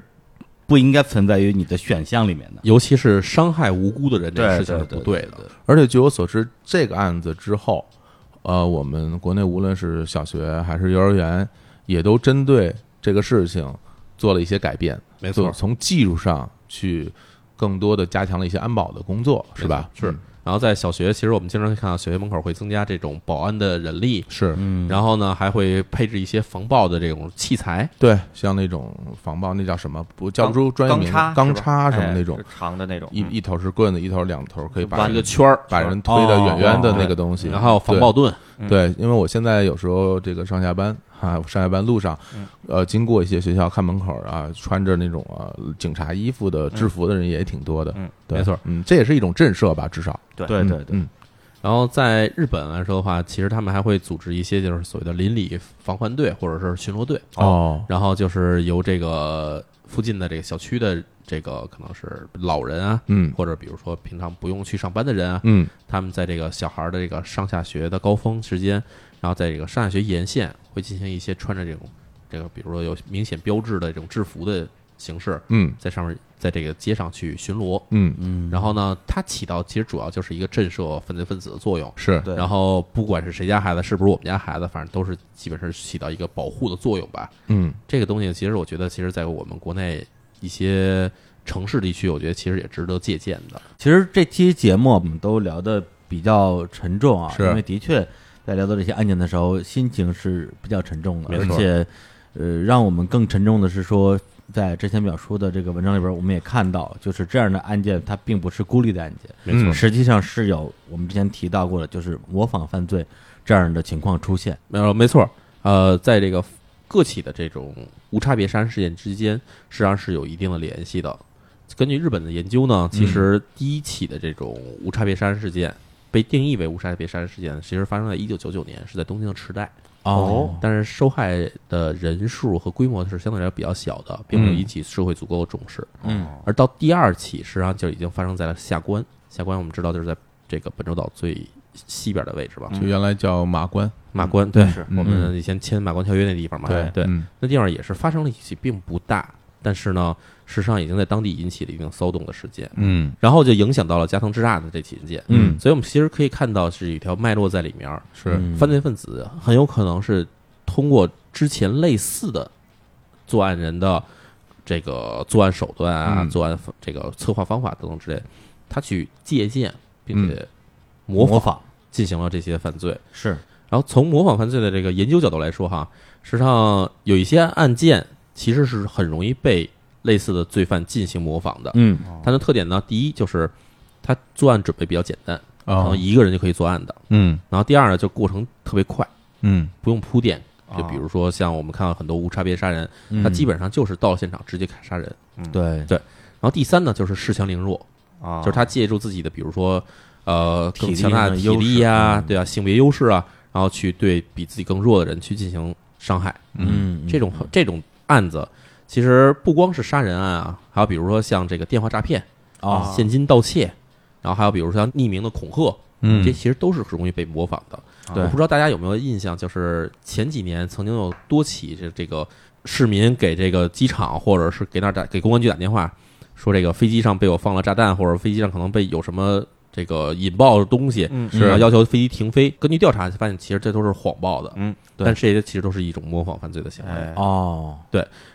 S4: 不应该存在于你的选项里面的，
S1: 尤其是伤害无辜的人，这个
S4: 对
S1: 事情是不
S4: 对
S1: 的。
S3: 而且据我所知，这个案子之后，呃，我们国内无论是小学还是幼儿园，也都针对这个事情做了一些改变。
S1: 没
S3: 就
S1: 错
S3: 是从技术上去更多的加强了一些安保的工作，是吧？
S1: 是
S3: 嗯，
S1: 然后在小学，其实我们经常会看到小学门口会增加这种保安的人力，
S3: 是，
S4: 嗯，
S1: 然后呢还会配置一些防爆的这种器材，
S3: 对，像那种防爆那叫什么？不叫不出专业名字，
S2: 钢
S3: 钢
S2: 钢
S3: 叉什么那种
S2: 哎，是长的那种，
S3: 一
S2: 嗯
S3: 一头是棍子，一头是两头，可以把
S1: 玩一个
S3: 人
S1: 圈儿，
S3: 把人推得远远的那个东西。
S1: 然后防爆盾，
S3: 嗯对对，因为我现在有时候这个上下班 啊，上下班路上，呃，经过一些学校看门口啊，穿着那种呃警察衣服的制服的人也挺多的
S2: 嗯。
S3: 对
S1: 没错，
S3: 嗯，这也是一种震慑吧，至少。
S4: 对对对，
S3: 嗯，
S1: 然后在日本来说的话，其实他们还会组织一些就是所谓的邻里防患队或者是巡逻队，
S3: 哦，
S1: 然后就是由这个附近的这个小区的这个可能是老人啊，
S3: 嗯
S1: 或者比如说平常不用去上班的人啊，
S3: 嗯，
S1: 他们在这个小孩儿的这个上下学的高峰时间，然后在这个上下学沿线会进行一些穿着这种这个比如说有明显标志的这种制服的形式，
S3: 嗯
S1: 在上面在这个街上去巡逻，
S3: 嗯，
S1: 然后呢，它起到其实主要就是一个震慑犯罪分子的作用。
S3: 是，
S4: 对
S1: 然后不管是谁家孩子，是不是我们家孩子，反正都是基本上是起到一个保护的作用吧。
S3: 嗯
S1: 这个东西其实我觉得，其实在我们国内一些城市地区，我觉得其实也值得借鉴的。
S4: 其实这期节目我们都聊的比较沉重啊，
S3: 是
S4: 因为的确在聊到这些案件的时候，心情是比较沉重的，
S3: 没
S4: 而
S3: 错
S4: 且呃，让我们更沉重的是说，在之前表叔的这个文章里边，我们也看到，就是这样的案件它并不是孤立的案件，
S1: 没错
S3: 嗯
S4: 实际上是有我们之前提到过的，就是模仿犯罪这样的情况出现。
S1: 没有，没错。呃，在这个个体的这种无差别杀人事件之间，实际上是有一定的联系的。根据日本的研究呢，其实第一起的这种无差别杀人事件，被定义为无差别杀人事件，其实发生在一九九九年，是在东京的池袋。
S4: 哦
S1: 但是受害的人数和规模是相对来说比较小的，并没有引起社会足够的重视。
S4: 嗯，
S2: 哦
S1: 而到第二起，实际上就已经发生在了下关。下关我们知道就是在这个本州岛最西边的位置吧，
S3: 就原来叫马关，
S1: 马关。对，
S2: 嗯是
S1: 我们以前签马关条约那地方嘛。对，
S3: 嗯
S1: 那地方也是发生了一起并不大，但是呢，事实上已经在当地引起了一定骚动的事件，
S3: 嗯
S1: 然后就影响到了加藤之大的这起事件。
S3: 嗯
S1: 所以我们其实可以看到是一条脉络在里面儿，
S3: 是，
S1: 犯罪分子很有可能是通过之前类似的作案人的这个作案手段啊、
S3: 嗯
S1: 作案方这个策划方法等等之类，他去借鉴并
S3: 嗯
S1: 且模
S4: 模
S1: 仿
S4: 仿
S1: 进行了这些犯罪。
S4: 是
S1: 然后从模仿犯罪的这个研究角度来说，哈，实际上有一些案件其实是很容易被类似的罪犯进行模仿的。
S4: 嗯
S1: 它的特点呢，第一就是他作案准备比较简单，可
S3: 啊
S1: 能，一个人就可以作案的。
S3: 嗯
S1: 然后第二呢，就过程特别快，
S3: 嗯
S1: 不用铺垫，
S2: 哦
S1: 就比如说像我们看到很多无差别杀人，他基本上就是到了现场直接杀人。
S4: 嗯对
S1: 然后第三呢，就是恃强凌弱，
S2: 啊，
S1: 就是他借助自己的，比如说呃
S4: 体
S1: 更
S4: 力
S1: 强大的
S4: 上的
S1: 体
S4: 优
S1: 力
S4: 势
S1: 啊，
S4: 嗯
S1: 对啊，性别优势啊，然后去对比自己更弱的人去进行伤害。
S4: 嗯
S1: 这种这种案子，其实不光是杀人案啊，还有比如说像这个电话诈骗
S4: 啊
S1: 现金盗窃，然后还有比如说像匿名的恐吓，
S3: 嗯
S1: 这其实都是容易被模仿的。
S4: 对
S1: 我不知道大家有没有印象，就是前几年曾经有多起这这个市民给这个机场或者是给那儿打给公安局打电话，说这个飞机上被我放了炸弹，或者飞机上可能被有什么这个引爆的东西，
S2: 嗯
S1: 然后
S3: 是
S1: 要求飞机停飞。根据调查发现，其实这都是谎报的，
S2: 嗯，
S4: 对
S1: 但这些其实都是一种模仿犯罪的行为。
S2: 哎
S4: 哦，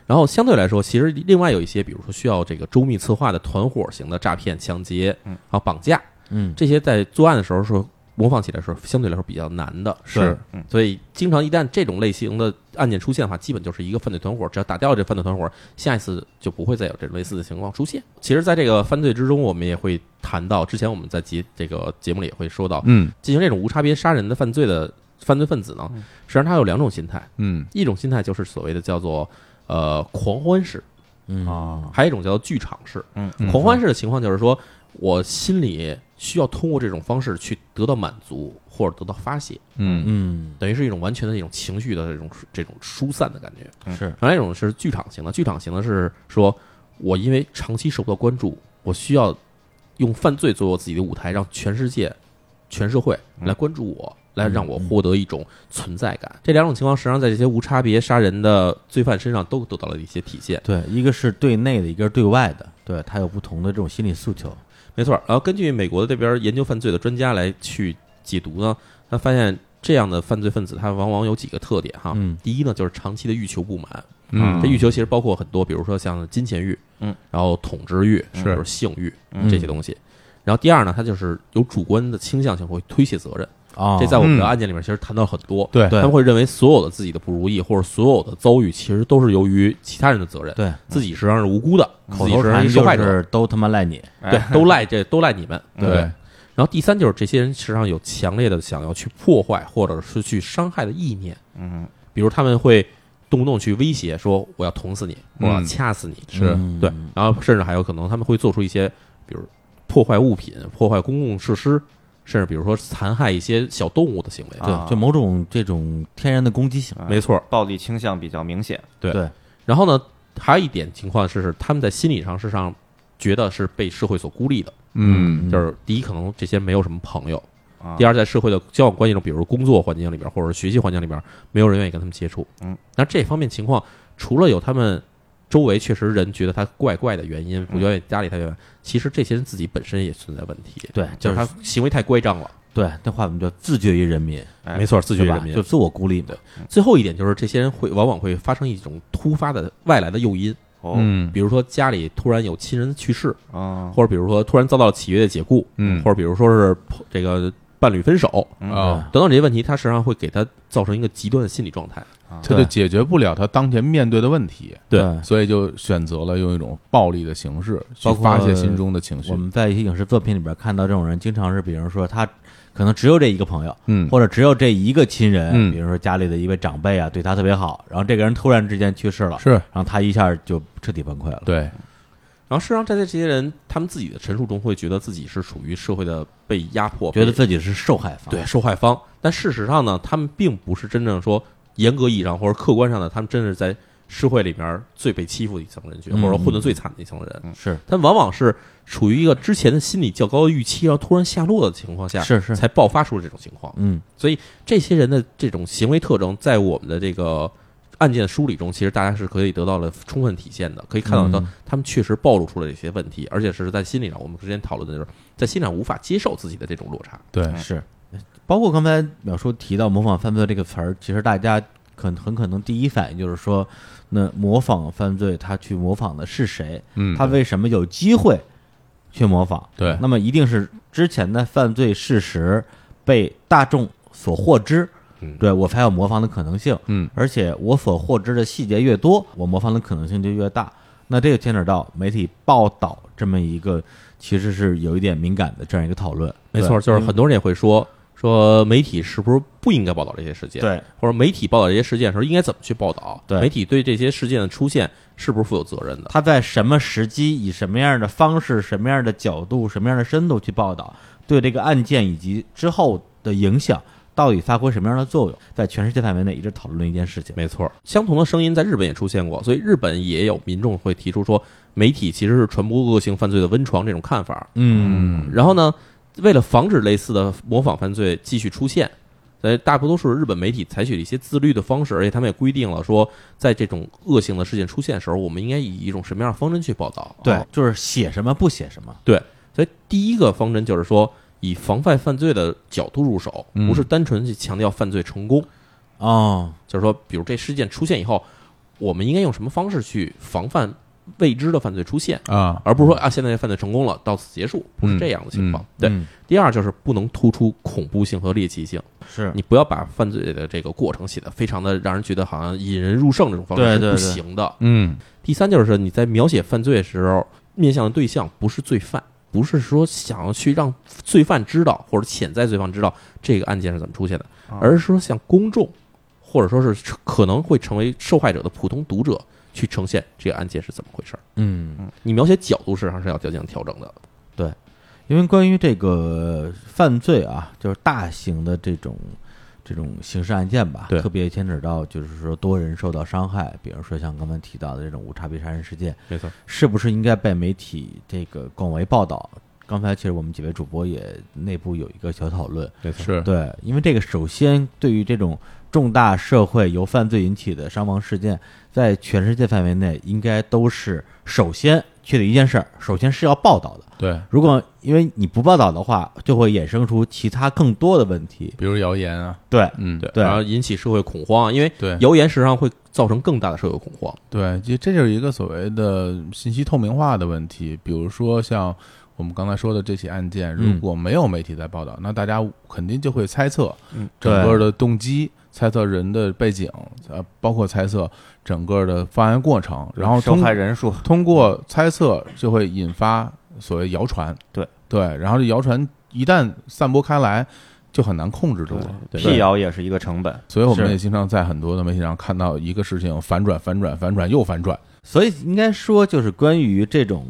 S1: 然后相对来说，其实另外有一些，比如说需要这个周密策划的团伙型的诈骗、抢劫，
S2: 嗯
S1: 然后绑架，
S4: 嗯
S1: 这些在作案的时候是模仿起来是相对来说比较难的，
S3: 是
S1: 对，所以经常一旦这种类型的案件出现的话，基本就是一个犯罪团伙，只要打掉这犯罪团伙，下一次就不会再有这类似的情况出现。其实，在这个犯罪之中，我们也会谈到，之前我们在节这个节目里也会说到，
S3: 嗯
S1: 进行这种无差别杀人的犯罪的犯罪分子呢，实际上他有两种心态，
S3: 嗯
S1: 一种心态就是所谓的叫做呃狂欢式。
S4: 嗯
S2: 啊，
S1: 还有一种叫做剧场式。
S2: 嗯
S3: 嗯
S1: 狂欢式的情况就是说，我心里需要通过这种方式去得到满足或者得到发泄，
S3: 嗯
S4: 嗯
S1: 等于是一种完全的一种情绪的这种这种疏散的感觉。
S4: 是
S1: 另外一种是剧场型的，剧场型的是说我因为长期受不到关注，我需要用犯罪作为我自己的舞台，让全世界、全社会来关注我，来让我获得一种存在感。这两种情况实际上在这些无差别杀人的罪犯身上都得到了一些体现。
S4: 对，一个是对内的，一个是对外的，对他有不同的这种心理诉求，
S1: 没错儿，然后根据美国的这边研究犯罪的专家来去解读呢，他发现这样的犯罪分子他往往有几个特点哈。
S4: 嗯
S1: 第一呢，就是长期的欲求不满，
S3: 嗯
S1: 啊这欲求其实包括很多，比如说像金钱欲，
S2: 嗯，
S1: 然后统治欲，
S3: 是
S1: 就是性欲、
S4: 嗯
S1: 这些东西。然后第二呢，他就是有主观的倾向性，会推卸责任。
S4: 哦，
S1: 这在我们的
S3: 嗯
S1: 案件里面其实谈到很多，
S3: 对
S4: 对
S1: 他们会认为所有的自己的不如意或者所有的遭遇，其实都是由于其他人的责任，
S4: 对
S1: 自己实际上是无辜的，
S4: 口
S1: 自己
S4: 头
S1: 实际上
S4: 禅
S1: 是受
S4: 就
S1: 害者，
S4: 是哎都他妈赖你，
S1: 对，都赖这都赖你们，
S3: 对
S1: 不对？然后第三就是这些人实际上有强烈的想要去破坏或者是去伤害的意念，
S2: 嗯
S1: 比如他们会动不动去威胁说我要捅死你，我
S3: 嗯
S1: 要掐死你，
S3: 是
S4: 嗯
S1: 对，然后甚至还有可能他们会做出一些，比如破坏物品、破坏公共设施，甚至比如说残害一些小动物的行为。
S2: 啊
S4: 对，就某种这种天然的攻击性，
S2: 啊
S1: 没错。
S2: 暴力倾向比较明显，
S1: 对
S4: 对，
S1: 然后呢，还有一点情况是，是他们在心理上事实上觉得是被社会所孤立的，
S3: 嗯
S1: 就是第一，可能这些没有什么朋友。
S2: 啊
S1: 第二，在社会的交往关系中，比如工作环境里边或者学习环境里边，没有人愿意跟他们接触。
S2: 嗯，
S1: 那这方面情况，除了有他们周围确实人觉得他怪怪的原因，
S4: 嗯
S1: 不愿意搭理他原因，其实这些人自己本身也存在问题。
S4: 对，
S1: 就
S4: 就是
S1: 他
S4: 是
S1: 行为太乖张了，
S4: 对，那话我们叫自绝于人民，
S2: 哎
S1: 没错，自觉
S4: 对吧
S1: 人民
S4: 就。自我孤立嘛，
S1: 最后一点就是，这些人会往往会发生一种突发的外来的诱因，
S2: 哦
S3: 嗯
S1: 比如说家里突然有亲人去世，
S2: 啊
S1: 或者比如说突然遭到了企业的解雇，
S3: 嗯
S1: 或者比如说是这个伴侣分手，
S4: 嗯
S3: 啊，
S1: 等等这些问题，它实际上会给他造成一个极端的心理状态。
S3: 他就解决不了他当前面对的问题，
S1: 对
S3: 所以就选择了用一种暴力的形式去
S4: 包括
S3: 发泄心中的情绪
S4: 我。们在一些影视作品里边看到这种人，经常是比如说他可能只有这一个朋友，
S3: 嗯，
S4: 或者只有这一个亲人，
S3: 嗯
S4: 比如说家里的一位长辈啊，对他特别好，然后这个人突然之间去世了，
S3: 是
S4: 然后他一下就彻底崩溃了。
S3: 对，
S1: 然后，事实上，在这些人他们自己的陈述中，会觉得自己是处于社会的被压迫，
S4: 觉得
S1: 被
S4: 自己是受害方，
S1: 对受害方。但事实上呢，他们并不是真正说严格意义上或者客观上的，他们真是在社会里面最被欺负的一层人群，
S4: 嗯
S1: 或者说混得最惨的一层人。
S4: 是
S1: 他们往往是处于一个之前的心理较高的预期，然后突然下落的情况下，
S4: 是是，
S1: 才爆发出了这种情况。
S4: 嗯
S1: 所以这些人的这种行为特征，在我们的这个案件梳理中，其实大家是可以得到了充分体现的，可以看到
S4: 嗯
S1: 他他们确实暴露出了这些问题，而且是在心理上，我们之前讨论的就是在心理上无法接受自己的这种落差。
S3: 对，
S4: 是，包括刚才淼叔提到“模仿犯罪”这个词儿，其实大家可很可能第一反应就是说，那模仿犯罪他去模仿的是谁？
S3: 嗯，
S4: 他为什么有机会去模仿？
S3: 对
S4: 那么一定是之前的犯罪事实被大众所获知
S1: 嗯，
S4: 对我才有模仿的可能性。
S3: 嗯，
S4: 而且我所获知的细节越多，我模仿的可能性就越大。那这就牵扯到媒体报道这么一个，其实是有一点敏感的这样一个讨论。
S1: 没
S4: 嗯
S1: 错，就是很多人也会说，说媒体是不是不应该报道这些事件？，
S2: 对，
S1: 或者媒体报道这些事件的时候应该怎么去报道？
S4: 对
S1: 媒体对这些事件的出现是不是负有责任的？
S4: 他在什么时机、以什么样的方式、什么样的角度、什么样的深度去报道，对这个案件以及之后的影响，到底发挥什么样的作用，在全世界范围内一直讨论一件事情。
S1: 没错，相同的声音在日本也出现过，所以日本也有民众会提出说，媒体其实是传播恶性犯罪的温床这种看法。
S4: 嗯，
S1: 然后呢，为了防止类似的模仿犯罪继续出现，所以大多数日本媒体采取了一些自律的方式，而且他们也规定了说，在这种恶性的事件出现的时候，我们应该以一种什么样的方针去报道。
S4: 对
S1: 哦，
S4: 就是写什么不写什么。
S1: 对，所以第一个方针就是说，以防范犯罪的角度入手，
S3: 嗯
S1: 不是单纯去强调犯罪成功，
S4: 哦，
S1: 就是说，比如这事件出现以后，我们应该用什么方式去防范未知的犯罪出现，
S3: 啊，
S1: 而不是说啊，现在犯罪成功了，到此结束，不是
S3: 嗯
S1: 这样的情况。对，
S4: 嗯
S1: 第二就是不能突出恐怖性和猎奇性，
S4: 是
S1: 你不要把犯罪的这个过程写得非常的让人觉得好像引人入胜这种方式
S4: 对
S1: 是
S4: 对
S1: 不
S4: 对
S1: 行的。
S3: 嗯
S1: 第三就是你在描写犯罪的时候，面向的对象不是罪犯，不是说想要去让罪犯知道或者潜在罪犯知道这个案件是怎么出现的，
S4: 啊
S1: 而是说向公众或者说是成可能会成为受害者的普通读者去呈现这个案件是怎么回事儿。
S4: 嗯，
S1: 你描写角度实际上是要进行调整的。
S4: 因为关于这个犯罪啊，就是大型的这种这种刑事案件吧，
S1: 对
S4: 特别牵扯到就是说多人受到伤害，比如说像刚才提到的这种无差别杀人事件，
S1: 没错，
S4: 是不是应该被媒体这个广为报道？刚才其实我们几位主播也内部有一个小讨论，
S1: 没错，
S3: 是
S4: 嗯对，因为这个首先对于这种重大社会由犯罪引起的伤亡事件，在全世界范围内应该都是首先确定一件事儿，首先是要报道的。
S3: 对，
S4: 如果因为你不报道的话，就会衍生出其他更多的问题。
S3: 比如谣言啊，
S4: 对，
S3: 嗯，
S1: 对，
S4: 对
S1: 然后引起社会恐慌，因为
S3: 对
S1: 谣言实际上会造成更大的社会恐慌。
S3: 对，其实这就是一个所谓的信息透明化的问题。比如说像我们刚才说的这起案件，如
S4: 嗯
S3: 果没有媒体在报道，那大家肯定就会猜测
S2: 嗯
S3: 整
S4: 对
S3: 个的动机。猜测人的背景，呃，包括猜测整个的犯案过程，然后
S2: 受
S3: 通
S2: 害人数，
S3: 通过猜测就会引发所谓谣传，
S2: 对
S3: 对，然后这谣传一旦散播开来，就很难控制住了。
S1: 对
S2: 辟谣也是一个成本。
S3: 所以我们
S4: 是
S3: 也经常在很多的媒体上看到一个事情反转、反转、反转又反转，
S4: 所以应该说就是关于这种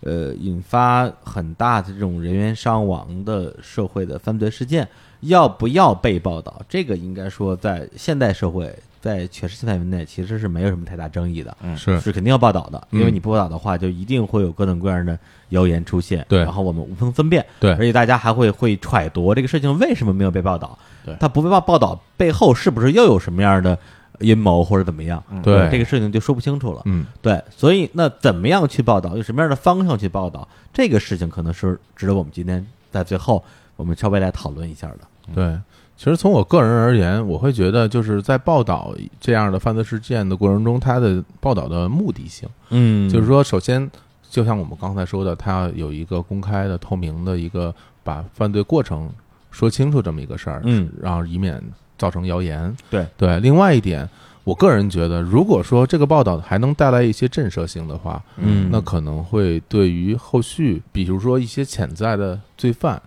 S4: 呃引发很大的这种人员伤亡的社会的犯罪事件，要不要被报道？这个应该说在现代社会，在全世界范围内其实是没有什么太大争议的。
S2: 嗯
S3: 是
S4: 是肯定要报道的，
S3: 嗯
S4: 因为你不报道的话，就一定会有各种各样的谣言出现。
S3: 对
S4: 然后我们无从分辨。
S3: 对
S4: 而且大家还会会揣度这个事情为什么没有被报道。
S1: 对
S4: 它不被报报道背后是不是又有什么样的阴谋或者怎么样？
S2: 嗯
S3: 对
S4: 这个事情就说不清楚了。
S3: 嗯，
S4: 对，所以那怎么样去报道，用什么样的方向去报道，这个事情可能是值得我们今天在最后我们稍微来讨论一下的。
S3: 对。其实从我个人而言，我会觉得就是在报道这样的犯罪事件的过程中，它的报道的目的性，
S4: 嗯
S3: 就是说，首先，就像我们刚才说的，它有一个公开的、透明的一个把犯罪过程说清楚这么一个事儿，
S4: 嗯，
S3: 然后以免造成谣言。
S4: 对
S3: 对，另外一点，我个人觉得，如果说这个报道还能带来一些震慑性的话，
S4: 嗯
S3: 那可能会对于后续，比如说一些潜在的罪犯，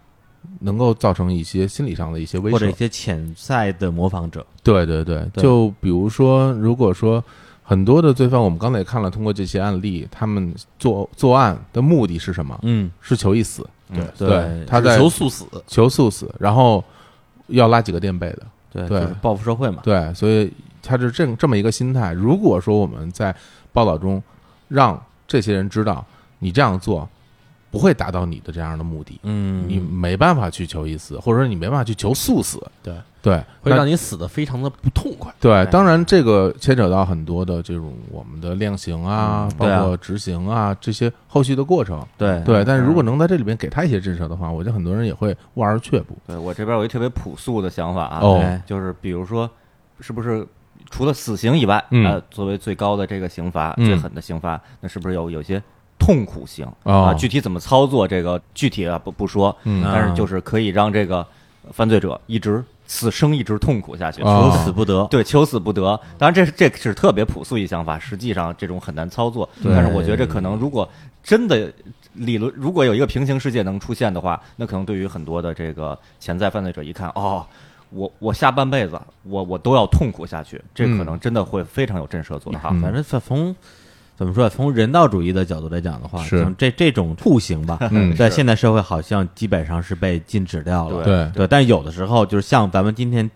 S3: 能够造成一些心理上的一些威
S4: 或者
S3: 慑
S4: 一。些潜在的模仿者，
S3: 对对对，
S4: 对
S3: 就比如说，如果说很多的罪犯，我们刚才也看了，通过这些案例，他们作作案的目的是什么？
S4: 嗯，
S3: 是求一死，
S2: 嗯
S4: 对，
S3: 他在
S1: 求速死，
S3: 求速死，然后要拉几个垫背的。
S4: 对，
S3: 对
S4: 就是报复社会嘛，
S3: 对，所以他是这这么一个心态。如果说我们在报道中让这些人知道你这样做不会达到你的这样的目的，
S4: 嗯，
S3: 你没办法去求一死，或者说你没办法去求速死。
S1: 对
S3: 对，
S1: 会
S3: 那
S1: 让你死的非常的不痛快。
S3: 对，当然这个牵扯到很多的这种我们的量刑啊，包
S4: 对啊
S3: 括执行啊这些后续的过程。
S2: 哎
S4: 对
S3: 对，但是如果
S2: 啊
S3: 能在这里边给他一些震慑的话，我觉得很多人也会望而却步。
S2: 对我这边有一特别朴素的想法啊，
S3: 哦
S4: 哎
S2: 就是比如说，是不是除了死刑以外，
S3: 嗯
S2: 呃，作为最高的这个刑罚、
S3: 嗯
S2: 最狠的刑罚，那是不是有有些痛苦刑、
S3: 哦
S2: 啊？具体怎么操作这个具体啊不不说，
S3: 嗯
S2: 但是就是可以让这个犯罪者一直此生一直痛苦下去，
S3: 啊
S4: 求死不得。
S2: 对，求死不得。当然这，是这是特别朴素一想法，实际上这种很难操作。
S4: 对
S2: 但是我觉得这可能如果真的理论，如果有一个平行世界能出现的话，那可能对于很多的这个潜在犯罪者一看，哦，我我下半辈子我我都要痛苦下去，这可能真的会非常有震慑作用哈。
S4: 嗯啊
S3: 嗯
S4: 反正从从怎么说啊，从人道主义的角度来讲的话，
S3: 是
S4: 从这这种酷刑吧，
S3: 嗯
S4: 在现代社会好像基本上是被禁止掉了。
S3: 对
S4: 对，但有的时候就是像咱们今天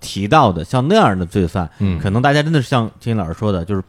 S4: 提到的，像那样的罪犯，
S3: 嗯
S4: 可能大家真的是像金老师说的，就是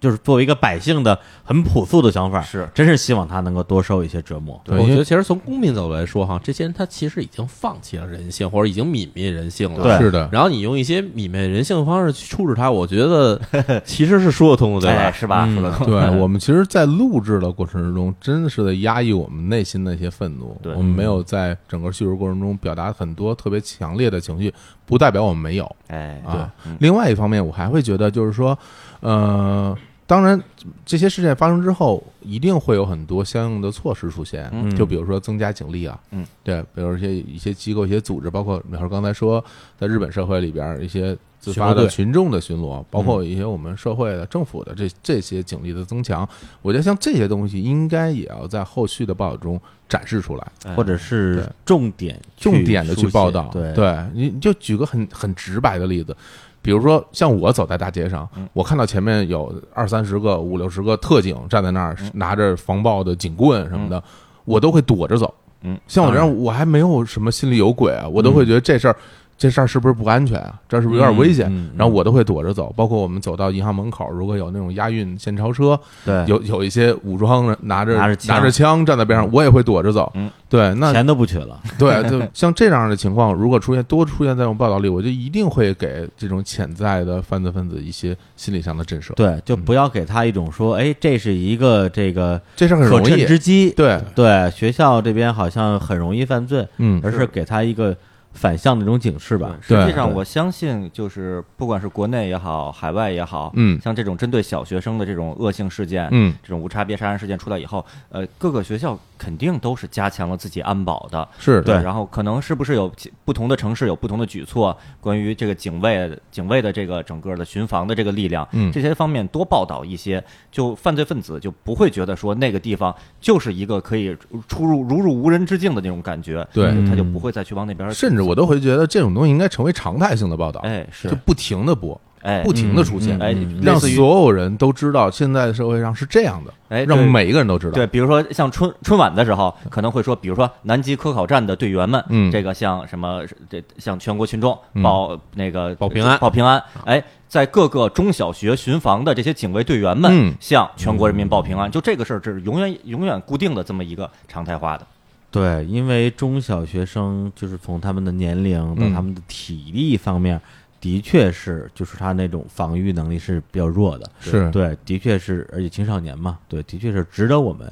S4: 就是作为一个百姓的很朴素的想法，
S2: 嗯是
S4: 真是希望他能够多受一些折磨。
S3: 对，
S1: 我
S3: 因
S1: 觉
S3: 为
S1: 得其实从公民角度来说，哈，这些人他其实已经放弃了人性，或者已经泯灭人性了。
S2: 对
S3: 是的，
S1: 然后你用一些泯灭人性的方式去处置他，我觉 得其实是说得通的，对
S2: 哎，
S1: 吧？
S2: 是吧？
S4: 嗯
S2: 说得通
S3: 对我们其实，在录制的过程之中，真的是在压抑我们内心的一些愤怒，
S2: 对
S3: 我们没有在整个叙述过程中表达很多特别强烈的情绪，不代表我们没有。
S2: 哎，
S3: 啊。
S2: 嗯
S3: 另外一方面，我还会觉得就是说，呃，当然这些事件发生之后，一定会有很多相应的措施出现，
S2: 嗯
S3: 就比如说增加警力啊，
S2: 嗯，
S3: 对，比如一些一些机构、一些组织，包括比如刚才说，在日本社会里边一些。自
S1: 巡逻
S3: 发的
S1: 队
S3: 群众的巡逻，包括一些我们社会的、政府的这这些警力的增强，我觉得像这些东西应该也要在后续的报道中展示出来。
S2: 哎
S4: 或者是
S3: 对
S4: 重点
S3: 重点的
S4: 书
S3: 去
S4: 写
S3: 报道。
S4: 对，
S3: 你你就举个很很直白的例子，比如说像我走在大街上，
S4: 嗯
S3: 我看到前面有二三十个、五六十个特警站在那
S4: 嗯
S3: 儿，拿着防爆的警棍什么的，我都会躲着走。
S2: 嗯，
S3: 像我这
S4: 当
S3: 样，我还没有什么心里有鬼
S4: 嗯
S3: 啊，我都会觉得这事儿。这事儿是不是不安全啊？这是不是有点危险？
S4: 嗯嗯嗯
S3: 然后我都会躲着走，包括我们走到银行门口，如果有那种押运现钞车，
S4: 对，
S3: 有有一些武装人拿着
S4: 拿着枪
S3: 拿着枪站在边上，我也会躲着走。
S2: 嗯
S3: 对，那
S4: 钱都不取 了，
S3: 对，就像这样的情况，如果出现多出现在这种报道里，我就一定会给这种潜在的犯罪分子一些心理上的震慑。，
S4: 对，就
S3: 嗯
S4: 不要给他一种说，哎，这是一个这个
S3: 这事儿很
S4: 可
S3: 容
S4: 乘
S3: 易。
S4: 之机。
S3: 对，
S4: 对，学校这边好像很容易犯罪，
S3: 嗯，
S4: 而是给他一个反向的一种警示吧。
S2: 对实
S3: 对
S2: 际上，
S4: 对
S2: 我相信，就是不管是国内也好，海外也好，
S3: 嗯
S2: 像这种针对小学生的这种恶性事件，
S3: 嗯
S2: 这种无差别杀人事件出来以后，呃，各个学校肯定都是加强了自己安保的，
S3: 是
S2: 对，然后可能是不是有其不同的城市有不同的举措，关于这个警卫警卫的这个整个的巡防的这个力量，
S3: 嗯
S2: 这些方面多报道一些，就犯罪分子就不会觉得说那个地方就是一个可以出入如入无人之境的那种感觉，
S3: 对嗯
S2: 就他就不会再去往那边，
S3: 甚至我都会觉得这种东西应该成为常态性的报道，
S2: 哎是
S3: 就不停的播，
S2: 哎
S3: 不停的出现，
S2: 哎
S3: 嗯让
S2: 类似于
S3: 所有人都知道现在的社会上是这样的，
S2: 哎
S3: 让
S2: 对
S3: 每一个人都知道。
S2: 对，比如说像春春晚的时候，可能会说，比如说南极科考站的队员们，
S3: 嗯
S2: 这个向什么，这向全国群众
S3: 嗯
S2: 报、那个
S1: 报平安
S2: 报平安。哎，在各个中小学巡防的这些警卫队员
S3: 嗯
S2: 们向全国人民报平安，就这个事儿，这是永远永远固定的这么一个常态化的。
S4: 对，因为中小学生就是从他们的年龄到
S3: 嗯
S4: 他们的体力方面，的确是就是他那种防御能力是比较弱的。
S3: 是
S4: 对，的确是，而且青少年嘛，对，的确是值得我们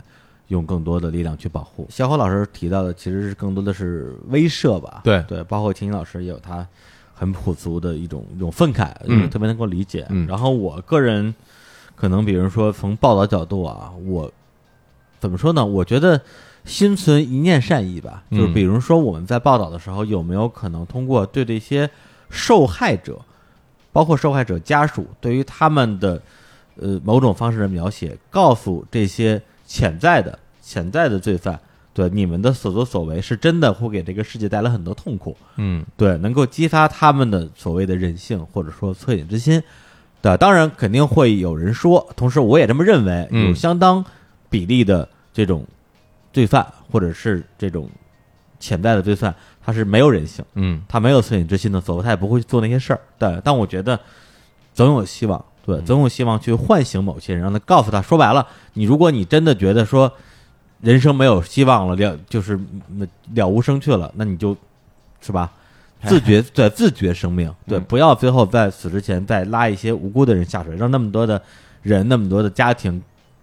S4: 用更多的力量去保护。小火老师提到的其实是更多的是威慑吧，
S3: 对
S4: 对，包括秦老师也有他很朴素的一种一种愤慨，
S3: 嗯
S4: 特别能够理解。
S3: 嗯
S4: 然后我个人可能比如说从报道角度啊，我怎么说呢？我觉得心存一念善意吧，
S3: 嗯
S4: 就是比如说我们在报道的时候，有没有可能通过对这些受害者，包括受害者家属，对于他们的呃某种方式的描写，告诉这些潜在的潜在的罪犯，对你们的所作所为是真的会给这个世界带来很多痛苦，
S3: 嗯
S4: 对，能够激发他们的所谓的人性或者说恻隐之心。对，当然肯定会有人说，同时我也这么认为，
S3: 嗯
S4: 有相当比例的这种罪犯或者是这种潜在的罪犯，他是没有人性，
S3: 嗯，
S4: 他没有恻隐之心的，否则他也不会做那些事儿。对，但我觉得总有希望，对，总有希望去唤醒某些人，让他告诉他，说白了，你如果你真的觉得说人生没有希望了，了就是嗯了无生趣了，那你就是吧。自觉对自觉生命，对，
S2: 嗯
S4: 不要最后在死之前再拉一些无辜的人下水，让那么多的人、那么多的家庭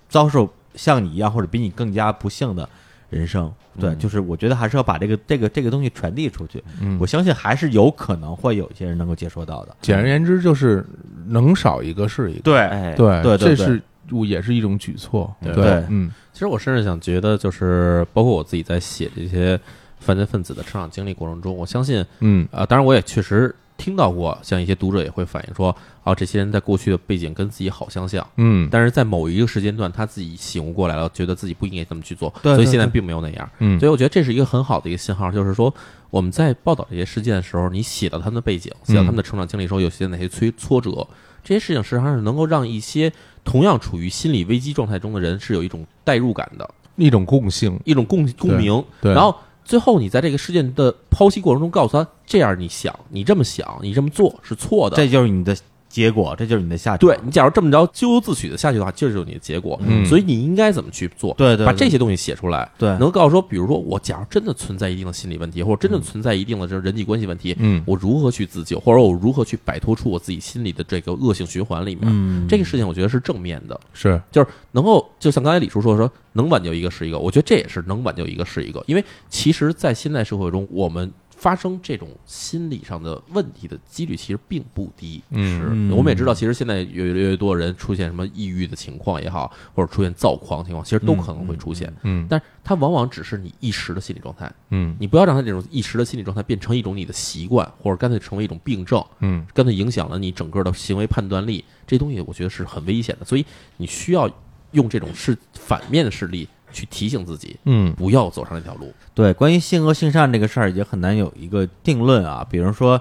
S4: 遭受像你一样或者比你更加不幸的人生。对，就是我觉得还是要把这个这个这个东西传递出去。
S3: 嗯
S4: 我相信还是有可能会有一些人能够接收到的。
S3: 简而言之就是能少一个是一个。
S4: 对
S2: 哎，
S3: 对
S4: 对
S3: 这
S4: 对
S3: 是也是一种举措。
S2: 对
S3: 对
S4: 对
S3: 嗯
S1: 其实我甚至想觉得，就是包括我自己在写这些犯罪分子的成长经历过程中，我相信
S3: 嗯
S1: 啊、当然我也确实听到过，像一些读者也会反映说，啊，这些人在过去的背景跟自己好相像，
S3: 嗯
S1: 但是在某一个时间段，他自己醒悟过来了，觉得自己不应该这么去做，
S2: 对对
S1: 所以现在
S2: 对
S1: 并没有那样。
S3: 嗯
S1: 所以我觉得这是一个很好的一个信号，就是说我们在报道这些事件的时候，你写到他们的背景，写到他们的成长经历的时候，有些哪些挫挫折，这些事情实际上是能够让一些同样处于心理危机状态中的人是有一种代入感的，
S3: 一种共性，
S1: 一种共共鸣。
S3: 对，
S1: 然后最后你在这个事件的剖析过程中告诉他，这样你想，你这么想，你这么做是错的。
S4: 这就是你的结果，这就是你的下场。
S1: 对你，假如这么着咎由自取的下去的话，这就是你的结果。
S3: 嗯
S1: 所以你应该怎么去做？
S4: 对对
S1: 把
S4: 对
S1: 这些东西写出来，
S4: 对
S1: 能告诉说，比如说我假如真的存在一定的心理问题，或者真
S4: 嗯
S1: 的存在一定的这种人际关系问题，
S3: 嗯
S1: 我如何去自救，或者我如何去摆脱出我自己心里的这个恶性循环里面，
S4: 嗯
S1: 这个事情我觉得是正面的，
S3: 是
S1: 就是能够就像刚才李叔说说，能挽救一个是一个，我觉得这也是能挽救一个是一个，因为其实，在现代社会中，我们发生这种心理上的问题的几率其实并不低，
S3: 嗯
S1: 是
S4: 嗯
S1: 我们也知道，其实现在越来越多人出现什么抑郁的情况也好，或者出现躁狂情况，其实都可能会出现，
S3: 嗯
S1: 但是它往往只是你一时的心理状态，
S3: 嗯
S1: 你不要让它这种一时的心理状态变成一种你的习惯，或者干脆成为一种病症，
S3: 嗯
S1: 干脆影响了你整个的行为判断力，这东西我觉得是很危险的，所以你需要用这种是反面的事例去提醒自己，
S3: 嗯
S1: 不要走上那条路。
S4: 对，关于性恶性善这个事儿也很难有一个定论啊。比如说，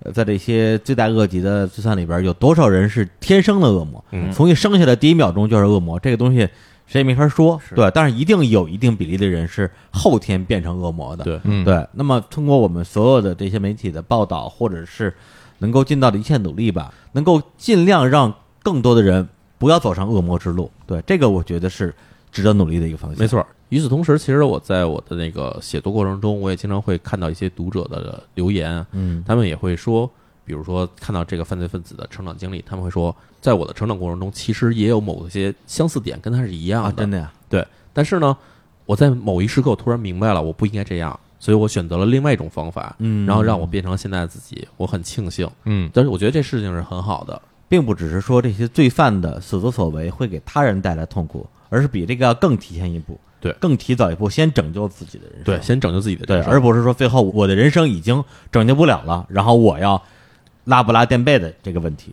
S4: 呃在这些罪大恶极的罪犯里边儿，有多少人是天生的恶魔？
S1: 嗯
S4: 从一生下来第一秒钟就是恶魔，这个东西谁也没法说。对，但是一定有一定比例的人是后天变成恶魔的。
S1: 对
S3: 嗯
S4: 对，那么通过我们所有的这些媒体的报道，或者是能够尽到的一切努力吧，能够尽量让更多的人不要走上恶魔之路。对，这个我觉得是值得努力的一个方向。
S1: 没，错。与此同时，其实我在我的那个写作过程中，我也经常会看到一些读者的留言，啊
S4: 嗯
S1: 他们也会说，比如说看到这个犯罪分子的成长经历，他们会说，在我的成长过程中，其实也有某些相似点跟他是一样
S4: 啊，
S1: 的，
S4: 真的呀，
S1: 但是呢，我在某一时刻我突然明白了，我不应该这样，所以我选择了另外一种方法，
S4: 嗯
S1: 然后让我变成了现在的自己，我很庆幸。
S3: 嗯
S1: 但是我觉得这事情是很好的，
S4: 并不只是说这些罪犯的所作所为会给他人带来痛苦，而是比这个要更提前一步，
S1: 对
S4: 更提早一步，先拯救自己的人生，
S1: 对，先拯救自己的
S4: 对，
S1: 人生
S4: 而不是说最后我的人生已经拯救不了了，然后我要拉不拉垫背的这个问题，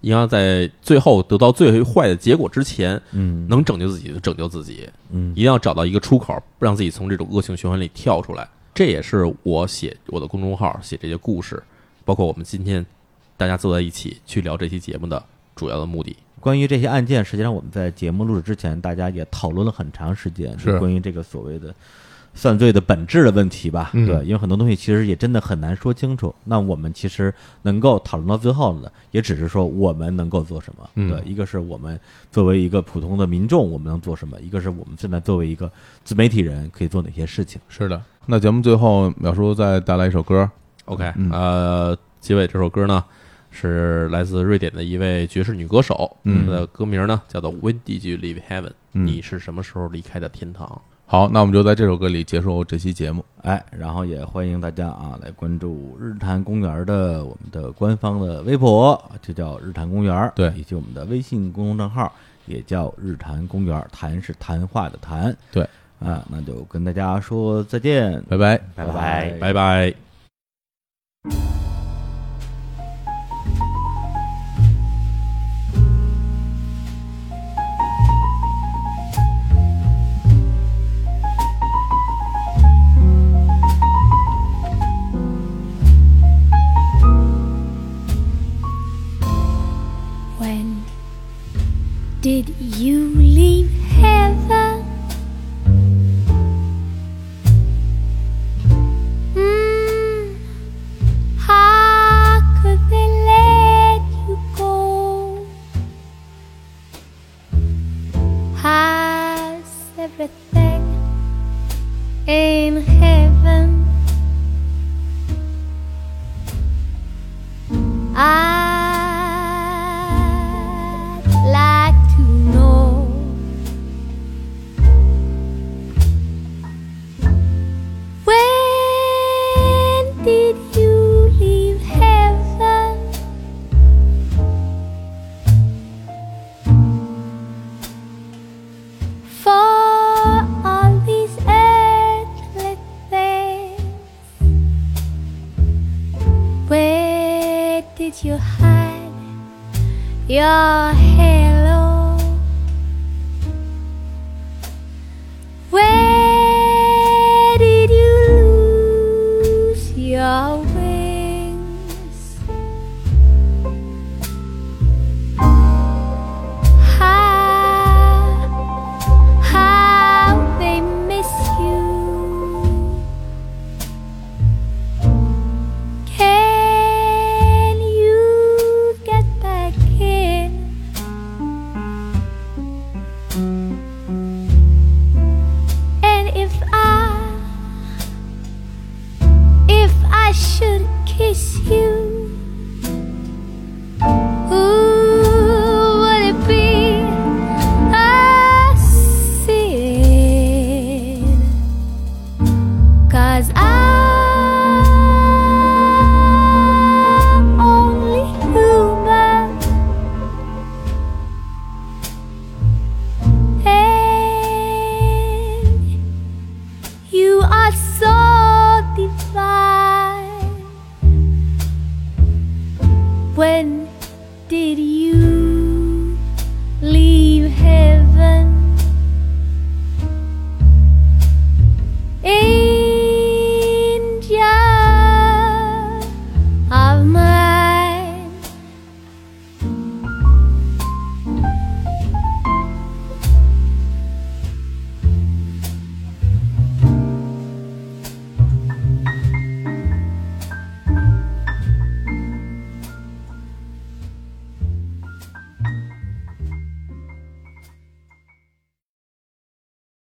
S1: 你要在最后得到最坏的结果之前，
S4: 嗯
S1: 能拯救自己就拯救自己，
S4: 嗯
S1: 一定要找到一个出口，让自己从这种恶性循环里跳出来。这也是我写我的公众号写这些故事，包括我们今天大家坐在一起去聊这期节目的主要的目的。
S4: 关于这些案件，实际上我们在节目录制之前，大家也讨论了很长时间，
S3: 是
S4: 就关于这个所谓的犯罪的本质的问题吧？
S3: 嗯
S4: 对，因为很多东西其实也真的很难说清楚。那我们其实能够讨论到最后呢，也只是说我们能够做什么。
S3: 嗯
S4: 对，一个是我们作为一个普通的民众，我们能做什么；一个是我们现在作为一个自媒体人，可以做哪些事情。
S3: 是的。那节目最后，淼叔再带来一首歌，
S1: OK，、
S3: 嗯
S1: 呃，结尾这首歌呢是来自瑞典的一位爵士女歌手，
S3: 嗯
S1: 她的歌名呢叫做《When Did You Leave Heaven》，
S3: 嗯
S1: 你是什么时候离开的天堂？
S3: 好，那我们就在这首歌里结束这期节目。
S4: 哎，然后也欢迎大家啊来关注日坛公园的我们的官方的微博，就叫日坛公园，
S3: 对
S4: 以及我们的微信公众账号也叫日坛公园，谈是谈话的谈，
S3: 对，
S4: 啊，那就跟大家说再见，
S3: 拜拜。
S4: 拜
S2: 拜
S1: 拜拜。
S5: When did you leave heaven? Mm, your halo. Where did you lose your wings? How, how they miss you. Can you get back in? And if I, if I should kiss you,